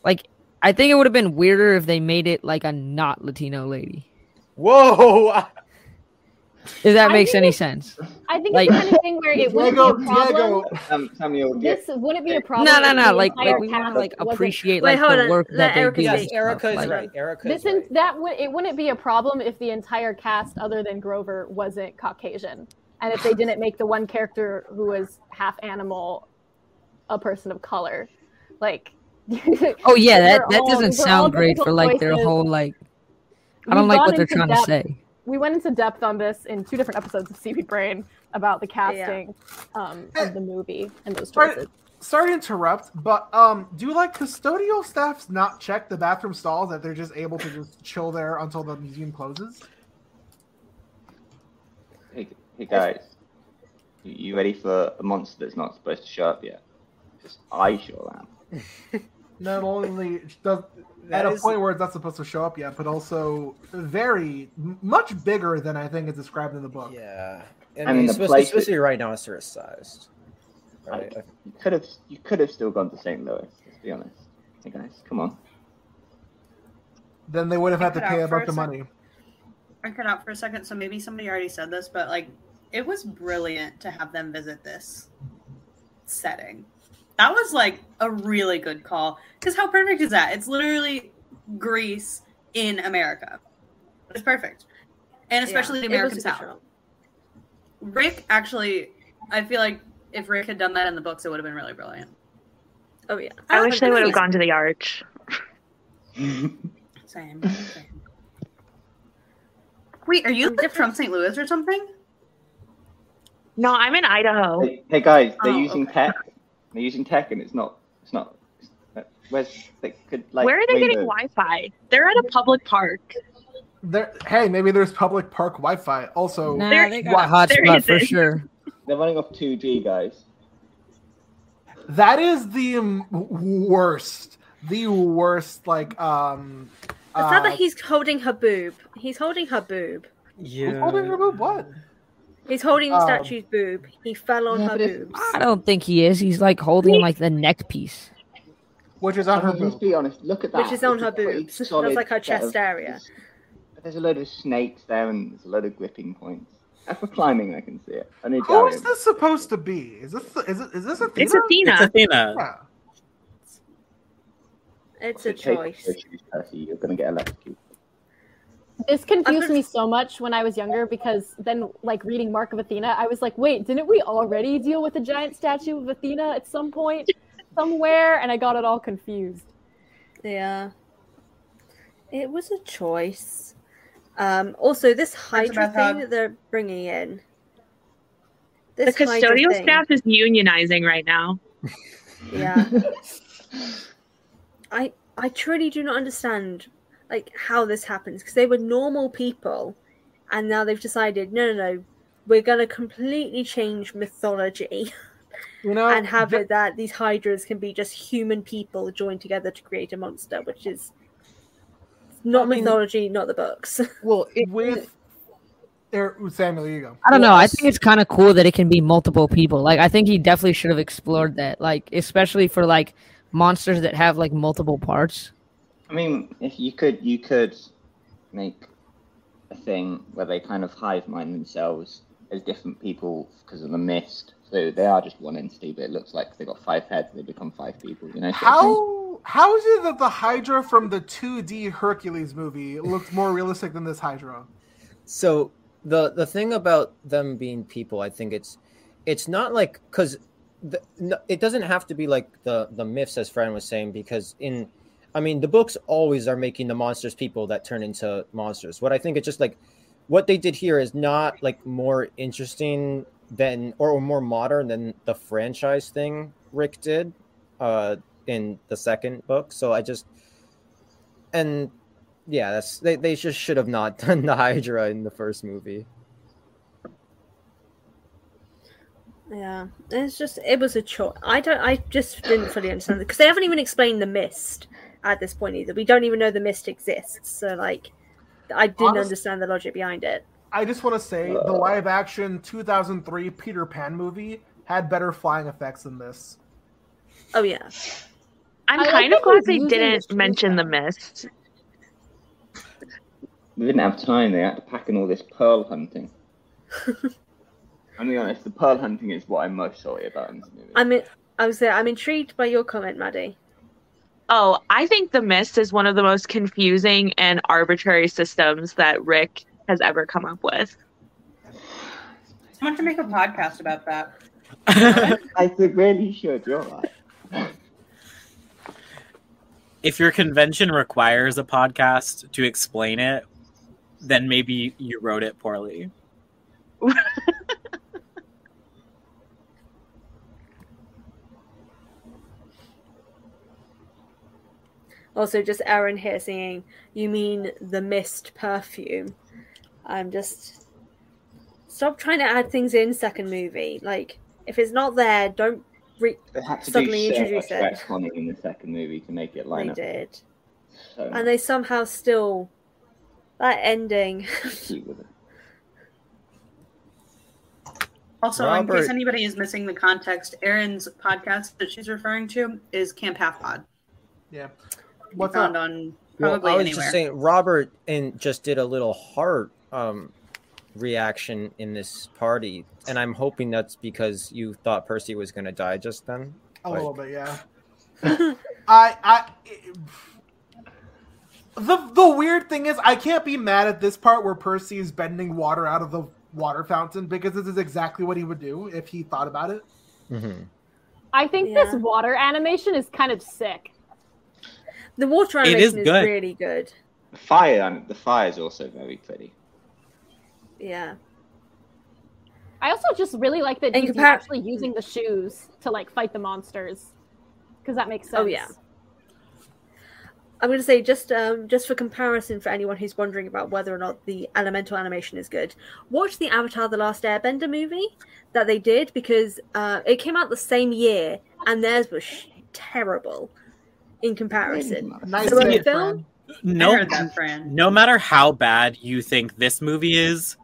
[SPEAKER 11] like I think it would have been weirder if they made it like a not Latino lady.
[SPEAKER 7] Whoa!
[SPEAKER 11] If that
[SPEAKER 5] I
[SPEAKER 11] makes
[SPEAKER 5] think
[SPEAKER 11] any
[SPEAKER 5] it's-
[SPEAKER 11] sense.
[SPEAKER 5] I think
[SPEAKER 11] Like-
[SPEAKER 5] it's the kind of thing where it wouldn't be a problem.
[SPEAKER 1] Sam, Samuel, get-
[SPEAKER 5] This wouldn't be a problem.
[SPEAKER 11] No, no,
[SPEAKER 5] if
[SPEAKER 11] no.
[SPEAKER 5] the
[SPEAKER 11] Like,
[SPEAKER 5] entire
[SPEAKER 11] like we want
[SPEAKER 5] cast
[SPEAKER 11] to like
[SPEAKER 5] wasn't-
[SPEAKER 11] appreciate like the work that they do.
[SPEAKER 7] Yes,
[SPEAKER 11] and stuff,
[SPEAKER 7] Erica is
[SPEAKER 11] like-
[SPEAKER 7] right. Erica
[SPEAKER 5] This
[SPEAKER 7] is
[SPEAKER 5] is that would it wouldn't be a problem if the entire cast other than Grover wasn't Caucasian, and if they didn't make the one character who was half animal a person of color, like.
[SPEAKER 11] Oh yeah,
[SPEAKER 5] these
[SPEAKER 11] that
[SPEAKER 5] are
[SPEAKER 11] that
[SPEAKER 5] all-
[SPEAKER 11] doesn't
[SPEAKER 5] these are all
[SPEAKER 11] sound great for
[SPEAKER 5] difficult
[SPEAKER 11] like their
[SPEAKER 5] choices.
[SPEAKER 11] whole like. I
[SPEAKER 5] We've
[SPEAKER 11] don't like
[SPEAKER 5] gone
[SPEAKER 11] what they're
[SPEAKER 5] into
[SPEAKER 11] trying to
[SPEAKER 5] depth-
[SPEAKER 11] say.
[SPEAKER 5] We went into depth on this in two different episodes of Seaweed Brain about the casting um, of the movie and those
[SPEAKER 8] Sorry-
[SPEAKER 5] choices.
[SPEAKER 8] Sorry to interrupt, but um, do like custodial staffs not check the bathroom stalls that they're just able to just chill there until the museum closes?
[SPEAKER 1] hey, hey guys, you you ready for a monster that's not supposed to show up yet? Because I sure am.
[SPEAKER 8] Not only does
[SPEAKER 7] That
[SPEAKER 8] at
[SPEAKER 7] is-
[SPEAKER 8] a point where it's not supposed to show up yet, but also very m- much bigger than I think is described in the book.
[SPEAKER 7] Yeah,
[SPEAKER 1] I mean,
[SPEAKER 7] it's
[SPEAKER 1] the
[SPEAKER 7] supposed,
[SPEAKER 1] place
[SPEAKER 7] it's supposed
[SPEAKER 1] that-
[SPEAKER 7] to be rhinoceros sized. Right?
[SPEAKER 1] You could have, you could have still gone to St. Louis. Let's be honest. Hey guys, come on.
[SPEAKER 8] Then they would have had to
[SPEAKER 4] Cut out
[SPEAKER 8] pay
[SPEAKER 4] for
[SPEAKER 8] about
[SPEAKER 4] a
[SPEAKER 8] the
[SPEAKER 4] sec.
[SPEAKER 8] money.
[SPEAKER 4] I cut out for a second, so maybe somebody already said this, but like it was brilliant to have them visit this setting. That was like a really good call. Because how perfect is that? It's literally Greece in America. It's perfect. And
[SPEAKER 2] Yeah,
[SPEAKER 4] especially the
[SPEAKER 2] it was
[SPEAKER 4] American
[SPEAKER 2] a good
[SPEAKER 4] South. Rick actually I feel like if Rick had done that in the books, it would have been really brilliant.
[SPEAKER 2] Oh yeah.
[SPEAKER 15] I wish they would have gone to the arch.
[SPEAKER 4] Same. same. Wait, are you like, from St. Louis or something?
[SPEAKER 15] No, I'm in Idaho.
[SPEAKER 1] Hey, hey guys, they're
[SPEAKER 15] Oh,
[SPEAKER 1] using tech. They're using tech, and it's not. It's not. it's- uh, Where's they could like?
[SPEAKER 15] Where are they getting
[SPEAKER 1] rainbows.
[SPEAKER 15] Wi-Fi? They're at a public park.
[SPEAKER 8] There, hey, maybe there's public park Wi-Fi. Also,
[SPEAKER 11] Nah, There- they got a hotspot there for isn't. sure.
[SPEAKER 1] They're running off two G, guys.
[SPEAKER 8] That is the um, worst. The worst. Like um.
[SPEAKER 2] The fact
[SPEAKER 8] uh,
[SPEAKER 2] that he's holding her boob. He's holding her boob.
[SPEAKER 8] who's holding her boob? What?
[SPEAKER 2] He's holding the
[SPEAKER 11] Um,
[SPEAKER 2] statue's boob. He fell on her boobs.
[SPEAKER 11] I don't think he is. He's like holding like the neck piece.
[SPEAKER 8] Which is on
[SPEAKER 1] her. Let's be honest. Look at that.
[SPEAKER 2] Which is on
[SPEAKER 1] It's a
[SPEAKER 2] her
[SPEAKER 1] pretty
[SPEAKER 2] boobs. That's
[SPEAKER 1] solid
[SPEAKER 2] like her
[SPEAKER 1] set
[SPEAKER 2] chest
[SPEAKER 1] of-
[SPEAKER 2] area.
[SPEAKER 1] There's a load of snakes there, and there's a load of gripping points. As for climbing, I can see it. I need
[SPEAKER 8] Who is this supposed to be? Is this is it, is this Athena?
[SPEAKER 15] Athena. It's
[SPEAKER 3] Athena.
[SPEAKER 8] Yeah.
[SPEAKER 2] It's a choice.
[SPEAKER 1] Percy, you're gonna get electrocuted.
[SPEAKER 5] This confused me so much when I was younger because then, like reading Mark of Athena, I was like, "Wait, didn't we already deal with the giant statue of Athena at some point, somewhere?" And I got it all confused.
[SPEAKER 2] Yeah. It was a choice. Um, also, this Hydra
[SPEAKER 15] about how-
[SPEAKER 2] thing that they're bringing in.
[SPEAKER 15] The
[SPEAKER 2] This Hydra
[SPEAKER 15] custodial
[SPEAKER 2] thing.
[SPEAKER 15] staff is unionizing right now.
[SPEAKER 2] Yeah. I I truly do not understand like how this happens because they were normal people, and now they've decided no no no, we're gonna completely change mythology.
[SPEAKER 7] You know,
[SPEAKER 2] and have it that these hydras can be just human people joined together to create a monster, which is not mythology, not the books.
[SPEAKER 8] Well, with er, Samuel, you go.
[SPEAKER 11] I don't know. I think it's kind of cool that it can be multiple people. Like, I think he definitely should have explored that. Like, especially for like monsters that have like multiple parts.
[SPEAKER 1] I mean, if you could, you could make a thing where they kind of hive mind themselves as different people because of the mist. So they are just one entity, but it looks like they've got five heads. They become five people. You know sort of thing.
[SPEAKER 8] How how is it that the Hydra from the 2D Hercules movie looked more realistic than this Hydra?
[SPEAKER 7] So the the thing about them being people, I think it's it's not like because no, it doesn't have to be like the the myths as Fran was saying because in I mean the books always are making the monsters people that turn into monsters. What I think it's just like what they did here is not like more interesting than or more modern than the franchise thing Rick did uh in the second book. So I just and yeah, that's they, they just should have not done the Hydra in the first movie.
[SPEAKER 2] Yeah, it's just it was a choice. I don't. I just didn't fully understand because they haven't even explained the mist at this point either. We don't even know the mist exists. So like, I didn't
[SPEAKER 8] Honest-
[SPEAKER 2] understand the logic behind it.
[SPEAKER 8] I just want to say the live action 2003 Peter Pan movie had better flying effects than this.
[SPEAKER 2] Oh yeah.
[SPEAKER 15] I'm
[SPEAKER 8] I like
[SPEAKER 15] kind
[SPEAKER 8] that
[SPEAKER 15] of glad
[SPEAKER 8] he's
[SPEAKER 15] they
[SPEAKER 8] using
[SPEAKER 15] didn't
[SPEAKER 8] the shoe
[SPEAKER 15] mention the mist.
[SPEAKER 1] They didn't have time. They had to pack in all this pearl hunting. I'm be honest. The pearl hunting is what I'm most sorry about in this movie.
[SPEAKER 2] I mean, I was there. I'm intrigued by your comment, Maddie.
[SPEAKER 15] Oh, I think the mist is one of the most confusing and arbitrary systems that Rick has ever come up with.
[SPEAKER 4] I want to make a podcast about that.
[SPEAKER 1] I think really should. You're right.
[SPEAKER 3] if your convention requires a podcast to explain it, then maybe you wrote it poorly.
[SPEAKER 2] Also, just Aaron here saying, "You mean the mist perfume?" I'm just stop trying to add things in second movie. Like, if it's not there, don't re-
[SPEAKER 1] They had to
[SPEAKER 2] suddenly
[SPEAKER 1] do so
[SPEAKER 2] introduce
[SPEAKER 1] much
[SPEAKER 2] it.
[SPEAKER 1] retconning in the second movie to make it line
[SPEAKER 2] They
[SPEAKER 1] up.
[SPEAKER 2] did,
[SPEAKER 1] So
[SPEAKER 2] and they somehow still that ending.
[SPEAKER 1] cute with it.
[SPEAKER 4] Also, in
[SPEAKER 1] Robert-
[SPEAKER 4] case anybody is missing the context, Erin's podcast that she's referring to is Camp Half Pod.
[SPEAKER 8] Yeah.
[SPEAKER 4] What's
[SPEAKER 8] What's up?
[SPEAKER 4] found on probably
[SPEAKER 7] I was
[SPEAKER 4] anywhere.
[SPEAKER 7] just saying Robert and just did a little heart um reaction in this party, and I'm hoping that's because you thought Percy was gonna die just then.
[SPEAKER 8] A
[SPEAKER 7] Like,
[SPEAKER 8] little bit, yeah. I, I, the the weird thing is, I can't be mad at this part where Percy is bending water out of the water fountain because this is exactly what he would do if he thought about it.
[SPEAKER 5] I think this water animation is kind of sick.
[SPEAKER 2] The water
[SPEAKER 1] It is animation is good. really
[SPEAKER 2] good.
[SPEAKER 1] The fire, and the fire is also very pretty.
[SPEAKER 2] Yeah.
[SPEAKER 5] I also just really like that
[SPEAKER 2] And
[SPEAKER 5] he's
[SPEAKER 2] compar-
[SPEAKER 5] actually using the shoes to like fight the monsters because that makes sense.
[SPEAKER 2] Oh, yeah. I'm going to say just um, just for comparison for anyone who's wondering about whether or not the elemental animation is good, watch the Avatar: The Last Airbender movie that they did because uh, it came out the same year and theirs was sh- terrible in comparison.
[SPEAKER 3] Nice
[SPEAKER 2] so a
[SPEAKER 3] save,
[SPEAKER 2] film,
[SPEAKER 3] No,
[SPEAKER 2] heard that,
[SPEAKER 3] no matter how bad you think this movie is,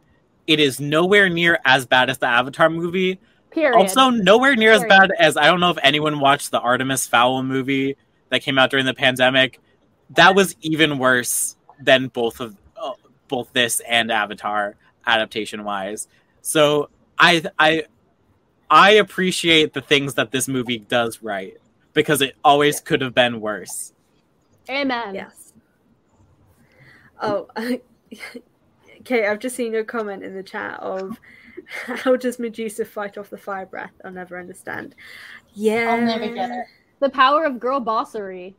[SPEAKER 3] it is nowhere near as bad as the Avatar movie.
[SPEAKER 5] Period.
[SPEAKER 3] Also, nowhere near as
[SPEAKER 5] Period.
[SPEAKER 3] bad as I don't know if anyone watched the Artemis Fowl movie that came out during the pandemic. That was even worse than both of uh, both this and Avatar adaptation wise. So I I I appreciate the things that this movie does right because it always could have been worse.
[SPEAKER 5] Amen.
[SPEAKER 2] Yes. Oh, Kate, I've just seen your comment in the chat of how does Medusa fight off the fire breath? I'll never understand. Yeah.
[SPEAKER 5] I'll never get it. The power of girl bossery.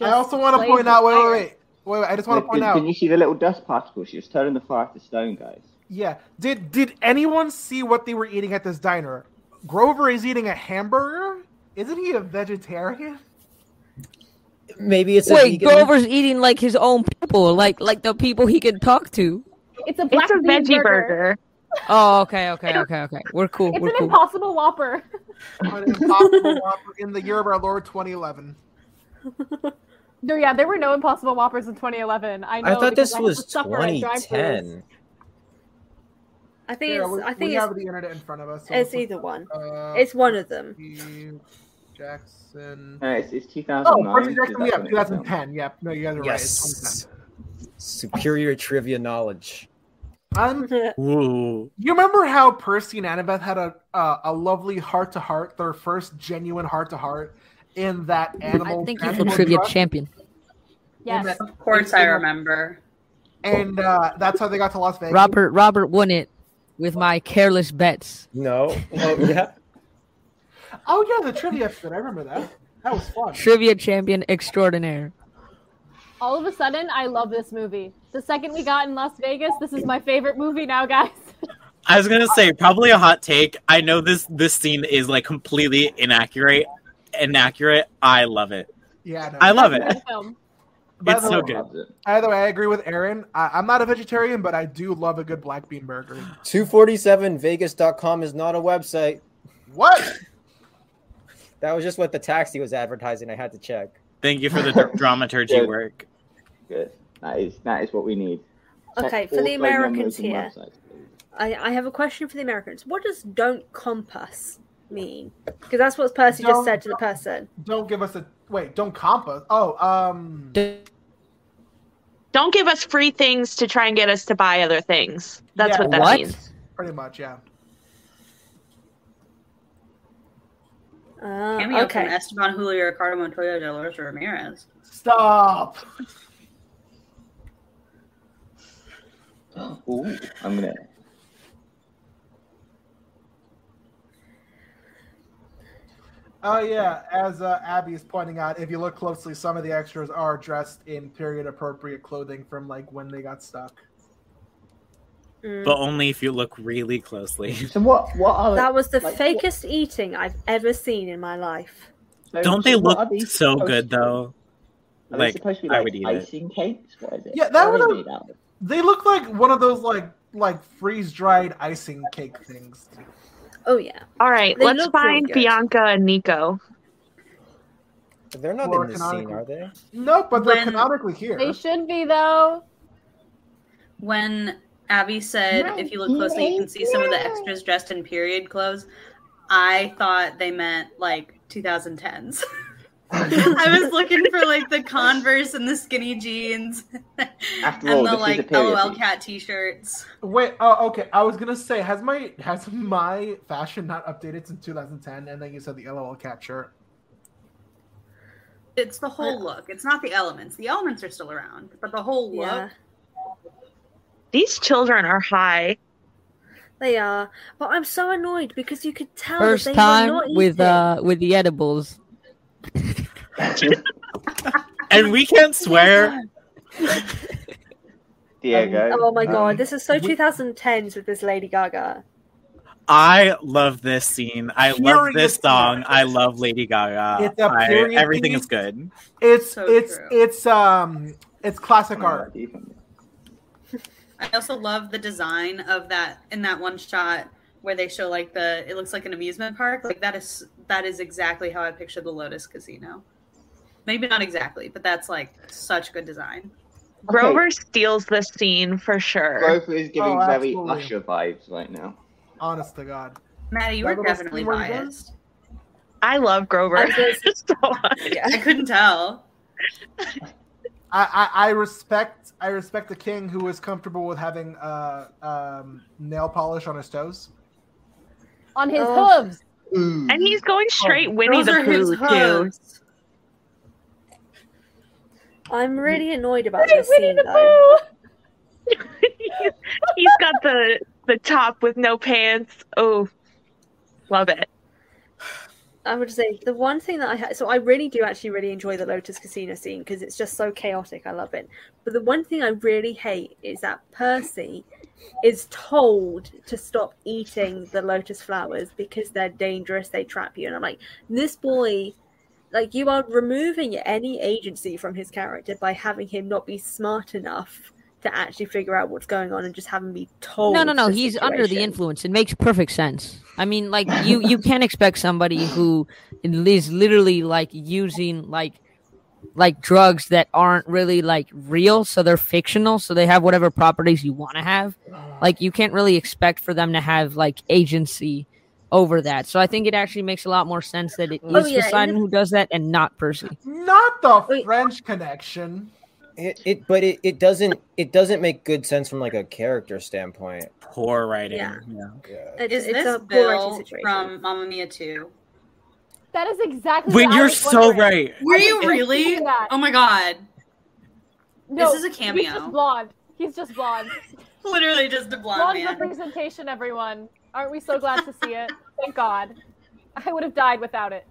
[SPEAKER 8] I also want to
[SPEAKER 5] play
[SPEAKER 8] point
[SPEAKER 5] with
[SPEAKER 8] out. Wait,
[SPEAKER 5] fire.
[SPEAKER 8] wait, wait, wait, wait. I just want to
[SPEAKER 1] Can-
[SPEAKER 8] point
[SPEAKER 1] can,
[SPEAKER 8] out.
[SPEAKER 1] Can you see the little dust particles? She was turning the fire to stone, guys.
[SPEAKER 8] Yeah. Did did anyone see what they were eating at this diner? Grover is eating a hamburger. Isn't he a vegetarian?
[SPEAKER 7] Maybe it's a
[SPEAKER 11] Wait,
[SPEAKER 7] vegan-
[SPEAKER 11] Grover's eating like his own people, like like the people he can talk to.
[SPEAKER 5] It's a black
[SPEAKER 15] it's a
[SPEAKER 5] bean
[SPEAKER 15] veggie burger.
[SPEAKER 11] Oh, okay, okay, okay, okay. We're cool.
[SPEAKER 5] It's
[SPEAKER 11] we're
[SPEAKER 5] an
[SPEAKER 11] cool.
[SPEAKER 5] impossible whopper.
[SPEAKER 8] An impossible whopper in the year of our Lord 2011.
[SPEAKER 5] No, yeah, there were no impossible whoppers in 2011. I know.
[SPEAKER 7] I thought
[SPEAKER 5] because
[SPEAKER 7] this
[SPEAKER 5] had
[SPEAKER 7] was
[SPEAKER 5] to suffer at drive-thrus.
[SPEAKER 7] 2010.
[SPEAKER 2] I think
[SPEAKER 8] Here,
[SPEAKER 2] it's.
[SPEAKER 8] we,
[SPEAKER 2] I
[SPEAKER 8] we
[SPEAKER 2] think
[SPEAKER 8] have
[SPEAKER 2] it's.
[SPEAKER 8] the internet in front of us. so
[SPEAKER 2] It's
[SPEAKER 8] let's-
[SPEAKER 2] either one.
[SPEAKER 8] Uh,
[SPEAKER 2] it's one of them.
[SPEAKER 8] Steve Jackson.
[SPEAKER 1] No, it's, it's
[SPEAKER 8] Oh,
[SPEAKER 1] 2009.
[SPEAKER 8] Percy Jackson, yeah,
[SPEAKER 1] 2010.
[SPEAKER 8] 2010. Yep. No, you guys are right. It's 2010.
[SPEAKER 7] Yes. Superior trivia knowledge.
[SPEAKER 8] Um,
[SPEAKER 3] Ooh.
[SPEAKER 8] you remember how Percy and Annabeth had a uh, a lovely heart to heart, their first genuine heart to heart in that animal.
[SPEAKER 11] I think he's the
[SPEAKER 8] animal
[SPEAKER 11] trivia
[SPEAKER 8] truck?
[SPEAKER 11] champion.
[SPEAKER 5] Yes.
[SPEAKER 4] Of course, I remember.
[SPEAKER 8] and uh, that's how they got to Las Vegas.
[SPEAKER 11] Robert Robert won it with my careless bets.
[SPEAKER 7] No. Oh yeah.
[SPEAKER 8] Oh yeah, the trivia episode. I remember that. That was fun.
[SPEAKER 11] Trivia champion extraordinaire.
[SPEAKER 5] All of a sudden, I love this movie. The second we got in Las Vegas, this is my favorite movie now, guys.
[SPEAKER 3] I was gonna say probably a hot take. I know this this scene is like completely inaccurate. Inaccurate. I love it.
[SPEAKER 8] Yeah, no.
[SPEAKER 3] I love it.
[SPEAKER 5] Film.
[SPEAKER 8] By
[SPEAKER 3] it's
[SPEAKER 8] the
[SPEAKER 3] so
[SPEAKER 8] way-
[SPEAKER 3] good.
[SPEAKER 8] Either way, I agree with Aaron. I, I'm not a vegetarian, but I do love a good black bean burger.
[SPEAKER 7] 247vegas.com is not a website.
[SPEAKER 8] What?
[SPEAKER 7] That was just what the taxi was advertising. I had to check.
[SPEAKER 3] Thank you for the dr- dramaturgy
[SPEAKER 7] Good.
[SPEAKER 3] work.
[SPEAKER 1] Good. That is that is what we need.
[SPEAKER 2] Okay,
[SPEAKER 1] Top
[SPEAKER 2] for the
[SPEAKER 1] authored
[SPEAKER 2] Americans
[SPEAKER 1] non-American
[SPEAKER 2] here.
[SPEAKER 1] websites.
[SPEAKER 2] I, I have a question for the Americans. What does "don't compass" mean? Because that's what Percy
[SPEAKER 8] Don't-
[SPEAKER 2] just said to the person.
[SPEAKER 8] Don't give us a wait. Don't comp us. Oh, um,
[SPEAKER 15] Don't give us free things to try and get us to buy other things. That's
[SPEAKER 8] Yeah.
[SPEAKER 15] what that
[SPEAKER 8] What?
[SPEAKER 15] means.
[SPEAKER 8] pretty much, yeah.
[SPEAKER 2] Uh,
[SPEAKER 4] Cameo
[SPEAKER 2] okay.
[SPEAKER 4] from Esteban Julio Ricardo Montoya Dolores Ramirez.
[SPEAKER 8] Stop.
[SPEAKER 1] Ooh, I'm gonna.
[SPEAKER 8] Oh yeah, as uh, Abby is pointing out, if you look closely, some of the extras are dressed in period appropriate clothing from like when they got stuck.
[SPEAKER 2] Mm.
[SPEAKER 3] But only if you look really closely.
[SPEAKER 1] So what? What
[SPEAKER 5] Oh,
[SPEAKER 1] are
[SPEAKER 2] That was the
[SPEAKER 1] like, what-
[SPEAKER 2] fakest eating I've ever seen in my life.
[SPEAKER 1] so-
[SPEAKER 3] Don't they
[SPEAKER 1] so
[SPEAKER 3] look
[SPEAKER 1] what are these
[SPEAKER 3] so
[SPEAKER 1] supposed
[SPEAKER 3] good
[SPEAKER 1] to be?
[SPEAKER 3] though?
[SPEAKER 1] Are they
[SPEAKER 3] Like,
[SPEAKER 1] supposed to be
[SPEAKER 3] I
[SPEAKER 1] like
[SPEAKER 3] would eat it.
[SPEAKER 1] icing cakes? What is it?
[SPEAKER 8] Yeah, that
[SPEAKER 1] What are
[SPEAKER 8] would've-
[SPEAKER 1] they made out of?
[SPEAKER 8] They look like one of those like like freeze dried icing cake things.
[SPEAKER 2] Oh yeah.
[SPEAKER 15] All right,
[SPEAKER 2] They
[SPEAKER 15] let's
[SPEAKER 2] look really
[SPEAKER 15] find
[SPEAKER 2] good.
[SPEAKER 15] Bianca and Nico.
[SPEAKER 7] They're not
[SPEAKER 8] Or
[SPEAKER 7] in this
[SPEAKER 8] canonical.
[SPEAKER 7] scene, are they?
[SPEAKER 8] No, but they're
[SPEAKER 4] When-
[SPEAKER 8] canonically here.
[SPEAKER 5] They should be though.
[SPEAKER 4] When Abby said, if you look closely, you can see some of the extras dressed in period clothes, I thought they meant like 2010s. I was looking for like the Converse and the skinny jeans
[SPEAKER 1] After all,
[SPEAKER 4] and
[SPEAKER 1] this
[SPEAKER 4] the
[SPEAKER 1] is a
[SPEAKER 4] like
[SPEAKER 1] period.
[SPEAKER 4] LOL
[SPEAKER 1] piece.
[SPEAKER 4] cat t shirts.
[SPEAKER 8] Wait, oh okay. I was gonna say, has my has my fashion not updated since 2010? And then you said the LOL cat shirt.
[SPEAKER 4] It's the whole look. It's not the elements. The elements are still around, but the whole look.
[SPEAKER 2] Yeah,
[SPEAKER 15] These children are high.
[SPEAKER 2] they are. But I'm so annoyed because you could tell
[SPEAKER 11] First
[SPEAKER 2] that they were
[SPEAKER 11] time
[SPEAKER 2] not
[SPEAKER 11] with
[SPEAKER 2] eating.
[SPEAKER 11] uh with the edibles.
[SPEAKER 3] And we can't swear.
[SPEAKER 1] Diego.
[SPEAKER 2] Oh
[SPEAKER 3] Uh,
[SPEAKER 2] my god,
[SPEAKER 1] um,
[SPEAKER 2] this is so 2010s with this Lady Gaga.
[SPEAKER 3] I love this scene. I love
[SPEAKER 8] Furious
[SPEAKER 3] this song. I love Lady Gaga.
[SPEAKER 8] It's a
[SPEAKER 3] I-
[SPEAKER 8] period
[SPEAKER 3] everything
[SPEAKER 8] piece.
[SPEAKER 3] is good.
[SPEAKER 8] It's
[SPEAKER 4] So
[SPEAKER 8] it's
[SPEAKER 4] true.
[SPEAKER 8] it's um it's classic art.
[SPEAKER 4] I also love the design of that in that one shot where they show like the it looks like an amusement park. Like that is that is exactly how I pictured the Lotus Casino. Maybe not exactly, but that's like such good design.
[SPEAKER 15] Grover steals this scene for sure.
[SPEAKER 1] Grover is giving
[SPEAKER 8] Oh,
[SPEAKER 1] very
[SPEAKER 8] absolutely.
[SPEAKER 1] Usher vibes right now.
[SPEAKER 8] Honest to God.
[SPEAKER 4] Maddie, you
[SPEAKER 8] That
[SPEAKER 4] were
[SPEAKER 8] little
[SPEAKER 4] definitely
[SPEAKER 8] steamer he does?
[SPEAKER 4] biased.
[SPEAKER 15] I love Grover.
[SPEAKER 2] I just-
[SPEAKER 15] so much.
[SPEAKER 2] Yeah.
[SPEAKER 4] I couldn't tell.
[SPEAKER 8] I, I, I respect I respect the king who is comfortable with having uh, um, nail polish on his toes.
[SPEAKER 5] On his
[SPEAKER 2] Oh.
[SPEAKER 5] hooves.
[SPEAKER 15] And he's going straight Winnie
[SPEAKER 4] Mm. Oh, Those
[SPEAKER 15] the
[SPEAKER 4] are his
[SPEAKER 15] Pooh too.
[SPEAKER 4] hooves.
[SPEAKER 2] I'm really annoyed about this scene though.
[SPEAKER 15] got the the top with no pants. Oh, love it.
[SPEAKER 2] I would say the one thing that I ha- so I really do actually really enjoy the Lotus Casino scene because it's just so chaotic. I love it. But the one thing I really hate is that Percy is told to stop eating the lotus flowers because they're dangerous. They trap you, and I'm like, this boy, like you are removing any agency from his character by having him not be smart enough to actually figure out what's going on and just having me told.
[SPEAKER 11] No, no, no.
[SPEAKER 2] the
[SPEAKER 11] He's under the
[SPEAKER 2] situation.
[SPEAKER 11] influence. It makes perfect sense. I mean, like you, you can't expect somebody who is literally like using like, like drugs that aren't really like real, so they're fictional, so they have whatever properties you want to have. Like you can't really expect for them to have like agency over that. So I think it actually makes a lot more sense that it is
[SPEAKER 8] Oh, yeah,
[SPEAKER 11] Poseidon
[SPEAKER 8] and-
[SPEAKER 11] who does that and not Percy.
[SPEAKER 8] Not the French connection.
[SPEAKER 7] It, it but it, it doesn't it doesn't make good sense from like a character standpoint.
[SPEAKER 3] Poor writing.
[SPEAKER 7] Yeah.
[SPEAKER 2] It's,
[SPEAKER 4] Is
[SPEAKER 2] it's
[SPEAKER 4] this
[SPEAKER 2] a poor writing
[SPEAKER 4] Bill
[SPEAKER 2] situation.
[SPEAKER 4] from Mamma Mia 2?
[SPEAKER 5] That is exactly.
[SPEAKER 3] Wait,
[SPEAKER 5] what I
[SPEAKER 3] you're
[SPEAKER 5] was
[SPEAKER 3] so
[SPEAKER 5] wondering.
[SPEAKER 3] right.
[SPEAKER 4] Were
[SPEAKER 5] I was
[SPEAKER 4] you
[SPEAKER 5] just
[SPEAKER 4] really?
[SPEAKER 5] thinking that.
[SPEAKER 4] Oh my god.
[SPEAKER 5] No,
[SPEAKER 4] this is a
[SPEAKER 5] He's just
[SPEAKER 4] cameo.
[SPEAKER 5] blonde. He's just blonde.
[SPEAKER 4] Literally just a blonde
[SPEAKER 5] Blonde
[SPEAKER 4] man.
[SPEAKER 5] representation, everyone. Aren't we so glad to see it? Thank God. I would have died without it.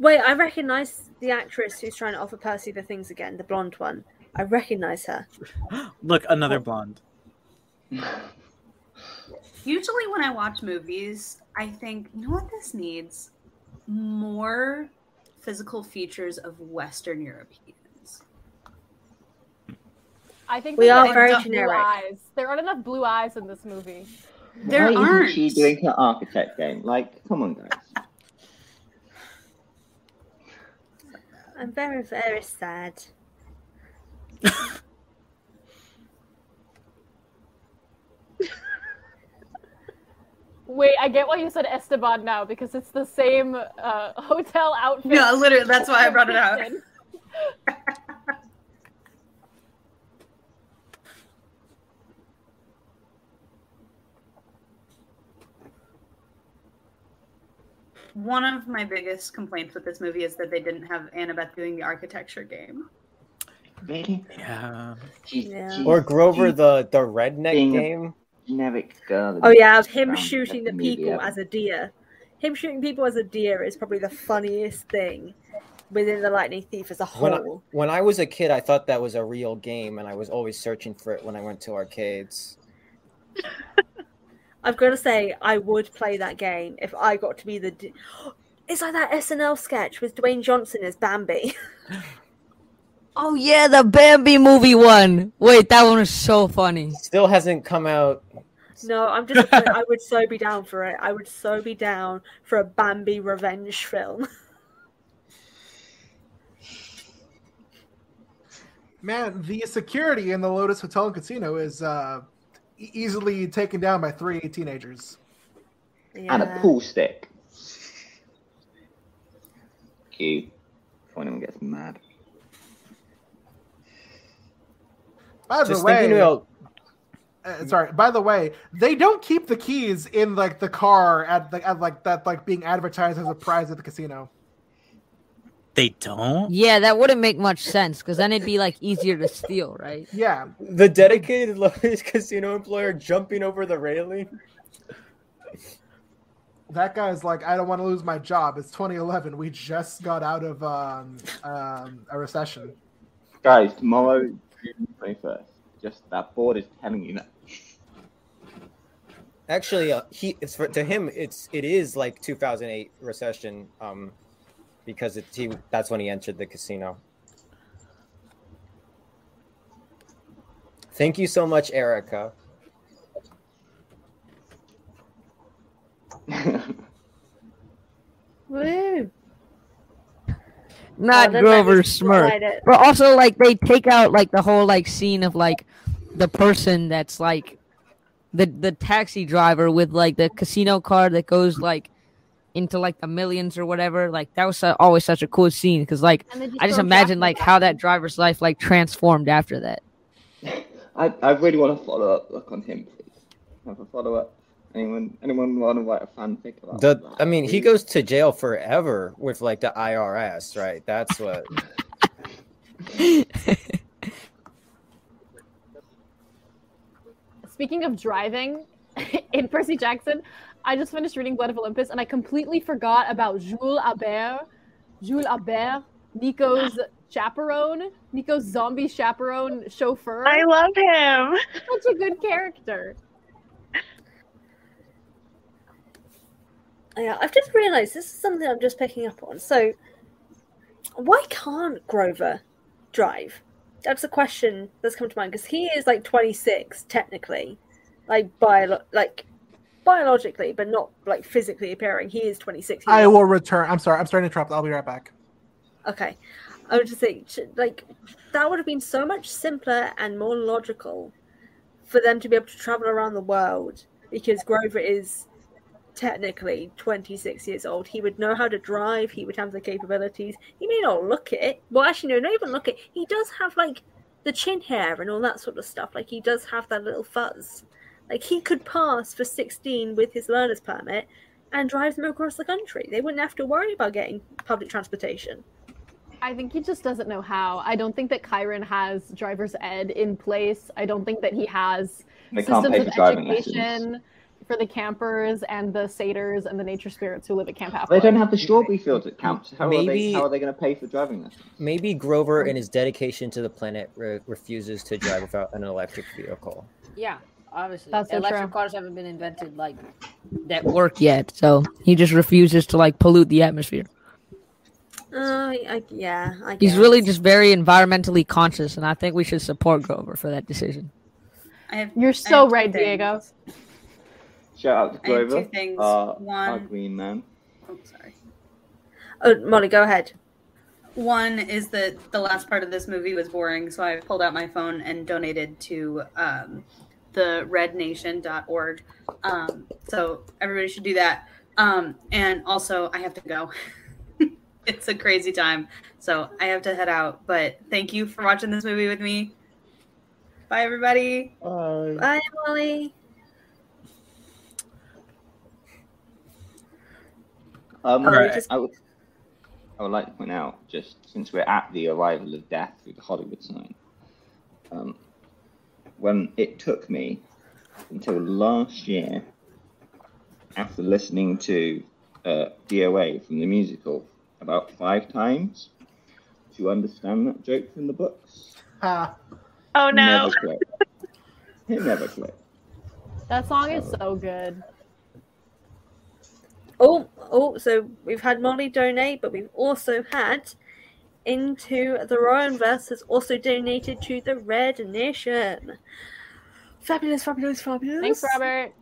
[SPEAKER 2] Wait, I recognize the actress who's trying to offer Percy the things again, the blonde one. I recognize her.
[SPEAKER 3] Look, another blonde.
[SPEAKER 4] Usually, when I watch movies, I think, you know what this needs? More physical features of Western Europeans.
[SPEAKER 5] I think
[SPEAKER 2] We
[SPEAKER 5] there's
[SPEAKER 2] are
[SPEAKER 5] not
[SPEAKER 2] very
[SPEAKER 5] enough
[SPEAKER 2] generic.
[SPEAKER 5] Blue eyes. There aren't enough blue eyes in this movie.
[SPEAKER 4] There
[SPEAKER 1] Why
[SPEAKER 4] aren't.
[SPEAKER 1] isn't she doing her architect game? Like, come on, guys.
[SPEAKER 2] I'm very, very sad.
[SPEAKER 5] Wait, I get why you said Esteban now because it's the same uh, hotel outfit.
[SPEAKER 4] Yeah, literally, that's why I brought it up. One of my biggest complaints with this movie is that they didn't have Annabeth doing the architecture game.
[SPEAKER 1] Really?
[SPEAKER 3] Yeah.
[SPEAKER 2] Yeah.
[SPEAKER 7] Or Grover the the redneck
[SPEAKER 1] Being a uh,
[SPEAKER 7] game.
[SPEAKER 1] Generic girl.
[SPEAKER 2] Oh yeah, of him
[SPEAKER 1] Around
[SPEAKER 2] shooting the
[SPEAKER 1] the media.
[SPEAKER 2] people as a deer. Him shooting people as a deer is probably the funniest thing within the Lightning Thief as a
[SPEAKER 7] When I,
[SPEAKER 2] whole.
[SPEAKER 7] when I was a kid, I thought that was a real game, and I was always searching for it when I went to arcades.
[SPEAKER 2] I've got to say, I would play that game if I got to be the. De- it's like that SNL sketch with Dwayne Johnson as Bambi.
[SPEAKER 11] Oh yeah, the Bambi movie one. Wait, that one was so funny.
[SPEAKER 7] Still hasn't come out.
[SPEAKER 2] no, I'm just. I would so be down for it. I would so be down for a Bambi revenge film.
[SPEAKER 8] Man, the security in the Lotus Hotel and Casino is uh, e- easily taken down by three teenagers.
[SPEAKER 1] And a pool stick. Cute. Before anyone gets mad.
[SPEAKER 8] By the
[SPEAKER 7] Just
[SPEAKER 8] way,
[SPEAKER 7] thinking about
[SPEAKER 8] uh, sorry. By the way, they don't keep the keys in like the car at the at like that like being advertised as a prize at the casino.
[SPEAKER 3] They don't.
[SPEAKER 11] Yeah, that wouldn't make much sense because then it'd be like easier to steal, right?
[SPEAKER 8] Yeah.
[SPEAKER 7] the dedicated Lotus Casino employer jumping over the railing.
[SPEAKER 8] That guy's like, I don't want to lose my job. It's 2011. We just got out of um, um, a recession.
[SPEAKER 1] Guys, tomorrow, June 21st. Just that board is telling you that.
[SPEAKER 7] Actually, uh, he it's for, to him it's it is like 2008 recession, um, because it's he that's when he entered the casino. Thank you so much, Erica.
[SPEAKER 2] Woo!
[SPEAKER 11] Not
[SPEAKER 2] Oh, then that
[SPEAKER 11] Grover
[SPEAKER 2] just
[SPEAKER 11] Smurf.
[SPEAKER 2] slide it.
[SPEAKER 11] But also like they take out like the whole like scene of like the person that's like the the taxi driver with like the casino card that goes like into like the millions or whatever. Like that was su- always such a cool scene because like
[SPEAKER 1] And they just
[SPEAKER 11] I just
[SPEAKER 1] throw
[SPEAKER 11] imagine
[SPEAKER 1] Jack
[SPEAKER 11] like how that driver's life like transformed after that.
[SPEAKER 1] I, I really want to follow up look on him, please. Have a follow up. Anyone anyone want to write a fanfic about
[SPEAKER 7] The
[SPEAKER 1] that?
[SPEAKER 7] I mean, he goes to jail forever with like the IRS, right? That's what.
[SPEAKER 5] Speaking of driving in Percy Jackson, I just finished reading Blood of Olympus and I completely forgot about Jules Albert, Jules Albert, Nico's chaperone, Nico's zombie chaperone chauffeur.
[SPEAKER 15] I love him.
[SPEAKER 5] Such a good character.
[SPEAKER 2] Yeah, I've just realised this is something I'm just picking up on. So, why can't Grover drive? That's a question that's come to mind because he is like 26 technically, like bio- like biologically, but not like physically appearing. He is 26. He
[SPEAKER 8] I
[SPEAKER 2] is-
[SPEAKER 8] will return. I'm sorry. I'm starting to interrupt. I'll be right back.
[SPEAKER 2] Okay, I would just think sh- like that would have been so much simpler and more logical for them to be able to travel around the world because Grover is technically 26 years old. He would know how to drive. He would have the capabilities. He may not look it. Well, actually, no, not even look it. He does have like the chin hair and all that sort of stuff. Like he does have that little fuzz. Like he could pass for 16 with his learner's permit and drive them across the country. They wouldn't have to worry about getting public transportation.
[SPEAKER 5] I think he just doesn't know how. I don't think that Kyron has driver's ed in place. I don't think that he has
[SPEAKER 1] They can't
[SPEAKER 5] systems
[SPEAKER 1] pay
[SPEAKER 5] of
[SPEAKER 1] for driving
[SPEAKER 5] education for the campers and the satyrs and the nature spirits who live at Camp Halfway.
[SPEAKER 1] They don't have the strawberry fields at camps. How are they?
[SPEAKER 7] Maybe-
[SPEAKER 1] How are they going to pay for driving this?
[SPEAKER 7] Maybe Grover, in his dedication to the planet, re- refuses to drive without an electric vehicle.
[SPEAKER 10] Yeah, obviously.
[SPEAKER 5] That's so
[SPEAKER 10] Electric
[SPEAKER 5] true.
[SPEAKER 10] cars haven't been invented like that work.
[SPEAKER 11] work yet, so he just refuses to like pollute the atmosphere.
[SPEAKER 2] Uh, I, I- yeah, I
[SPEAKER 11] He's
[SPEAKER 2] guess.
[SPEAKER 11] really just very environmentally conscious, and I think we should support Grover for that decision.
[SPEAKER 4] I have,
[SPEAKER 5] You're so right, Diego.
[SPEAKER 1] Shout out to
[SPEAKER 4] I have
[SPEAKER 1] Grover,
[SPEAKER 4] two things.
[SPEAKER 1] our- our
[SPEAKER 4] One-
[SPEAKER 1] green man.
[SPEAKER 4] Oh, sorry.
[SPEAKER 2] Oh, Molly, go ahead.
[SPEAKER 4] One is that the last part of this movie was boring, so I pulled out my phone and donated to um, the rednation.org. Um, so everybody should do that. Um, and also, I have to go. it's a crazy time, so I have to head out. But thank you for watching this movie with me. Bye, everybody.
[SPEAKER 12] Bye.
[SPEAKER 2] Bye, Molly.
[SPEAKER 1] Um,
[SPEAKER 2] Oh, we just-
[SPEAKER 1] I, would, I would like to point out, just since we're at the arrival of death through the Hollywood sign, um, when it took me until last year, after listening to uh, DOA from the musical about five times, to understand that joke from the books.
[SPEAKER 11] Uh,
[SPEAKER 8] Ha.
[SPEAKER 15] Oh
[SPEAKER 1] Never clicked. It never clicked.
[SPEAKER 5] That song is so good.
[SPEAKER 2] Oh, oh, so we've had Molly donate, but we've also had Into the Royanverse has also donated to the Red Nation. Fabulous, fabulous, fabulous.
[SPEAKER 5] Thanks, Robert.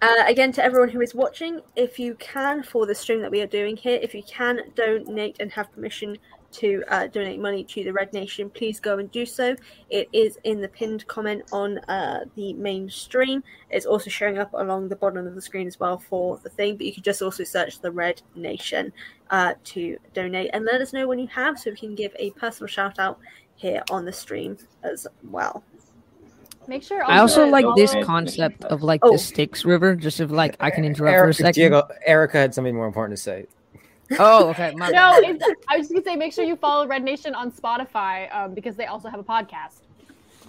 [SPEAKER 2] Uh, again, to everyone who is watching, if you can, for the stream that we are doing here, if you can donate and have permission to uh, donate money to the Red Nation, please go and do so. It is in the pinned comment on uh, the main stream. It's also showing up along the bottom of the screen as well for the thing, but you can just also search the Red Nation uh, to donate and let us know when you have so we can give a personal shout out here on the stream as well.
[SPEAKER 5] Make sure.
[SPEAKER 11] I also
[SPEAKER 5] to
[SPEAKER 11] like
[SPEAKER 5] follow-
[SPEAKER 11] this concept of like the Styx River. Just if like I can interrupt for a
[SPEAKER 7] Erica,
[SPEAKER 11] second.
[SPEAKER 7] Diego, Erica had something more important to say.
[SPEAKER 11] Oh, okay. My
[SPEAKER 5] no,
[SPEAKER 11] bad.
[SPEAKER 5] it's, I was just gonna say make sure you follow Red Nation on Spotify um, because they also have a podcast.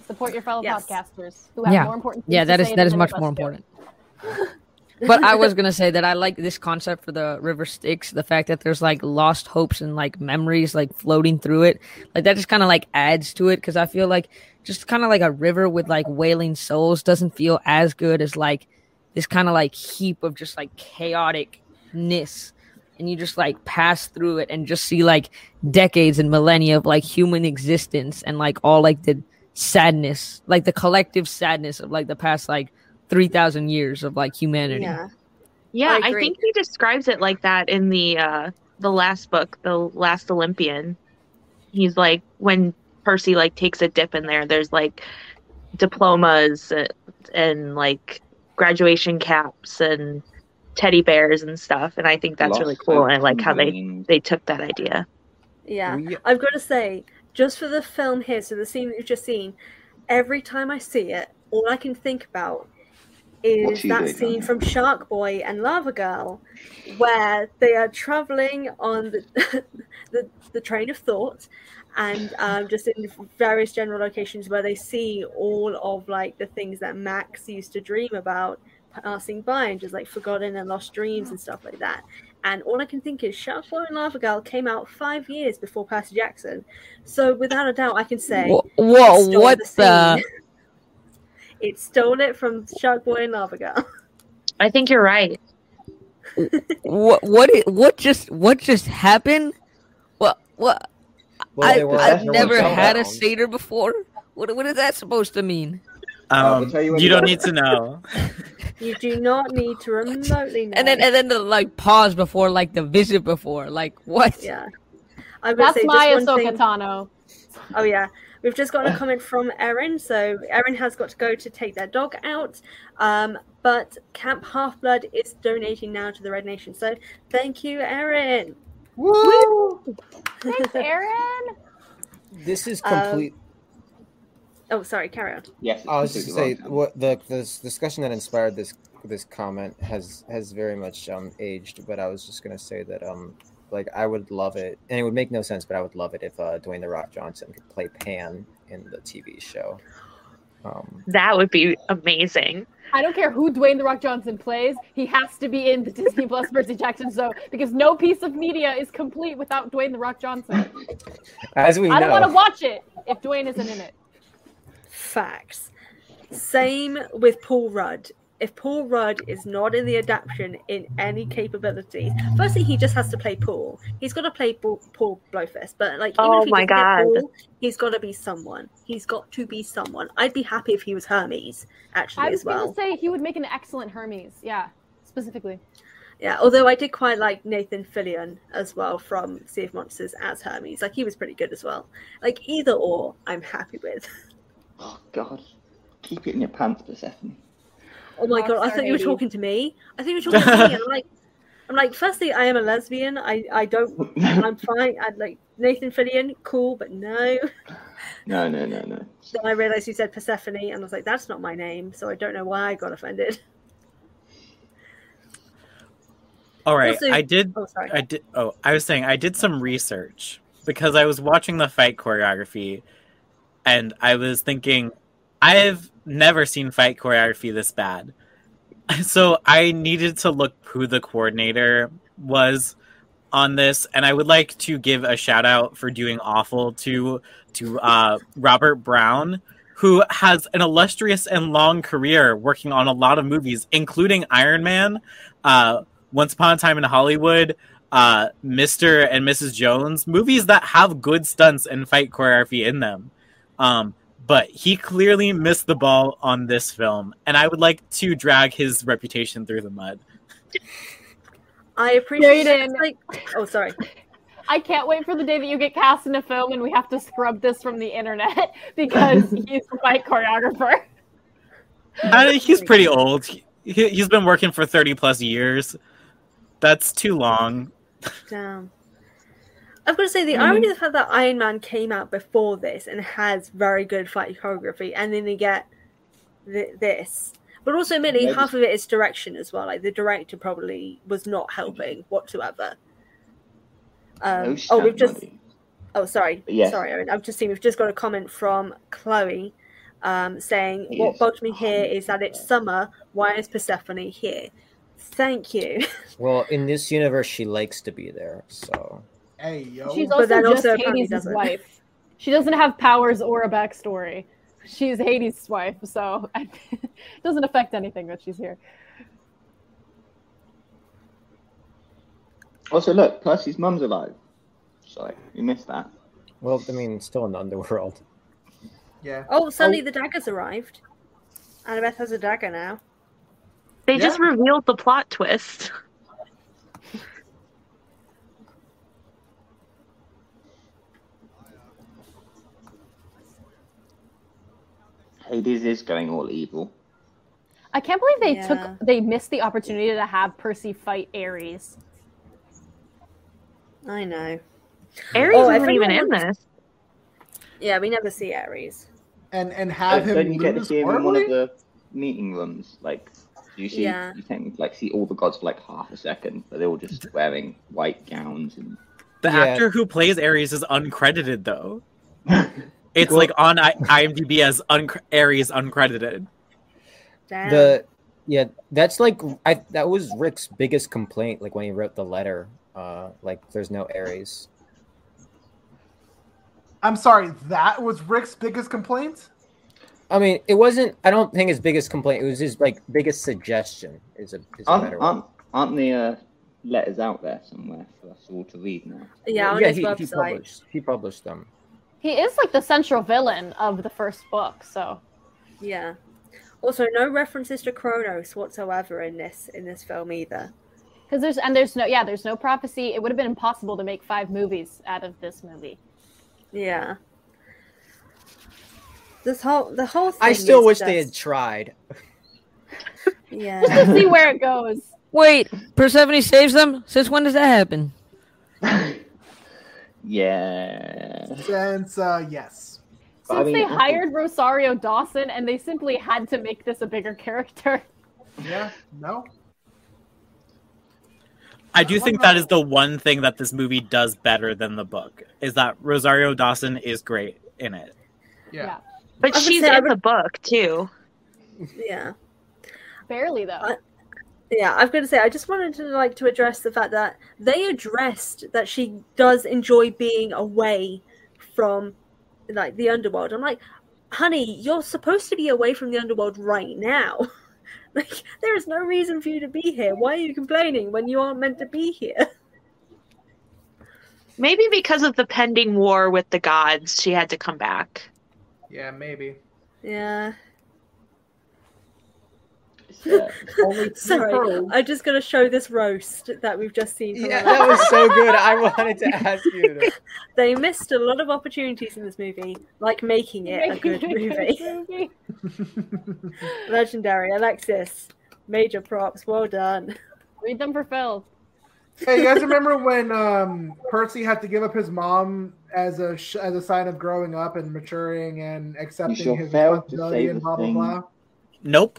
[SPEAKER 5] Support your fellow podcasters who have
[SPEAKER 11] yeah,
[SPEAKER 5] more important. Things
[SPEAKER 11] yeah. That
[SPEAKER 5] to
[SPEAKER 11] is
[SPEAKER 5] say
[SPEAKER 11] that
[SPEAKER 5] than
[SPEAKER 11] is
[SPEAKER 5] any
[SPEAKER 11] much
[SPEAKER 5] of us
[SPEAKER 11] more
[SPEAKER 5] do.
[SPEAKER 11] important. but I was gonna say that I like this concept for the river Styx, the fact that there's like lost hopes and like memories like floating through it, like that just kind of like adds to it because I feel like just kind of like a river with like wailing souls doesn't feel as good as like this kind of like heap of just like chaoticness, and you just like pass through it and just see like decades and millennia of like human existence and like all like the sadness, like the collective sadness of like the past like three thousand years of like humanity.
[SPEAKER 15] Yeah, I,
[SPEAKER 11] agree.
[SPEAKER 15] think he describes it like that in the uh the last book, the last Olympian. He's like when Percy like takes a dip in there. There's like diplomas and, and like graduation caps and teddy bears and stuff. And I think that's
[SPEAKER 2] Lost
[SPEAKER 15] really cool. And I like how they
[SPEAKER 1] combined.
[SPEAKER 15] they took that idea.
[SPEAKER 2] Yeah, I've got to say, just for the film here, so the scene that you've just seen, every time I see it, all I can think about
[SPEAKER 1] What
[SPEAKER 2] is
[SPEAKER 1] you
[SPEAKER 2] that
[SPEAKER 1] doing,
[SPEAKER 2] scene
[SPEAKER 1] Anna?
[SPEAKER 2] from Shark Boy and Lava Girl, where they are traveling on the the, the train of thought, and um, just in various general locations where they see all of like the things that Max used to dream about passing by and just like forgotten and lost dreams and stuff like that. And all I can think is Shellflower and Lava Girl came out five years before Percy Jackson. So without a doubt, I can say
[SPEAKER 11] Wha- whoa,
[SPEAKER 2] it stole
[SPEAKER 11] what
[SPEAKER 2] scene.
[SPEAKER 11] the-
[SPEAKER 2] it stole it from Shark Boy and Lava Girl.
[SPEAKER 15] I think you're right.
[SPEAKER 11] what what i- what just what just happened? What what?
[SPEAKER 7] Well,
[SPEAKER 11] I,
[SPEAKER 7] there were-
[SPEAKER 11] I've
[SPEAKER 7] there were
[SPEAKER 11] never had a
[SPEAKER 7] showdowns.
[SPEAKER 11] seder before. What what is that supposed to mean?
[SPEAKER 3] Um,
[SPEAKER 1] tell you
[SPEAKER 3] you,
[SPEAKER 1] when
[SPEAKER 3] don't
[SPEAKER 1] to-
[SPEAKER 3] need to know.
[SPEAKER 2] You do not need to remotely know.
[SPEAKER 11] And then and then the like pause before like the visit before like what?
[SPEAKER 2] Yeah. I would
[SPEAKER 5] That's
[SPEAKER 2] say just
[SPEAKER 5] my
[SPEAKER 2] one
[SPEAKER 5] Ahsoka
[SPEAKER 2] thing-
[SPEAKER 5] Tano.
[SPEAKER 2] Oh yeah, we've just gotten a comment from Erin. So Erin has got to go to take their dog out. Um, but Camp Half Blood is donating now to the Red Nation. So thank you, Erin.
[SPEAKER 5] Woo! Thanks, Erin.
[SPEAKER 7] This is
[SPEAKER 2] Um,
[SPEAKER 7] complete.
[SPEAKER 2] Oh, sorry. Carry on.
[SPEAKER 1] Yes, it's
[SPEAKER 7] I was just to say
[SPEAKER 1] completely wrong.
[SPEAKER 7] what the this discussion that inspired this this comment has has very much um aged, but I was just gonna say that um like I would love it, and it would make no sense, but I would love it if uh, Dwayne the Rock Johnson could play Pan in the TV show. Um,
[SPEAKER 15] That would be amazing.
[SPEAKER 5] I don't care who Dwayne the Rock Johnson plays, he has to be in the Disney Plus Percy Jackson show because no piece of media is complete without Dwayne the Rock Johnson.
[SPEAKER 7] as we
[SPEAKER 5] I
[SPEAKER 7] know,
[SPEAKER 5] don't want to watch it if Dwayne isn't in it.
[SPEAKER 2] Facts. Same with Paul Rudd. If Paul Rudd is not in the adaptation in any capability, firstly he just has to play Paul. He's got to play Paul, Paul Blowfist, but like even
[SPEAKER 15] Oh
[SPEAKER 2] if he doesn't
[SPEAKER 15] my
[SPEAKER 2] get
[SPEAKER 15] God.
[SPEAKER 2] Paul, he's got to be someone. He's got to be someone. I'd be happy if he was Hermes actually
[SPEAKER 5] I was
[SPEAKER 2] as well.
[SPEAKER 5] gonna say he would make an excellent Hermes. Yeah, specifically.
[SPEAKER 2] Yeah, although I did quite like Nathan Fillion as well from Sea of Monsters as Hermes. Like he was pretty good as well. Like either or, I'm happy with.
[SPEAKER 1] Oh God, keep it in your pants, Persephone.
[SPEAKER 2] Oh my
[SPEAKER 5] Oh,
[SPEAKER 2] god, I thought you were
[SPEAKER 5] sorry.
[SPEAKER 2] talking to me. I thought you were talking to me. I'm like, I'm like, firstly, I am a lesbian. I, I don't, I'm fine. I'd like Nathan Fillion, cool, but no.
[SPEAKER 1] No, no, no, no.
[SPEAKER 2] Then I realized you said Persephone, and I was like, that's not my name, so I don't know why I got offended.
[SPEAKER 3] All right,
[SPEAKER 2] Also-
[SPEAKER 3] I did.
[SPEAKER 2] oh, sorry.
[SPEAKER 3] I did. Oh, I was saying I did some research because I was watching the fight choreography, and I was thinking, I've never seen fight choreography this bad. So I needed to look who the coordinator was on this, and I would like to give a shout out for doing awful to to uh, Robert Brown, who has an illustrious and long career working on a lot of movies, including Iron Man, uh, Once Upon a Time in Hollywood, uh, Mr. and Mrs. Jones, movies that have good stunts and fight choreography in them. Um, but he clearly missed the ball on this film, and I would like to drag his reputation through the mud.
[SPEAKER 2] I appreciate
[SPEAKER 5] Jaden.
[SPEAKER 2] it. Like, oh, sorry.
[SPEAKER 5] I can't wait for the day that you get cast in a film and we have to scrub this from the internet because he's the fight choreographer.
[SPEAKER 3] Uh, he's pretty old. He, he- he's been working for 30 plus years. That's too long.
[SPEAKER 2] Damn. I've got to say,
[SPEAKER 1] Mm.
[SPEAKER 2] the irony of the fact that Iron Man came out before this and has very good fight choreography, and then they get th- this. But also, admittedly,
[SPEAKER 1] Maybe-
[SPEAKER 2] half of it is direction as well. Like, the director probably was not helping whatsoever.
[SPEAKER 1] No
[SPEAKER 2] Um, oh,
[SPEAKER 1] stunt
[SPEAKER 2] we've just.
[SPEAKER 1] money.
[SPEAKER 2] Oh, sorry.
[SPEAKER 1] Yes.
[SPEAKER 2] Sorry, Erin. I've just seen we've just got a comment from Chloe um, saying,
[SPEAKER 1] It
[SPEAKER 2] What
[SPEAKER 1] is
[SPEAKER 2] bugged me here is that it's summer. Why is Persephone here? Thank you.
[SPEAKER 7] well, in this universe, she likes to be there. So
[SPEAKER 8] Hey yo.
[SPEAKER 5] She's
[SPEAKER 2] But
[SPEAKER 5] also
[SPEAKER 2] then
[SPEAKER 5] just
[SPEAKER 2] also apparently
[SPEAKER 5] Hades'
[SPEAKER 2] doesn't.
[SPEAKER 5] wife. She doesn't have powers or a backstory. She's Hades' wife, so it doesn't affect anything that she's here.
[SPEAKER 1] Also, look, Percy's mum's alive. Sorry, you missed that.
[SPEAKER 7] well, I mean, it's still in the underworld.
[SPEAKER 8] Yeah.
[SPEAKER 2] Oh, suddenly the dagger's arrived. Annabeth has a dagger now.
[SPEAKER 15] They just revealed the plot twist.
[SPEAKER 1] Hades is going all evil.
[SPEAKER 5] I can't believe they
[SPEAKER 2] Yeah.
[SPEAKER 5] took they missed the opportunity to have Percy fight Ares.
[SPEAKER 2] I know.
[SPEAKER 15] Aries
[SPEAKER 2] Oh, if
[SPEAKER 15] isn't even in
[SPEAKER 2] anyone
[SPEAKER 15] this.
[SPEAKER 2] Yeah, we never see Ares.
[SPEAKER 8] And and have
[SPEAKER 1] Don't-
[SPEAKER 8] him
[SPEAKER 1] Don't Oh, you get to
[SPEAKER 8] lose
[SPEAKER 1] see him in one of
[SPEAKER 8] orally?
[SPEAKER 1] the meeting rooms? Like, do you see?
[SPEAKER 2] Yeah.
[SPEAKER 1] You think like see all the gods for like half a second, but they're all just wearing white gowns and
[SPEAKER 3] The
[SPEAKER 7] Yeah.
[SPEAKER 3] actor who plays Ares is uncredited though. It's like on I- IMDb as unc Ares uncredited.
[SPEAKER 7] the yeah that's like i that was rick's biggest complaint like when he wrote the letter uh like there's no aries
[SPEAKER 8] I'm sorry, that was Rick's biggest complaint?
[SPEAKER 7] i mean it wasn't i don't think his biggest complaint it was his like biggest suggestion is a, is a
[SPEAKER 1] Aren't,
[SPEAKER 7] better
[SPEAKER 1] aren't,
[SPEAKER 7] one
[SPEAKER 1] aren't the uh, letters out there somewhere for us all to read now?
[SPEAKER 2] Yeah, on
[SPEAKER 7] yeah
[SPEAKER 2] his
[SPEAKER 7] he, he
[SPEAKER 2] website.
[SPEAKER 7] published he published them
[SPEAKER 5] He is like the central villain of the first book, so
[SPEAKER 2] Yeah. Also, no references to Kronos whatsoever in this in this film either.
[SPEAKER 5] because there's and there's no yeah there's no prophecy. It would have been impossible to make five movies out of this movie.
[SPEAKER 2] Yeah. This whole the whole thing
[SPEAKER 7] i still
[SPEAKER 2] is
[SPEAKER 7] wish
[SPEAKER 2] just,
[SPEAKER 7] they had tried
[SPEAKER 2] Yeah.
[SPEAKER 5] Just to see where it goes.
[SPEAKER 11] Wait, Persephone saves them? Since when does that happen?
[SPEAKER 1] Yeah.
[SPEAKER 8] Since uh, yes.
[SPEAKER 5] Since they hired Rosario Dawson and they simply had to make this a bigger character.
[SPEAKER 8] Yeah. No.
[SPEAKER 3] I do think that is the one thing that this movie does better than the book is that Rosario Dawson is great in it.
[SPEAKER 8] Yeah.
[SPEAKER 15] But
[SPEAKER 2] I would
[SPEAKER 15] she's
[SPEAKER 2] say I
[SPEAKER 15] in
[SPEAKER 2] would-
[SPEAKER 15] the book too.
[SPEAKER 2] Yeah.
[SPEAKER 5] Barely though.
[SPEAKER 2] Yeah, I've got to say, I just wanted to like to address the fact that they addressed that she does enjoy being away from like the underworld. I'm like, honey, you're supposed to be away from the underworld right now. like, there is no reason for you to be here. Why are you complaining when you aren't meant to be here?
[SPEAKER 15] Maybe because of the pending war with the gods, she had to come back.
[SPEAKER 8] Yeah, maybe.
[SPEAKER 2] Yeah.
[SPEAKER 7] Only
[SPEAKER 2] Sorry,
[SPEAKER 7] people.
[SPEAKER 2] I just got to show this roast that we've just seen. from
[SPEAKER 7] yeah
[SPEAKER 2] the-
[SPEAKER 7] that was so good i wanted to ask you to-
[SPEAKER 2] they missed a lot of opportunities in this movie, like making it a
[SPEAKER 5] Making
[SPEAKER 2] good
[SPEAKER 5] it a good
[SPEAKER 2] movie. Legendary, Alexis, major props, well done.
[SPEAKER 5] Read them for Phil.
[SPEAKER 8] Hey, you guys remember when um, Percy had to give up his mom as a sh- as a sign of growing up and maturing and accepting
[SPEAKER 1] shall
[SPEAKER 8] his
[SPEAKER 1] fail to
[SPEAKER 8] responsibility
[SPEAKER 1] say
[SPEAKER 8] and
[SPEAKER 1] the
[SPEAKER 8] blah blah
[SPEAKER 1] thing.
[SPEAKER 8] blah?
[SPEAKER 3] Nope.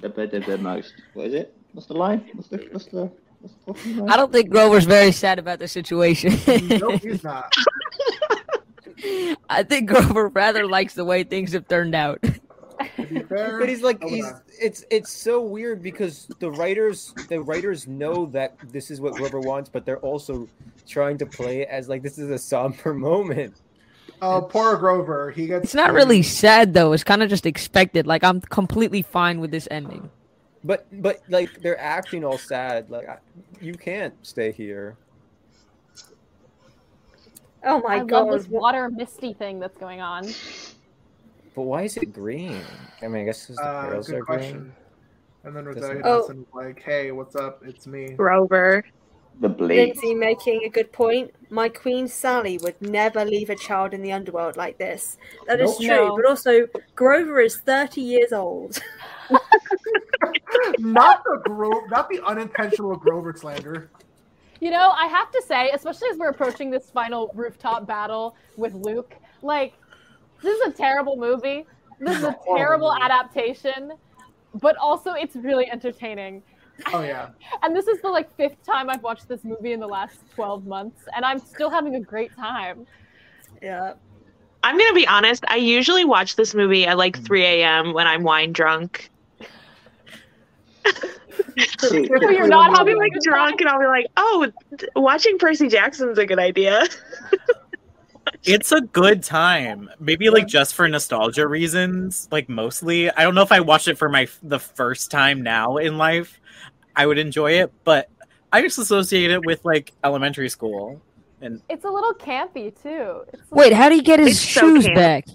[SPEAKER 1] The, the, the, the most. What is it? What's the line? What's the, what's the, what's the fucking line?
[SPEAKER 11] I don't think Grover's very sad about the situation.
[SPEAKER 8] Nope, he's not.
[SPEAKER 11] I think Grover rather likes the way things have turned out.
[SPEAKER 7] but he's like he's it's it's so weird because the writers the writers know that this is what Grover wants, but they're also trying to play it as like this is a somber moment.
[SPEAKER 8] Oh, poor Grover. He gets.
[SPEAKER 11] It's not really sad though. It's kind of just expected. Like I'm completely fine with this ending.
[SPEAKER 7] But but like they're acting all sad. Like I, you can't stay here.
[SPEAKER 2] Oh my
[SPEAKER 5] I
[SPEAKER 2] god.
[SPEAKER 5] love this water misty thing that's going on.
[SPEAKER 7] But why is it green? I mean, I guess 'cause the
[SPEAKER 8] Uh,
[SPEAKER 7] pearls
[SPEAKER 8] good
[SPEAKER 7] are
[SPEAKER 8] question. And then
[SPEAKER 7] Doesn't-
[SPEAKER 8] Rosario
[SPEAKER 2] Oh.
[SPEAKER 8] Dawson was like, "Hey, what's up? It's me."
[SPEAKER 15] Grover.
[SPEAKER 1] The blade.
[SPEAKER 2] Lindsay making a good point. My queen Sally would never leave a child in the underworld like this. That is
[SPEAKER 8] Nope.
[SPEAKER 2] true,
[SPEAKER 8] No.
[SPEAKER 2] but also Grover is 30 years old.
[SPEAKER 8] not the Gro- not the unintentional Grover slander.
[SPEAKER 5] You know, I have to say, especially as we're approaching this final rooftop battle with Luke, like, this is a terrible movie. This is a
[SPEAKER 8] Oh.
[SPEAKER 5] terrible adaptation, but also it's really entertaining.
[SPEAKER 8] Oh yeah.
[SPEAKER 5] And this is the like fifth time I've watched this movie in the last 12 months, and I'm still having a great time.
[SPEAKER 2] Yeah.
[SPEAKER 15] I'm gonna be honest. I usually watch this movie at like 3 a.m. when I'm wine drunk.
[SPEAKER 1] See,
[SPEAKER 5] So you're not
[SPEAKER 15] I'll be
[SPEAKER 5] having a
[SPEAKER 15] like
[SPEAKER 5] good
[SPEAKER 15] drunk, and I'll be like, "Oh, th- watching Percy Jackson's a good idea."
[SPEAKER 3] It's a good time. Maybe like just for nostalgia reasons, like mostly. I don't know if I watched it for my the first time now in life, I would enjoy it, but I just associate it with like elementary school. And
[SPEAKER 5] It's a little campy, too. It's like-
[SPEAKER 11] Wait, how do you get his shoes back?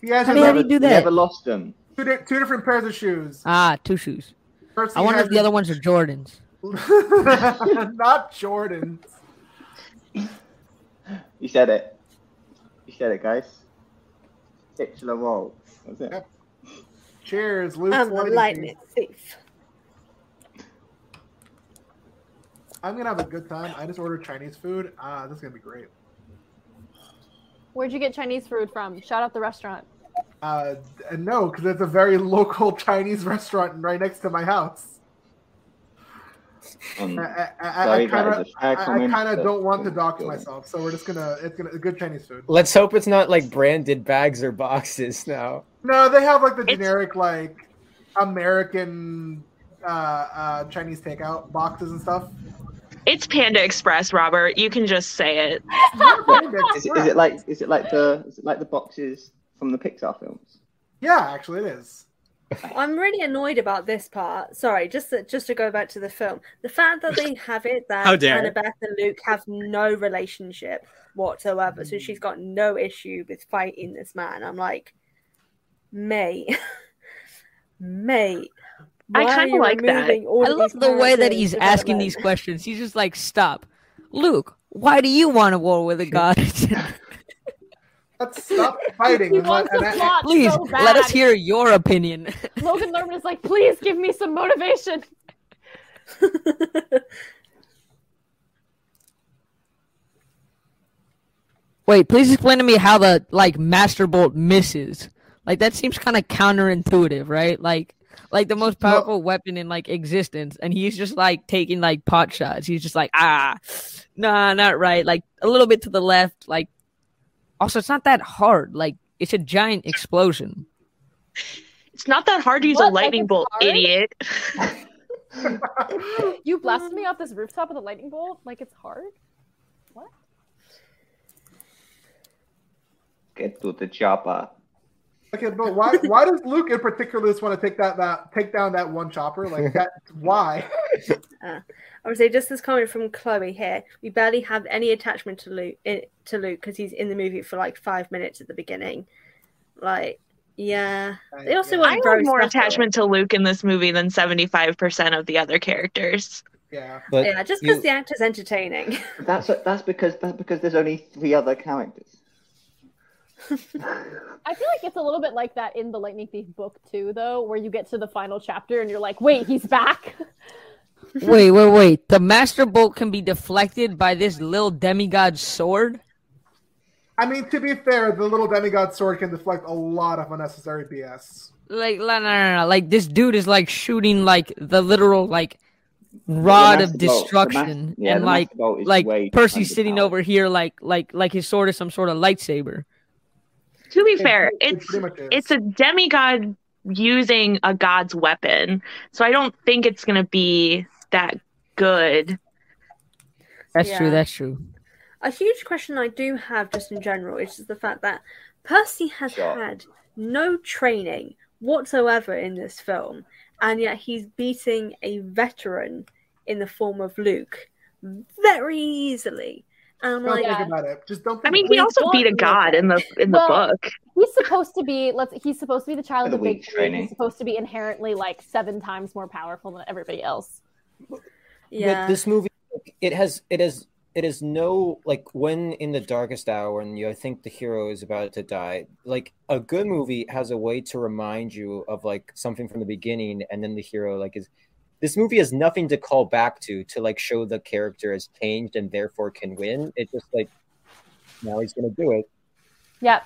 [SPEAKER 8] You guys
[SPEAKER 11] How
[SPEAKER 8] have
[SPEAKER 11] do you do that?
[SPEAKER 1] Never lost them.
[SPEAKER 8] two, di- two different pairs of shoes.
[SPEAKER 11] Ah, two shoes.
[SPEAKER 8] Percy
[SPEAKER 11] I wonder
[SPEAKER 8] has
[SPEAKER 11] if the other ones are Jordans.
[SPEAKER 8] not Jordan.
[SPEAKER 1] You said it. You said it, guys. Titular role. That's it.
[SPEAKER 8] Cheers, Luke.
[SPEAKER 2] I'm the lightning thief.
[SPEAKER 8] I'm gonna have a good time. I just ordered Chinese food. Ah, this is gonna be great.
[SPEAKER 5] Where'd you get Chinese food from? Shout out the restaurant.
[SPEAKER 8] Uh, and no, because it's a very local Chinese restaurant right next to my house.
[SPEAKER 1] And
[SPEAKER 8] I, I, I,
[SPEAKER 1] sorry,
[SPEAKER 8] I
[SPEAKER 1] that is
[SPEAKER 8] kinda,
[SPEAKER 1] a tag
[SPEAKER 8] I,
[SPEAKER 1] from
[SPEAKER 8] I
[SPEAKER 1] him,
[SPEAKER 8] kinda
[SPEAKER 1] but-
[SPEAKER 8] don't want to dox myself, so we're just gonna it's gonna good Chinese food.
[SPEAKER 7] Let's hope it's not like branded bags or boxes now.
[SPEAKER 8] No, they have like the generic like American uh, uh, Chinese takeout boxes and stuff.
[SPEAKER 15] It's Panda Express, Robert. You can just say it.
[SPEAKER 1] Is, it- is it like is it like the is it like the boxes from the Pixar films?
[SPEAKER 8] Yeah, actually, it is.
[SPEAKER 2] I'm really annoyed about this part. Sorry, just to, just to go back to the film, the fact that they have it that
[SPEAKER 3] How dare.
[SPEAKER 2] Annabeth and Luke have no relationship whatsoever, so she's got no issue with fighting this man. I'm like, mate, mate.
[SPEAKER 11] I
[SPEAKER 2] why are
[SPEAKER 11] kinda
[SPEAKER 2] you
[SPEAKER 11] like that.
[SPEAKER 2] removing all
[SPEAKER 11] I
[SPEAKER 2] of
[SPEAKER 11] love
[SPEAKER 2] these
[SPEAKER 11] the way that
[SPEAKER 2] characters
[SPEAKER 11] he's
[SPEAKER 2] without a
[SPEAKER 11] asking
[SPEAKER 2] leg?
[SPEAKER 11] these questions. He's just like, "Stop, Luke. Why do you want a war with a god?
[SPEAKER 8] Let's stop fighting.
[SPEAKER 5] He
[SPEAKER 8] and let-
[SPEAKER 5] wants the
[SPEAKER 8] and-
[SPEAKER 5] plot
[SPEAKER 11] Please
[SPEAKER 5] so
[SPEAKER 11] let us
[SPEAKER 5] bad.
[SPEAKER 11] hear your opinion."
[SPEAKER 5] Logan Lerman is like, please give me some motivation.
[SPEAKER 11] Wait, please explain to me how the like Master Bolt misses. Like that seems kind of counterintuitive, right? Like, like the most powerful weapon in like existence, and he's just like taking like pot shots. He's just like, ah, nah, not right. Like a little bit to the left. Like, also, it's not that hard. Like, it's a giant explosion.
[SPEAKER 15] It's not that hard to use
[SPEAKER 5] What,
[SPEAKER 15] a
[SPEAKER 5] like
[SPEAKER 15] lightning
[SPEAKER 5] it's
[SPEAKER 15] bolt,
[SPEAKER 5] hard?
[SPEAKER 15] idiot.
[SPEAKER 5] you blasted me off this rooftop with a lightning bolt? Like it's hard? What?
[SPEAKER 1] Get to the chopper.
[SPEAKER 8] Okay, but why why does Luke in particular just want to take that, that take down that one chopper? Like that why?
[SPEAKER 2] Uh, I would say just this comment from Chloe here. We barely have any attachment to Luke in, to Luke because he's in the movie for like five minutes at the beginning. Like, yeah, they also
[SPEAKER 15] I
[SPEAKER 2] weren't
[SPEAKER 15] have
[SPEAKER 2] very
[SPEAKER 15] more
[SPEAKER 2] special.
[SPEAKER 15] attachment to Luke in this movie than 75% of the other characters.
[SPEAKER 8] Yeah.
[SPEAKER 7] But
[SPEAKER 2] yeah, just because
[SPEAKER 1] you-
[SPEAKER 2] the actor's entertaining.
[SPEAKER 1] That's that's because that's because there's only three other characters.
[SPEAKER 5] I feel like it's a little bit like that in the Lightning Thief book too, though, where you get to the final chapter and you're like, wait, he's back.
[SPEAKER 11] wait, wait, wait. The Master Bolt can be deflected by this little demigod sword.
[SPEAKER 8] I mean, to be fair, the little demigod sword can deflect a lot of unnecessary BS.
[SPEAKER 11] Like, no, no, no, no. Like this dude is like shooting like the literal like rod of
[SPEAKER 1] Master Bolt- the Mas-
[SPEAKER 11] destruction,
[SPEAKER 1] yeah,
[SPEAKER 11] and
[SPEAKER 1] the Master
[SPEAKER 11] like
[SPEAKER 1] Bolt is way
[SPEAKER 11] like Percy
[SPEAKER 1] underpowered.
[SPEAKER 11] sitting over here like like like his sword is some sort of lightsaber.
[SPEAKER 15] To be
[SPEAKER 11] It
[SPEAKER 15] fair,
[SPEAKER 11] pretty- it
[SPEAKER 15] it's
[SPEAKER 11] pretty much is.
[SPEAKER 15] it's a demigod using a god's weapon, so I don't think it's gonna be that good.
[SPEAKER 11] That's true.
[SPEAKER 2] Yeah.
[SPEAKER 11] That's true.
[SPEAKER 2] a huge question I do have just in general is just the fact that Percy has had no training whatsoever in this film, and yet he's beating a veteran in the form of Luke very easily. And I'm
[SPEAKER 8] Don't
[SPEAKER 2] like,
[SPEAKER 8] think about it. Just don't.
[SPEAKER 15] I
[SPEAKER 8] Think
[SPEAKER 15] mean,
[SPEAKER 8] about
[SPEAKER 15] he
[SPEAKER 8] it.
[SPEAKER 15] also beat a god in the in the
[SPEAKER 5] Well,
[SPEAKER 15] book.
[SPEAKER 5] He's supposed to be let's he's supposed to be the child of
[SPEAKER 15] For
[SPEAKER 5] the
[SPEAKER 15] the
[SPEAKER 5] big
[SPEAKER 15] weak
[SPEAKER 5] three.
[SPEAKER 15] training.
[SPEAKER 5] He's supposed to be inherently like seven times more powerful than everybody else.
[SPEAKER 7] But this movie, like, it has it has it has no like when in the darkest hour and you think the hero is about to die. Like a good movie has a way to remind you of like something from the beginning, and then the hero like is. This movie has nothing to call back to to like show the character has changed and therefore can win. It's just like now he's gonna do it.
[SPEAKER 5] Yep.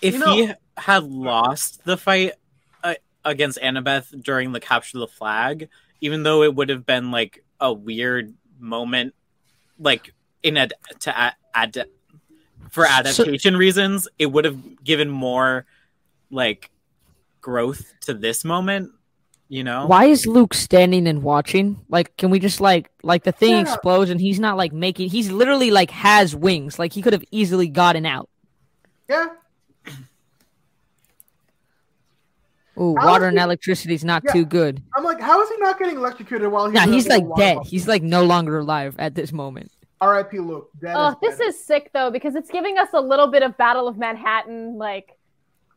[SPEAKER 3] if
[SPEAKER 5] You know-
[SPEAKER 3] he had lost the fight uh, against Annabeth during the capture of the flag, even though it would have been like a weird moment, like in ad- to ad- ad- for adaptation reasons, it would have given more like growth to this moment. You know
[SPEAKER 11] Why is Luke standing and watching? Like, can we just like like the thing
[SPEAKER 3] Yeah.
[SPEAKER 11] explodes and he's not like making? He's literally like has wings. Like he could have easily gotten out.
[SPEAKER 8] Yeah.
[SPEAKER 11] Ooh,
[SPEAKER 8] How
[SPEAKER 11] water
[SPEAKER 8] is
[SPEAKER 11] and
[SPEAKER 8] he-
[SPEAKER 11] electricity is not
[SPEAKER 8] Yeah.
[SPEAKER 11] too good.
[SPEAKER 8] I'm like, how is he not getting electrocuted while he's
[SPEAKER 11] Nah,
[SPEAKER 8] in
[SPEAKER 11] he's
[SPEAKER 8] the
[SPEAKER 11] like
[SPEAKER 8] water
[SPEAKER 11] dead.
[SPEAKER 8] buffalo?
[SPEAKER 11] He's like no longer alive at this moment.
[SPEAKER 8] R.I.P. Luke. Dead
[SPEAKER 5] Oh,
[SPEAKER 8] is
[SPEAKER 5] this is sick though because it's giving us a little bit of Battle of Manhattan. Like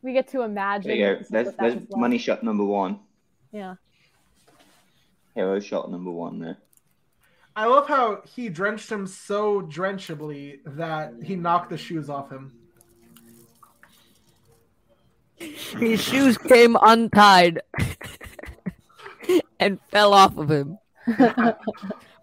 [SPEAKER 5] we get to imagine.
[SPEAKER 1] There you go.
[SPEAKER 5] what
[SPEAKER 1] There's
[SPEAKER 5] that
[SPEAKER 1] there's
[SPEAKER 5] was like.
[SPEAKER 1] money shot number one.
[SPEAKER 5] Yeah.
[SPEAKER 1] Hero shot number one there.
[SPEAKER 8] I love how he drenched him so drenchably that he knocked the shoes off him.
[SPEAKER 11] His shoes came untied and fell off of him. but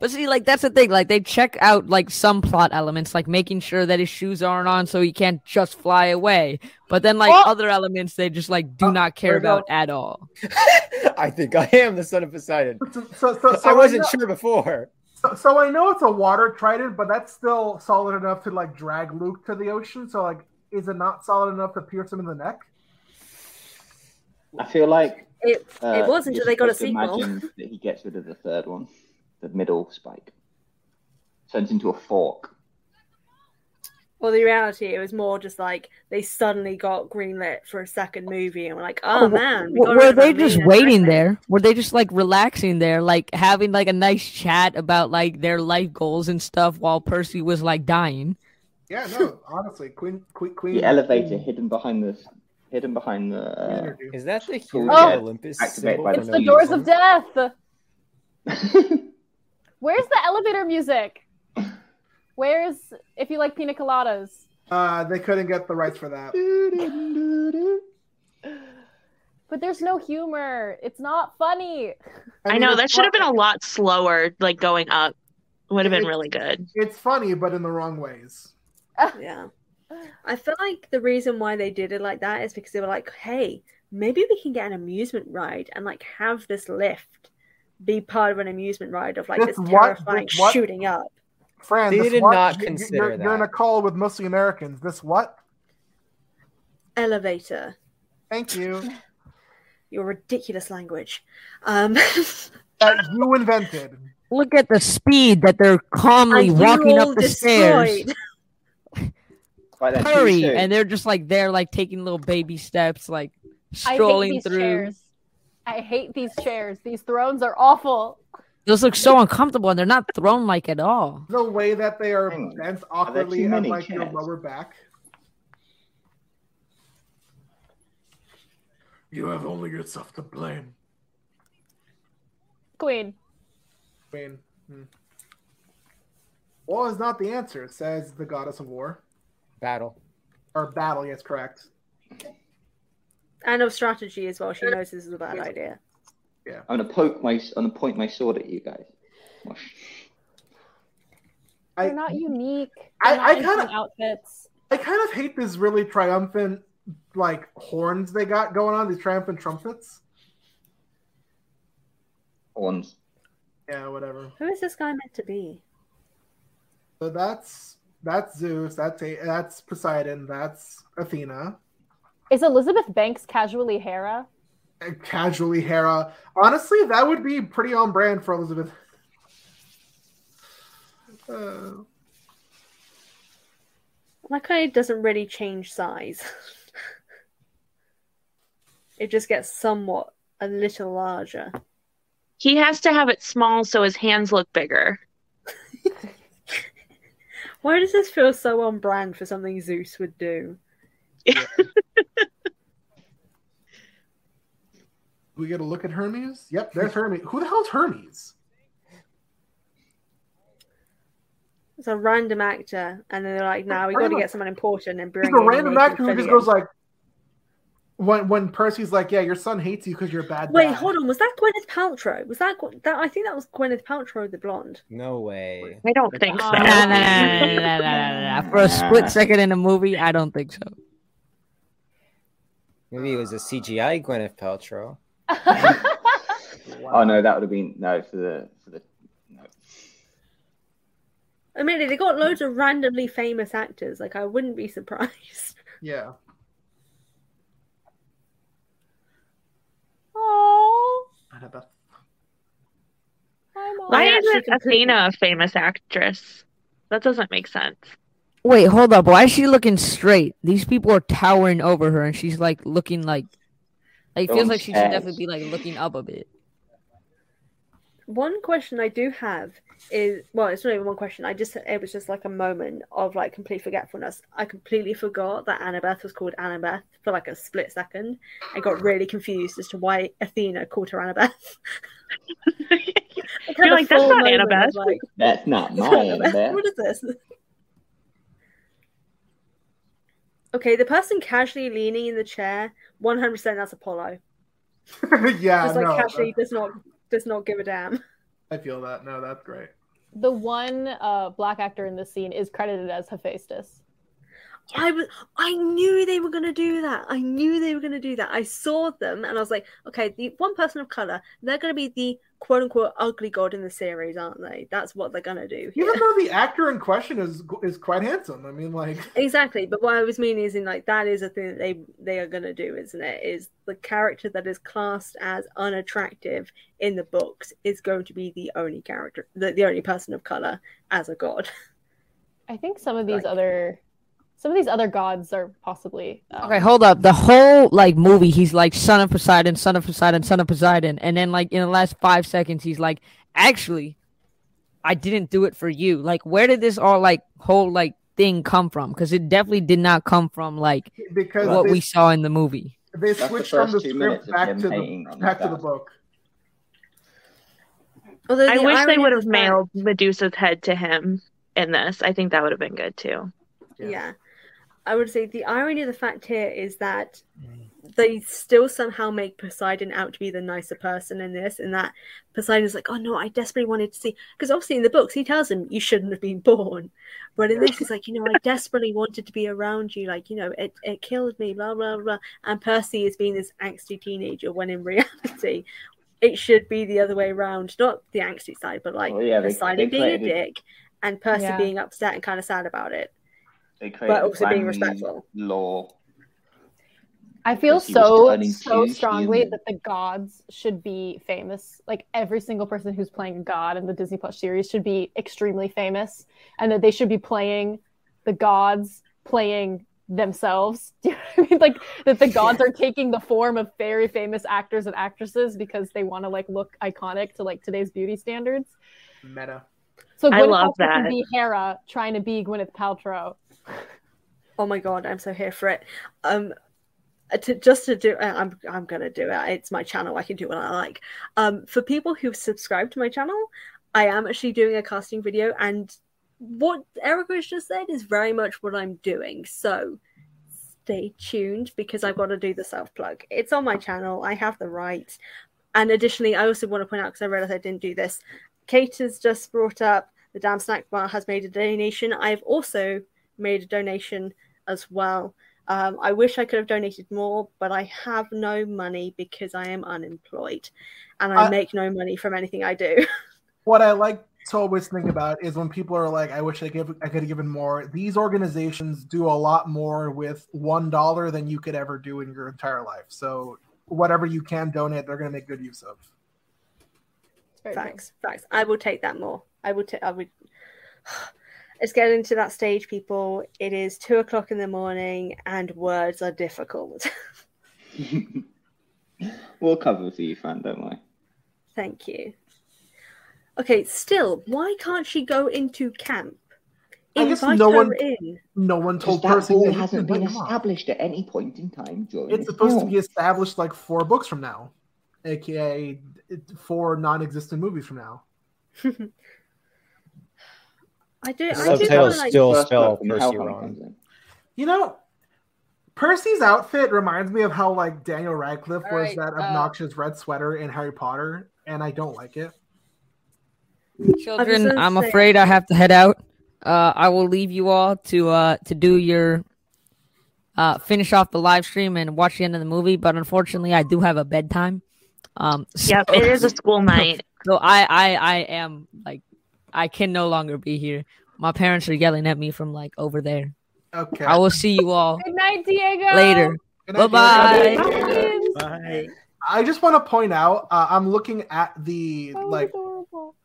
[SPEAKER 11] But see, like that's the thing. Like they check out like some plot elements, like making sure that his shoes aren't on so he can't just fly away. But then like
[SPEAKER 2] Oh!
[SPEAKER 11] other elements, they just like do not care
[SPEAKER 7] there we go.
[SPEAKER 11] about at all.
[SPEAKER 7] I think I am the son of Poseidon.
[SPEAKER 8] So, so, so
[SPEAKER 7] I wasn't
[SPEAKER 8] know-
[SPEAKER 7] sure before.
[SPEAKER 8] So, so I know it's a water trident, but that's still solid enough to like drag Luke to the ocean. So like, is it not solid enough to pierce him in the neck?
[SPEAKER 1] I feel like
[SPEAKER 2] It,
[SPEAKER 1] uh,
[SPEAKER 2] it was until
[SPEAKER 1] you're
[SPEAKER 2] they got a
[SPEAKER 1] supposed to
[SPEAKER 2] sequel.
[SPEAKER 1] imagine that he gets rid of the third one, the middle spike, turns into a fork.
[SPEAKER 2] Well, the reality it was more just like they suddenly got greenlit for a second movie, and we're like,
[SPEAKER 11] Oh,
[SPEAKER 2] oh
[SPEAKER 11] w-
[SPEAKER 2] man, we
[SPEAKER 11] w-
[SPEAKER 2] got
[SPEAKER 11] were
[SPEAKER 2] rid of
[SPEAKER 11] they
[SPEAKER 2] that
[SPEAKER 11] just
[SPEAKER 2] main
[SPEAKER 11] waiting there? Were they just like relaxing there, like having like a nice chat about like their life goals and stuff while Percy was like dying?
[SPEAKER 8] Yeah, no, honestly, Queen, Queen, Queen.
[SPEAKER 1] The elevator hidden behind the hidden behind the. Uh,
[SPEAKER 7] Is that the huge
[SPEAKER 1] tool
[SPEAKER 2] Oh!
[SPEAKER 1] jet
[SPEAKER 7] Olympus
[SPEAKER 1] activated
[SPEAKER 7] symbol?
[SPEAKER 1] by
[SPEAKER 5] It's the doors of death. Where's the elevator music? Where's if you like pina coladas?
[SPEAKER 8] Uh, they couldn't get the rights for that.
[SPEAKER 5] But there's no humor. It's not funny.
[SPEAKER 8] I
[SPEAKER 15] I
[SPEAKER 8] mean,
[SPEAKER 15] know
[SPEAKER 8] it's
[SPEAKER 15] that should have
[SPEAKER 8] what-
[SPEAKER 15] been a lot slower, like going up. Would have been
[SPEAKER 8] It-
[SPEAKER 15] really good.
[SPEAKER 8] It's funny, but in the wrong ways.
[SPEAKER 2] yeah. I feel like the reason why they did it like that is because they were like, hey, maybe we can get an amusement ride and like have this lift be part of an amusement ride of like
[SPEAKER 8] That's
[SPEAKER 2] this
[SPEAKER 8] what-
[SPEAKER 2] terrifying
[SPEAKER 8] that's what-
[SPEAKER 2] shooting up.
[SPEAKER 8] Fran,
[SPEAKER 7] They
[SPEAKER 8] this
[SPEAKER 7] did
[SPEAKER 8] what?
[SPEAKER 7] not
[SPEAKER 8] You- you-
[SPEAKER 7] consider
[SPEAKER 8] you're, You're in a
[SPEAKER 7] that.
[SPEAKER 8] call with mostly Americans. This what?
[SPEAKER 2] Elevator.
[SPEAKER 8] Thank you.
[SPEAKER 2] Your ridiculous language. Um
[SPEAKER 8] that you invented.
[SPEAKER 11] Look at the speed that they're calmly
[SPEAKER 2] And you
[SPEAKER 11] walking
[SPEAKER 2] all
[SPEAKER 11] up the stairs.
[SPEAKER 2] destroyed.
[SPEAKER 1] Quite that
[SPEAKER 11] Hurry,
[SPEAKER 1] too soon.
[SPEAKER 11] and they're just like there, like taking little baby steps, like
[SPEAKER 5] I hate
[SPEAKER 11] strolling
[SPEAKER 5] these
[SPEAKER 11] through.
[SPEAKER 5] chairs. I hate these chairs. These thrones are awful.
[SPEAKER 11] Those look so uncomfortable, and they're not thrown like at all.
[SPEAKER 8] The way that they are bent awkwardly
[SPEAKER 1] too
[SPEAKER 8] at
[SPEAKER 1] many
[SPEAKER 8] like your
[SPEAKER 1] chairs?
[SPEAKER 8] lower back.
[SPEAKER 16] You have only yourself to blame.
[SPEAKER 5] Queen.
[SPEAKER 8] Queen. Hmm. War is not the answer, says the goddess of war.
[SPEAKER 7] Battle.
[SPEAKER 8] Or battle, yes, correct.
[SPEAKER 2] and of strategy as well. She knows this is a bad idea.
[SPEAKER 1] I'm gonna poke my. I'm gonna point my sword at you guys.
[SPEAKER 8] I-
[SPEAKER 5] They're not unique.
[SPEAKER 8] I-
[SPEAKER 5] They're not
[SPEAKER 8] I
[SPEAKER 5] in
[SPEAKER 8] kinda-
[SPEAKER 5] fun outfits.
[SPEAKER 8] I kind of hate these really triumphant like horns they got going on, these triumphant trumpets.
[SPEAKER 1] Horns.
[SPEAKER 8] Yeah, whatever.
[SPEAKER 2] Who is this guy meant to be?
[SPEAKER 8] So that's that's Zeus, that's a, that's Poseidon, that's Athena.
[SPEAKER 5] Is Elizabeth Banks casually Hera?
[SPEAKER 8] and Casually Hera. Honestly, that would be pretty on brand for Elizabeth. Uh,
[SPEAKER 2] My kind doesn't really change size. it just gets somewhat a little larger.
[SPEAKER 15] He has to have it small so his hands look bigger.
[SPEAKER 2] Why does this feel so on brand for something Zeus would do?
[SPEAKER 8] we get a look at Hermes? Yep, there's Hermes. Who the hell's Hermes?
[SPEAKER 2] It's a random actor, and then they're like, "Now we got to
[SPEAKER 8] Random-
[SPEAKER 2] get someone important and bring."
[SPEAKER 8] He's a
[SPEAKER 2] in
[SPEAKER 8] random
[SPEAKER 2] Nathan
[SPEAKER 8] actor who just
[SPEAKER 2] Fillion.
[SPEAKER 8] goes like, when when Percy's like, "Yeah, your son hates you because you're a bad."
[SPEAKER 2] "Wait,
[SPEAKER 8] dad."
[SPEAKER 2] hold on. Was that Gwyneth Paltrow? Was that Gw- that? I think that was Gwyneth Paltrow, the blonde."
[SPEAKER 7] No way.
[SPEAKER 15] I don't think so.
[SPEAKER 11] Nah,
[SPEAKER 3] ah.
[SPEAKER 11] nah, nah, nah, nah, nah, nah, nah. For a split second in a movie, I don't think so.
[SPEAKER 7] Maybe it was a CGI Gwyneth Paltrow.
[SPEAKER 1] Oh no, that would have been no for the for the.
[SPEAKER 2] I mean, they got loads of randomly famous actors. Like, I wouldn't be surprised.
[SPEAKER 8] Yeah.
[SPEAKER 5] Oh.
[SPEAKER 15] Why
[SPEAKER 2] Yeah, she
[SPEAKER 15] isn't
[SPEAKER 2] completely-
[SPEAKER 15] Athena a famous actress? That doesn't make sense.
[SPEAKER 11] Wait, hold up. Why is she looking straight? These people are towering over her, and she's like looking like. Like,
[SPEAKER 1] Go
[SPEAKER 11] feels
[SPEAKER 1] on
[SPEAKER 11] like she should
[SPEAKER 1] stairs.
[SPEAKER 11] definitely be like looking up a bit.
[SPEAKER 2] One question I do have is well, it's not even one question. I just it was just like a moment of like complete forgetfulness. I completely forgot that Annabeth was called Annabeth for like a split second. I got really confused as to why Athena called her Annabeth. I had
[SPEAKER 15] You're
[SPEAKER 2] a
[SPEAKER 15] like, "That's
[SPEAKER 2] full
[SPEAKER 15] not
[SPEAKER 2] moment of,
[SPEAKER 15] Annabeth."
[SPEAKER 2] like,
[SPEAKER 1] That's not my Annabeth.
[SPEAKER 2] what is this? Okay, the person casually leaning in the chair, one hundred percent that's Apollo.
[SPEAKER 8] yeah,
[SPEAKER 2] Just like
[SPEAKER 8] no, uh,
[SPEAKER 2] casually does not does not give a damn.
[SPEAKER 8] I feel that. No, that's great.
[SPEAKER 5] the one uh, black actor in this scene is credited as Hephaestus.
[SPEAKER 2] I was, I knew they were going to do that. I knew they were going to do that. I saw them and I was like, okay, the one person of color, they're going to be the quote unquote ugly god in the series, aren't they? That's what they're going to do.
[SPEAKER 8] Even though the actor in question is is quite handsome, I mean, like
[SPEAKER 2] Exactly, but what I was meaning is in like that is a thing that they they are going to do, isn't it? Is the character that is classed as unattractive in the books is going to be the only character, the, the only person of color as a god.
[SPEAKER 5] I think some of these other some of these other gods are possibly um,
[SPEAKER 11] Okay, hold up. The whole like movie, he's like son of Poseidon, son of Poseidon, son of Poseidon, and then like in the last five seconds, he's like, actually, I didn't do it for you. Like, where did this all like whole like thing come from? Because it definitely did not come from like
[SPEAKER 8] Because
[SPEAKER 11] what
[SPEAKER 8] they-
[SPEAKER 11] we saw in the movie.
[SPEAKER 8] they
[SPEAKER 1] That's the
[SPEAKER 8] switched from
[SPEAKER 1] first
[SPEAKER 8] the
[SPEAKER 1] two
[SPEAKER 8] script
[SPEAKER 1] minutes of
[SPEAKER 8] back
[SPEAKER 1] him
[SPEAKER 8] to
[SPEAKER 1] hating
[SPEAKER 8] the
[SPEAKER 1] on
[SPEAKER 8] back to the
[SPEAKER 1] that.
[SPEAKER 8] book.
[SPEAKER 2] Although
[SPEAKER 15] I
[SPEAKER 2] the
[SPEAKER 15] wish they
[SPEAKER 2] irony
[SPEAKER 15] would
[SPEAKER 2] of
[SPEAKER 15] have
[SPEAKER 2] the fact-
[SPEAKER 15] mailed Medusa's head to him in this. I think that would have been good too.
[SPEAKER 2] Yeah. I would say the irony of the fact here is that
[SPEAKER 1] Mm.
[SPEAKER 2] they still somehow make Poseidon out to be the nicer person in this, and that Poseidon's like, oh no, I desperately wanted to see. Because obviously in the books, he tells him, you shouldn't have been born. But in this, he's like, you know, I desperately wanted to be around you. Like, you know, it, it killed me, blah, blah, blah. And Percy is being this angsty teenager when in reality, it should be the other way around. Not the angsty side, but like
[SPEAKER 1] Well, yeah, they-
[SPEAKER 2] Poseidon
[SPEAKER 1] they
[SPEAKER 2] being a
[SPEAKER 1] created-
[SPEAKER 2] dick and Percy
[SPEAKER 1] Yeah.
[SPEAKER 2] being upset and kind of sad about it.
[SPEAKER 1] They created
[SPEAKER 2] also being
[SPEAKER 1] brand new
[SPEAKER 2] respectful.
[SPEAKER 1] Law.
[SPEAKER 5] I feel
[SPEAKER 1] Because he was
[SPEAKER 5] so
[SPEAKER 1] turning
[SPEAKER 5] so
[SPEAKER 1] Tuesday
[SPEAKER 5] strongly
[SPEAKER 1] and-
[SPEAKER 5] that the gods should be famous. Like every single person who's playing a god in the Disney Plus series should be extremely famous, and that they should be playing the gods playing themselves. Do you know what I mean? Like that the gods are taking the form of very famous actors and actresses because they want to like look iconic to like today's beauty standards.
[SPEAKER 8] Meta.
[SPEAKER 5] So
[SPEAKER 15] I
[SPEAKER 5] Gwyneth
[SPEAKER 15] love
[SPEAKER 5] Paltrow can
[SPEAKER 15] that.
[SPEAKER 5] be Hera trying to be Gwyneth Paltrow.
[SPEAKER 2] Oh my god, I'm so here for it. Um, to, just to do, uh, I'm I'm gonna do it. It's my channel. I can do what I like. Um, for people who subscribe to my channel, I am actually doing a casting video, and what Erica has just said is very much what I'm doing. So stay tuned because I've got to do the self plug. It's on my channel. I have the right. And additionally, I also want to point out because I realized I didn't do this. Kate has just brought up the Damn Snack Bar has made a donation. I've also made a donation as well. Um, I wish I could have donated more, but I have no money because I am unemployed and I
[SPEAKER 8] I-
[SPEAKER 2] make no money from anything I do.
[SPEAKER 8] What I like to always think about is when people are like, "I wish I give I could have given more." These organizations do a lot more with one dollar than you could ever do in your entire life. So whatever you can donate, they're going to make good use of.
[SPEAKER 2] facts, facts. I will take that more. I will take. I would. It's getting to that stage, people. It is two o'clock in the morning, and words are difficult.
[SPEAKER 1] We'll cover for you, fan, don't worry.
[SPEAKER 2] Thank you. Okay, still, why can't she go into camp?
[SPEAKER 1] I guess
[SPEAKER 2] Invite
[SPEAKER 1] no
[SPEAKER 2] her
[SPEAKER 1] one-
[SPEAKER 2] in.
[SPEAKER 8] No one told
[SPEAKER 1] that
[SPEAKER 8] Percy
[SPEAKER 1] rule
[SPEAKER 8] that he
[SPEAKER 1] hasn't
[SPEAKER 8] couldn't
[SPEAKER 1] been
[SPEAKER 8] come up.
[SPEAKER 1] established at any point in time during
[SPEAKER 8] It's
[SPEAKER 1] the
[SPEAKER 8] supposed to
[SPEAKER 1] film.
[SPEAKER 8] be established like four books from now, aka four non-existent movies from now.
[SPEAKER 2] I do.
[SPEAKER 7] The
[SPEAKER 2] I do feel
[SPEAKER 7] subtitles
[SPEAKER 2] like
[SPEAKER 7] still
[SPEAKER 1] First
[SPEAKER 7] spell
[SPEAKER 1] book and
[SPEAKER 7] Percy
[SPEAKER 1] Hellhound
[SPEAKER 7] wrong.
[SPEAKER 1] comes in.
[SPEAKER 8] You know, Percy's outfit reminds me of how like Daniel Radcliffe
[SPEAKER 10] All right,
[SPEAKER 8] wears that
[SPEAKER 10] uh,
[SPEAKER 8] obnoxious red sweater in Harry Potter, and I don't like it.
[SPEAKER 11] Children,
[SPEAKER 2] gonna
[SPEAKER 11] I'm
[SPEAKER 2] say-
[SPEAKER 11] afraid I have to head out. Uh, I will leave you all to uh, to do your uh, finish off the live stream and watch the end of the movie. But unfortunately, I do have a bedtime. Um,
[SPEAKER 15] Yep,
[SPEAKER 11] so-
[SPEAKER 15] it is a school night.
[SPEAKER 11] So I, I, I am like, I can no longer be here. My parents are yelling at me from like over there.
[SPEAKER 8] Okay.
[SPEAKER 11] I will see you all
[SPEAKER 5] Good night, Diego.
[SPEAKER 11] later.
[SPEAKER 8] Good
[SPEAKER 11] Bye
[SPEAKER 8] night,
[SPEAKER 11] bye.
[SPEAKER 8] Diego. I just want to point out uh, I'm looking at the like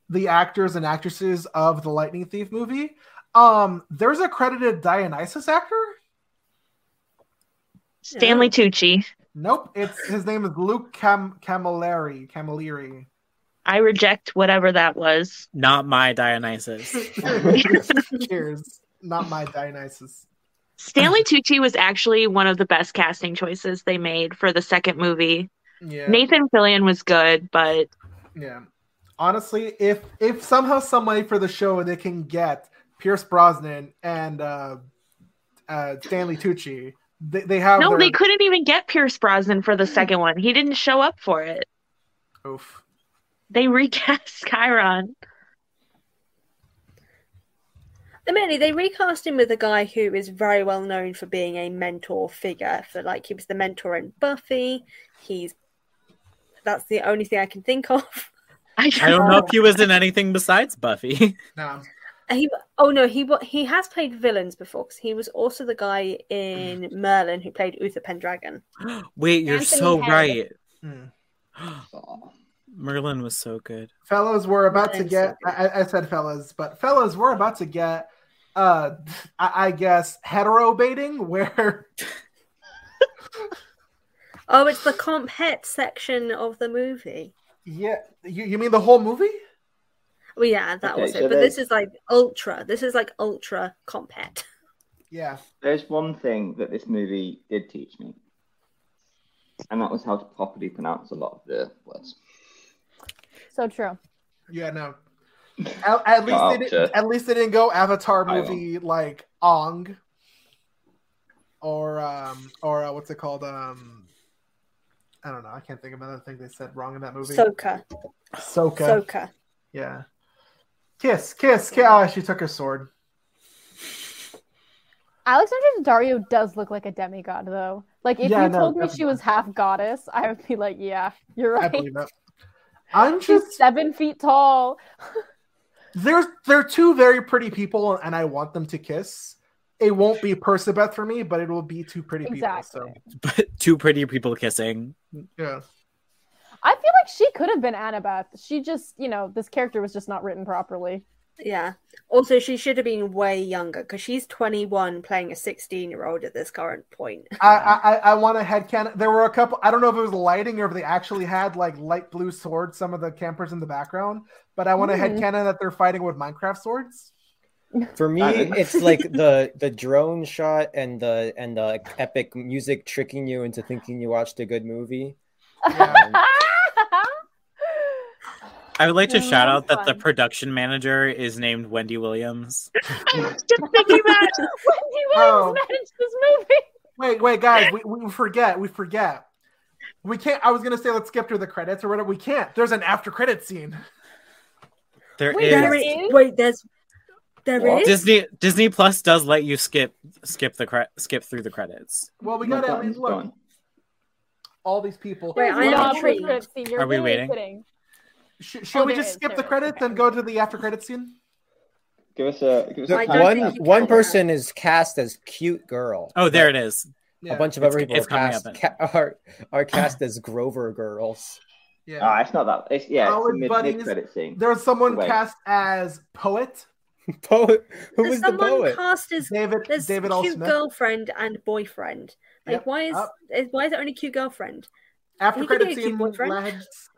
[SPEAKER 8] the actors and actresses of the Lightning Thief movie. Um, there's a credited Dionysus actor.
[SPEAKER 15] Stanley Tucci.
[SPEAKER 8] Nope, it's his name is Luke Cam Camilleri. Camilleri.
[SPEAKER 15] I reject whatever that was.
[SPEAKER 3] Not my Dionysus.
[SPEAKER 8] Cheers. Not my Dionysus.
[SPEAKER 15] Stanley Tucci was actually one of the best casting choices they made for the second movie.
[SPEAKER 8] Yeah.
[SPEAKER 15] Nathan Fillion was good, but
[SPEAKER 8] Yeah. Honestly, if if somehow some money for the show they can get Pierce Brosnan and uh, uh, Stanley Tucci, they, they have
[SPEAKER 15] no,
[SPEAKER 8] their-
[SPEAKER 15] they couldn't even get Pierce Brosnan for the second one. He didn't show up for it.
[SPEAKER 8] Oof.
[SPEAKER 15] They recast Chiron.
[SPEAKER 2] Admittedly, they recast him with a guy who is very well known for being a mentor figure. For like, he was the mentor in Buffy. He's that's the only thing I can think of.
[SPEAKER 3] I don't know if he was in anything besides Buffy.
[SPEAKER 8] No.
[SPEAKER 2] He oh no he wa- he has played villains before 'cause he was also the guy in Merlin who played Uther Pendragon.
[SPEAKER 3] Wait, you're
[SPEAKER 2] Anthony
[SPEAKER 3] so
[SPEAKER 2] Head.
[SPEAKER 3] right.
[SPEAKER 2] Oh,
[SPEAKER 3] Merlin was so good.
[SPEAKER 8] fellas we're about to
[SPEAKER 2] That is
[SPEAKER 8] get I, I said fellas but fellas we're about to get uh i, I guess hetero baiting where
[SPEAKER 2] Oh, it's the comp het section of the movie.
[SPEAKER 8] yeah you, you mean the whole movie
[SPEAKER 2] Well, yeah, that
[SPEAKER 1] Okay,
[SPEAKER 2] was
[SPEAKER 1] so
[SPEAKER 2] it. but this
[SPEAKER 1] there's-
[SPEAKER 2] is like ultra. This is like ultra comp het.
[SPEAKER 8] Yeah.
[SPEAKER 1] There's one thing that this movie did teach me, and that was how to properly pronounce a lot of the words.
[SPEAKER 5] So true.
[SPEAKER 8] yeah no at, at least
[SPEAKER 1] Oh,
[SPEAKER 8] they didn't,
[SPEAKER 1] sure.
[SPEAKER 8] at least they didn't go avatar
[SPEAKER 1] I will.
[SPEAKER 8] movie like ong or um or uh, what's it called um i don't know i can't think of another thing they said wrong in that movie
[SPEAKER 2] Soka.
[SPEAKER 8] soka
[SPEAKER 2] Soka.
[SPEAKER 8] yeah kiss kiss kiss oh, she took her sword
[SPEAKER 5] Alexandra Daddario does look like a demigod, though. Like, if
[SPEAKER 8] Yeah,
[SPEAKER 5] you
[SPEAKER 8] no,
[SPEAKER 5] told me she was half goddess, I would be like, yeah, you're
[SPEAKER 8] I
[SPEAKER 5] right.
[SPEAKER 8] believe that. I'm
[SPEAKER 5] She's
[SPEAKER 8] just
[SPEAKER 5] seven feet tall.
[SPEAKER 8] there's they're two very pretty people and I want them to kiss. It won't be Persebeth for me, but it will be two pretty people.
[SPEAKER 3] Two pretty people kissing.
[SPEAKER 8] So yeah.
[SPEAKER 5] I feel like she could have been Annabeth. She just, you know, this character was just not written properly.
[SPEAKER 2] Yeah. Also, she should have been way younger because she's 21 playing a 16 year old at this current point.
[SPEAKER 8] I I, I want a head cannon. There were a couple I don't know if it was lighting or if they actually had like light blue swords, some of the campers in the background, but I want a head
[SPEAKER 5] Mhm.
[SPEAKER 8] cannon that they're fighting with Minecraft swords.
[SPEAKER 7] For me,
[SPEAKER 8] Alright.
[SPEAKER 7] it's like the the drone shot and the and the epic music tricking you into thinking you watched a good movie.
[SPEAKER 3] I would like to
[SPEAKER 7] Yeah,
[SPEAKER 3] shout
[SPEAKER 7] that
[SPEAKER 3] out
[SPEAKER 7] was
[SPEAKER 3] that the
[SPEAKER 7] fun.
[SPEAKER 3] production manager is named Wendy Williams.
[SPEAKER 5] Wendy
[SPEAKER 8] Williams
[SPEAKER 5] managed this movie.
[SPEAKER 8] Oh. Wait, wait, guys, we, we forget, we forget. We can't I was gonna say let's skip through the credits or whatever. We can't. There's an after credit scene.
[SPEAKER 3] There
[SPEAKER 8] Wait,
[SPEAKER 3] is-
[SPEAKER 8] there
[SPEAKER 2] Wait, wait, there's. there is.
[SPEAKER 3] Disney Disney Plus does let you skip skip the cre- skip through the credits.
[SPEAKER 8] Well, we
[SPEAKER 3] No
[SPEAKER 8] gotta at
[SPEAKER 3] buttons,
[SPEAKER 8] least look.
[SPEAKER 3] go on.
[SPEAKER 8] All these people.
[SPEAKER 2] Wait, I am
[SPEAKER 8] Love-
[SPEAKER 2] intrigued.
[SPEAKER 3] Are we waiting?
[SPEAKER 8] Sh- should
[SPEAKER 5] Oh,
[SPEAKER 8] we
[SPEAKER 5] there
[SPEAKER 8] just
[SPEAKER 5] is,
[SPEAKER 8] skip
[SPEAKER 5] there
[SPEAKER 8] the credits and go to the after credit scene?
[SPEAKER 1] Give us a. Give us
[SPEAKER 7] The-
[SPEAKER 1] a time
[SPEAKER 7] one
[SPEAKER 1] stamp.
[SPEAKER 7] one person is cast as cute girl.
[SPEAKER 3] Oh, there it is.
[SPEAKER 8] Yeah.
[SPEAKER 7] A bunch of
[SPEAKER 3] It's-
[SPEAKER 7] other people
[SPEAKER 3] it's
[SPEAKER 7] are
[SPEAKER 3] coming
[SPEAKER 7] cast
[SPEAKER 3] up.
[SPEAKER 7] ca- are are cast as Grover girls.
[SPEAKER 8] Yeah.
[SPEAKER 1] Ah, it's not that. It's yeah. It's a
[SPEAKER 8] Howard
[SPEAKER 1] mid,
[SPEAKER 8] Buddies.
[SPEAKER 1] mid-credit scene.
[SPEAKER 8] There was someone
[SPEAKER 1] Wait.
[SPEAKER 8] cast as poet.
[SPEAKER 7] poet. Who
[SPEAKER 2] There's someone cast as
[SPEAKER 8] David?
[SPEAKER 2] There's
[SPEAKER 8] David L.
[SPEAKER 2] cute
[SPEAKER 8] Smith.
[SPEAKER 2] girlfriend and boyfriend. Like,
[SPEAKER 8] Yep.
[SPEAKER 2] why is
[SPEAKER 8] Up.
[SPEAKER 2] is- why is it only cute girlfriend?
[SPEAKER 8] After
[SPEAKER 2] He could be
[SPEAKER 8] credit
[SPEAKER 2] a cute
[SPEAKER 8] scene,
[SPEAKER 2] boyfriend.
[SPEAKER 8] lads.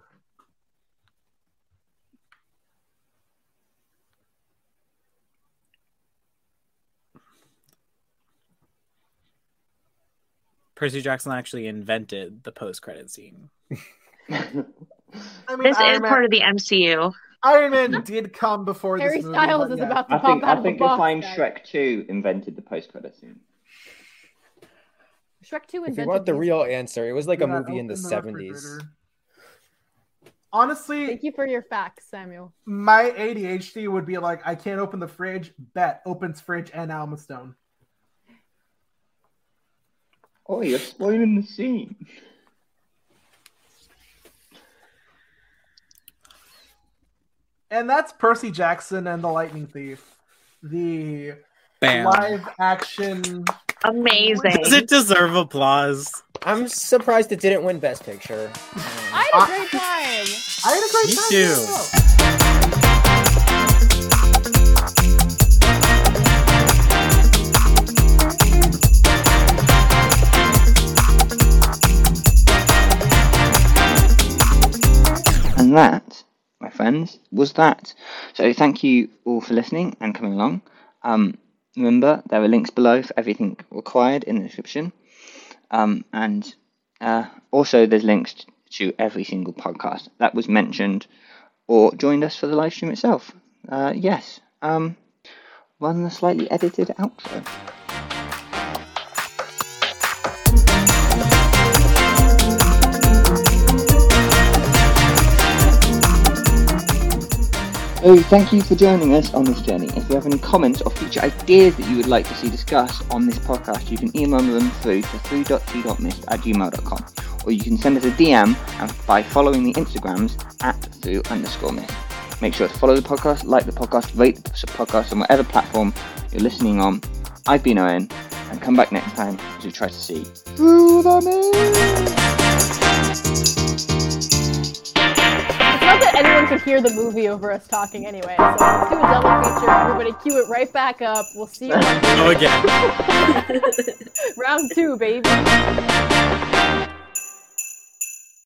[SPEAKER 3] Percy Jackson actually invented the post credit scene.
[SPEAKER 8] I mean,
[SPEAKER 15] This
[SPEAKER 8] Iron
[SPEAKER 15] is
[SPEAKER 8] Man,
[SPEAKER 15] part of the MCU.
[SPEAKER 8] Iron Man did come before
[SPEAKER 5] Harry
[SPEAKER 8] this movie.
[SPEAKER 5] Styles
[SPEAKER 8] but
[SPEAKER 5] is
[SPEAKER 8] yeah.
[SPEAKER 5] about to
[SPEAKER 1] I
[SPEAKER 5] pop
[SPEAKER 1] think
[SPEAKER 5] out
[SPEAKER 1] I
[SPEAKER 5] of the
[SPEAKER 1] think you'll
[SPEAKER 5] box.
[SPEAKER 1] find
[SPEAKER 5] guys.
[SPEAKER 1] Shrek Two invented the post-credit scene.
[SPEAKER 5] Shrek 2
[SPEAKER 7] If you
[SPEAKER 5] invented
[SPEAKER 7] want the
[SPEAKER 5] these-
[SPEAKER 7] real answer, it was like a
[SPEAKER 8] Yeah,
[SPEAKER 7] movie in the
[SPEAKER 8] open the
[SPEAKER 7] seventies.
[SPEAKER 8] Honestly,
[SPEAKER 5] Thank you for your facts, Samuel.
[SPEAKER 8] my ADHD would be like, I can't open the fridge. Bet opens fridge and Alma Stone.
[SPEAKER 1] Oh, you're spoiling the scene.
[SPEAKER 8] And that's Percy Jackson and the Lightning Thief, the
[SPEAKER 3] Bam.
[SPEAKER 8] live action.
[SPEAKER 15] Amazing.
[SPEAKER 3] Does it deserve applause?
[SPEAKER 7] I'm surprised it didn't win Best Picture.
[SPEAKER 5] I had a great time.
[SPEAKER 8] I had a great
[SPEAKER 7] Me
[SPEAKER 8] time.
[SPEAKER 7] too.
[SPEAKER 8] yeah.
[SPEAKER 1] And that, my friends, was that. So thank you all for listening and coming along. Um, remember, there are links below for everything required in the description. Um, and uh, also, there's links t- to every single podcast that was mentioned or joined us for the live stream itself. Uh, yes. Um, run the slightly edited outro. So thank you for joining us on this journey. If you have any comments or future ideas that you would like to see discussed on this podcast, you can email them through to 3.t.mist at gmail.com or you can send us a DM and by following the Instagrams at through underscore mist. Make sure to follow the podcast, like the podcast, rate the podcast on whatever platform you're listening on. I've been Owen, and come back next time as we try to see
[SPEAKER 8] Through the moon.
[SPEAKER 5] It's not that anyone could hear the movie over us talking anyway. So let's do a double feature. Everybody, cue it right
[SPEAKER 3] Oh,
[SPEAKER 5] back up. We'll see you on
[SPEAKER 3] Go again.
[SPEAKER 5] round two, baby.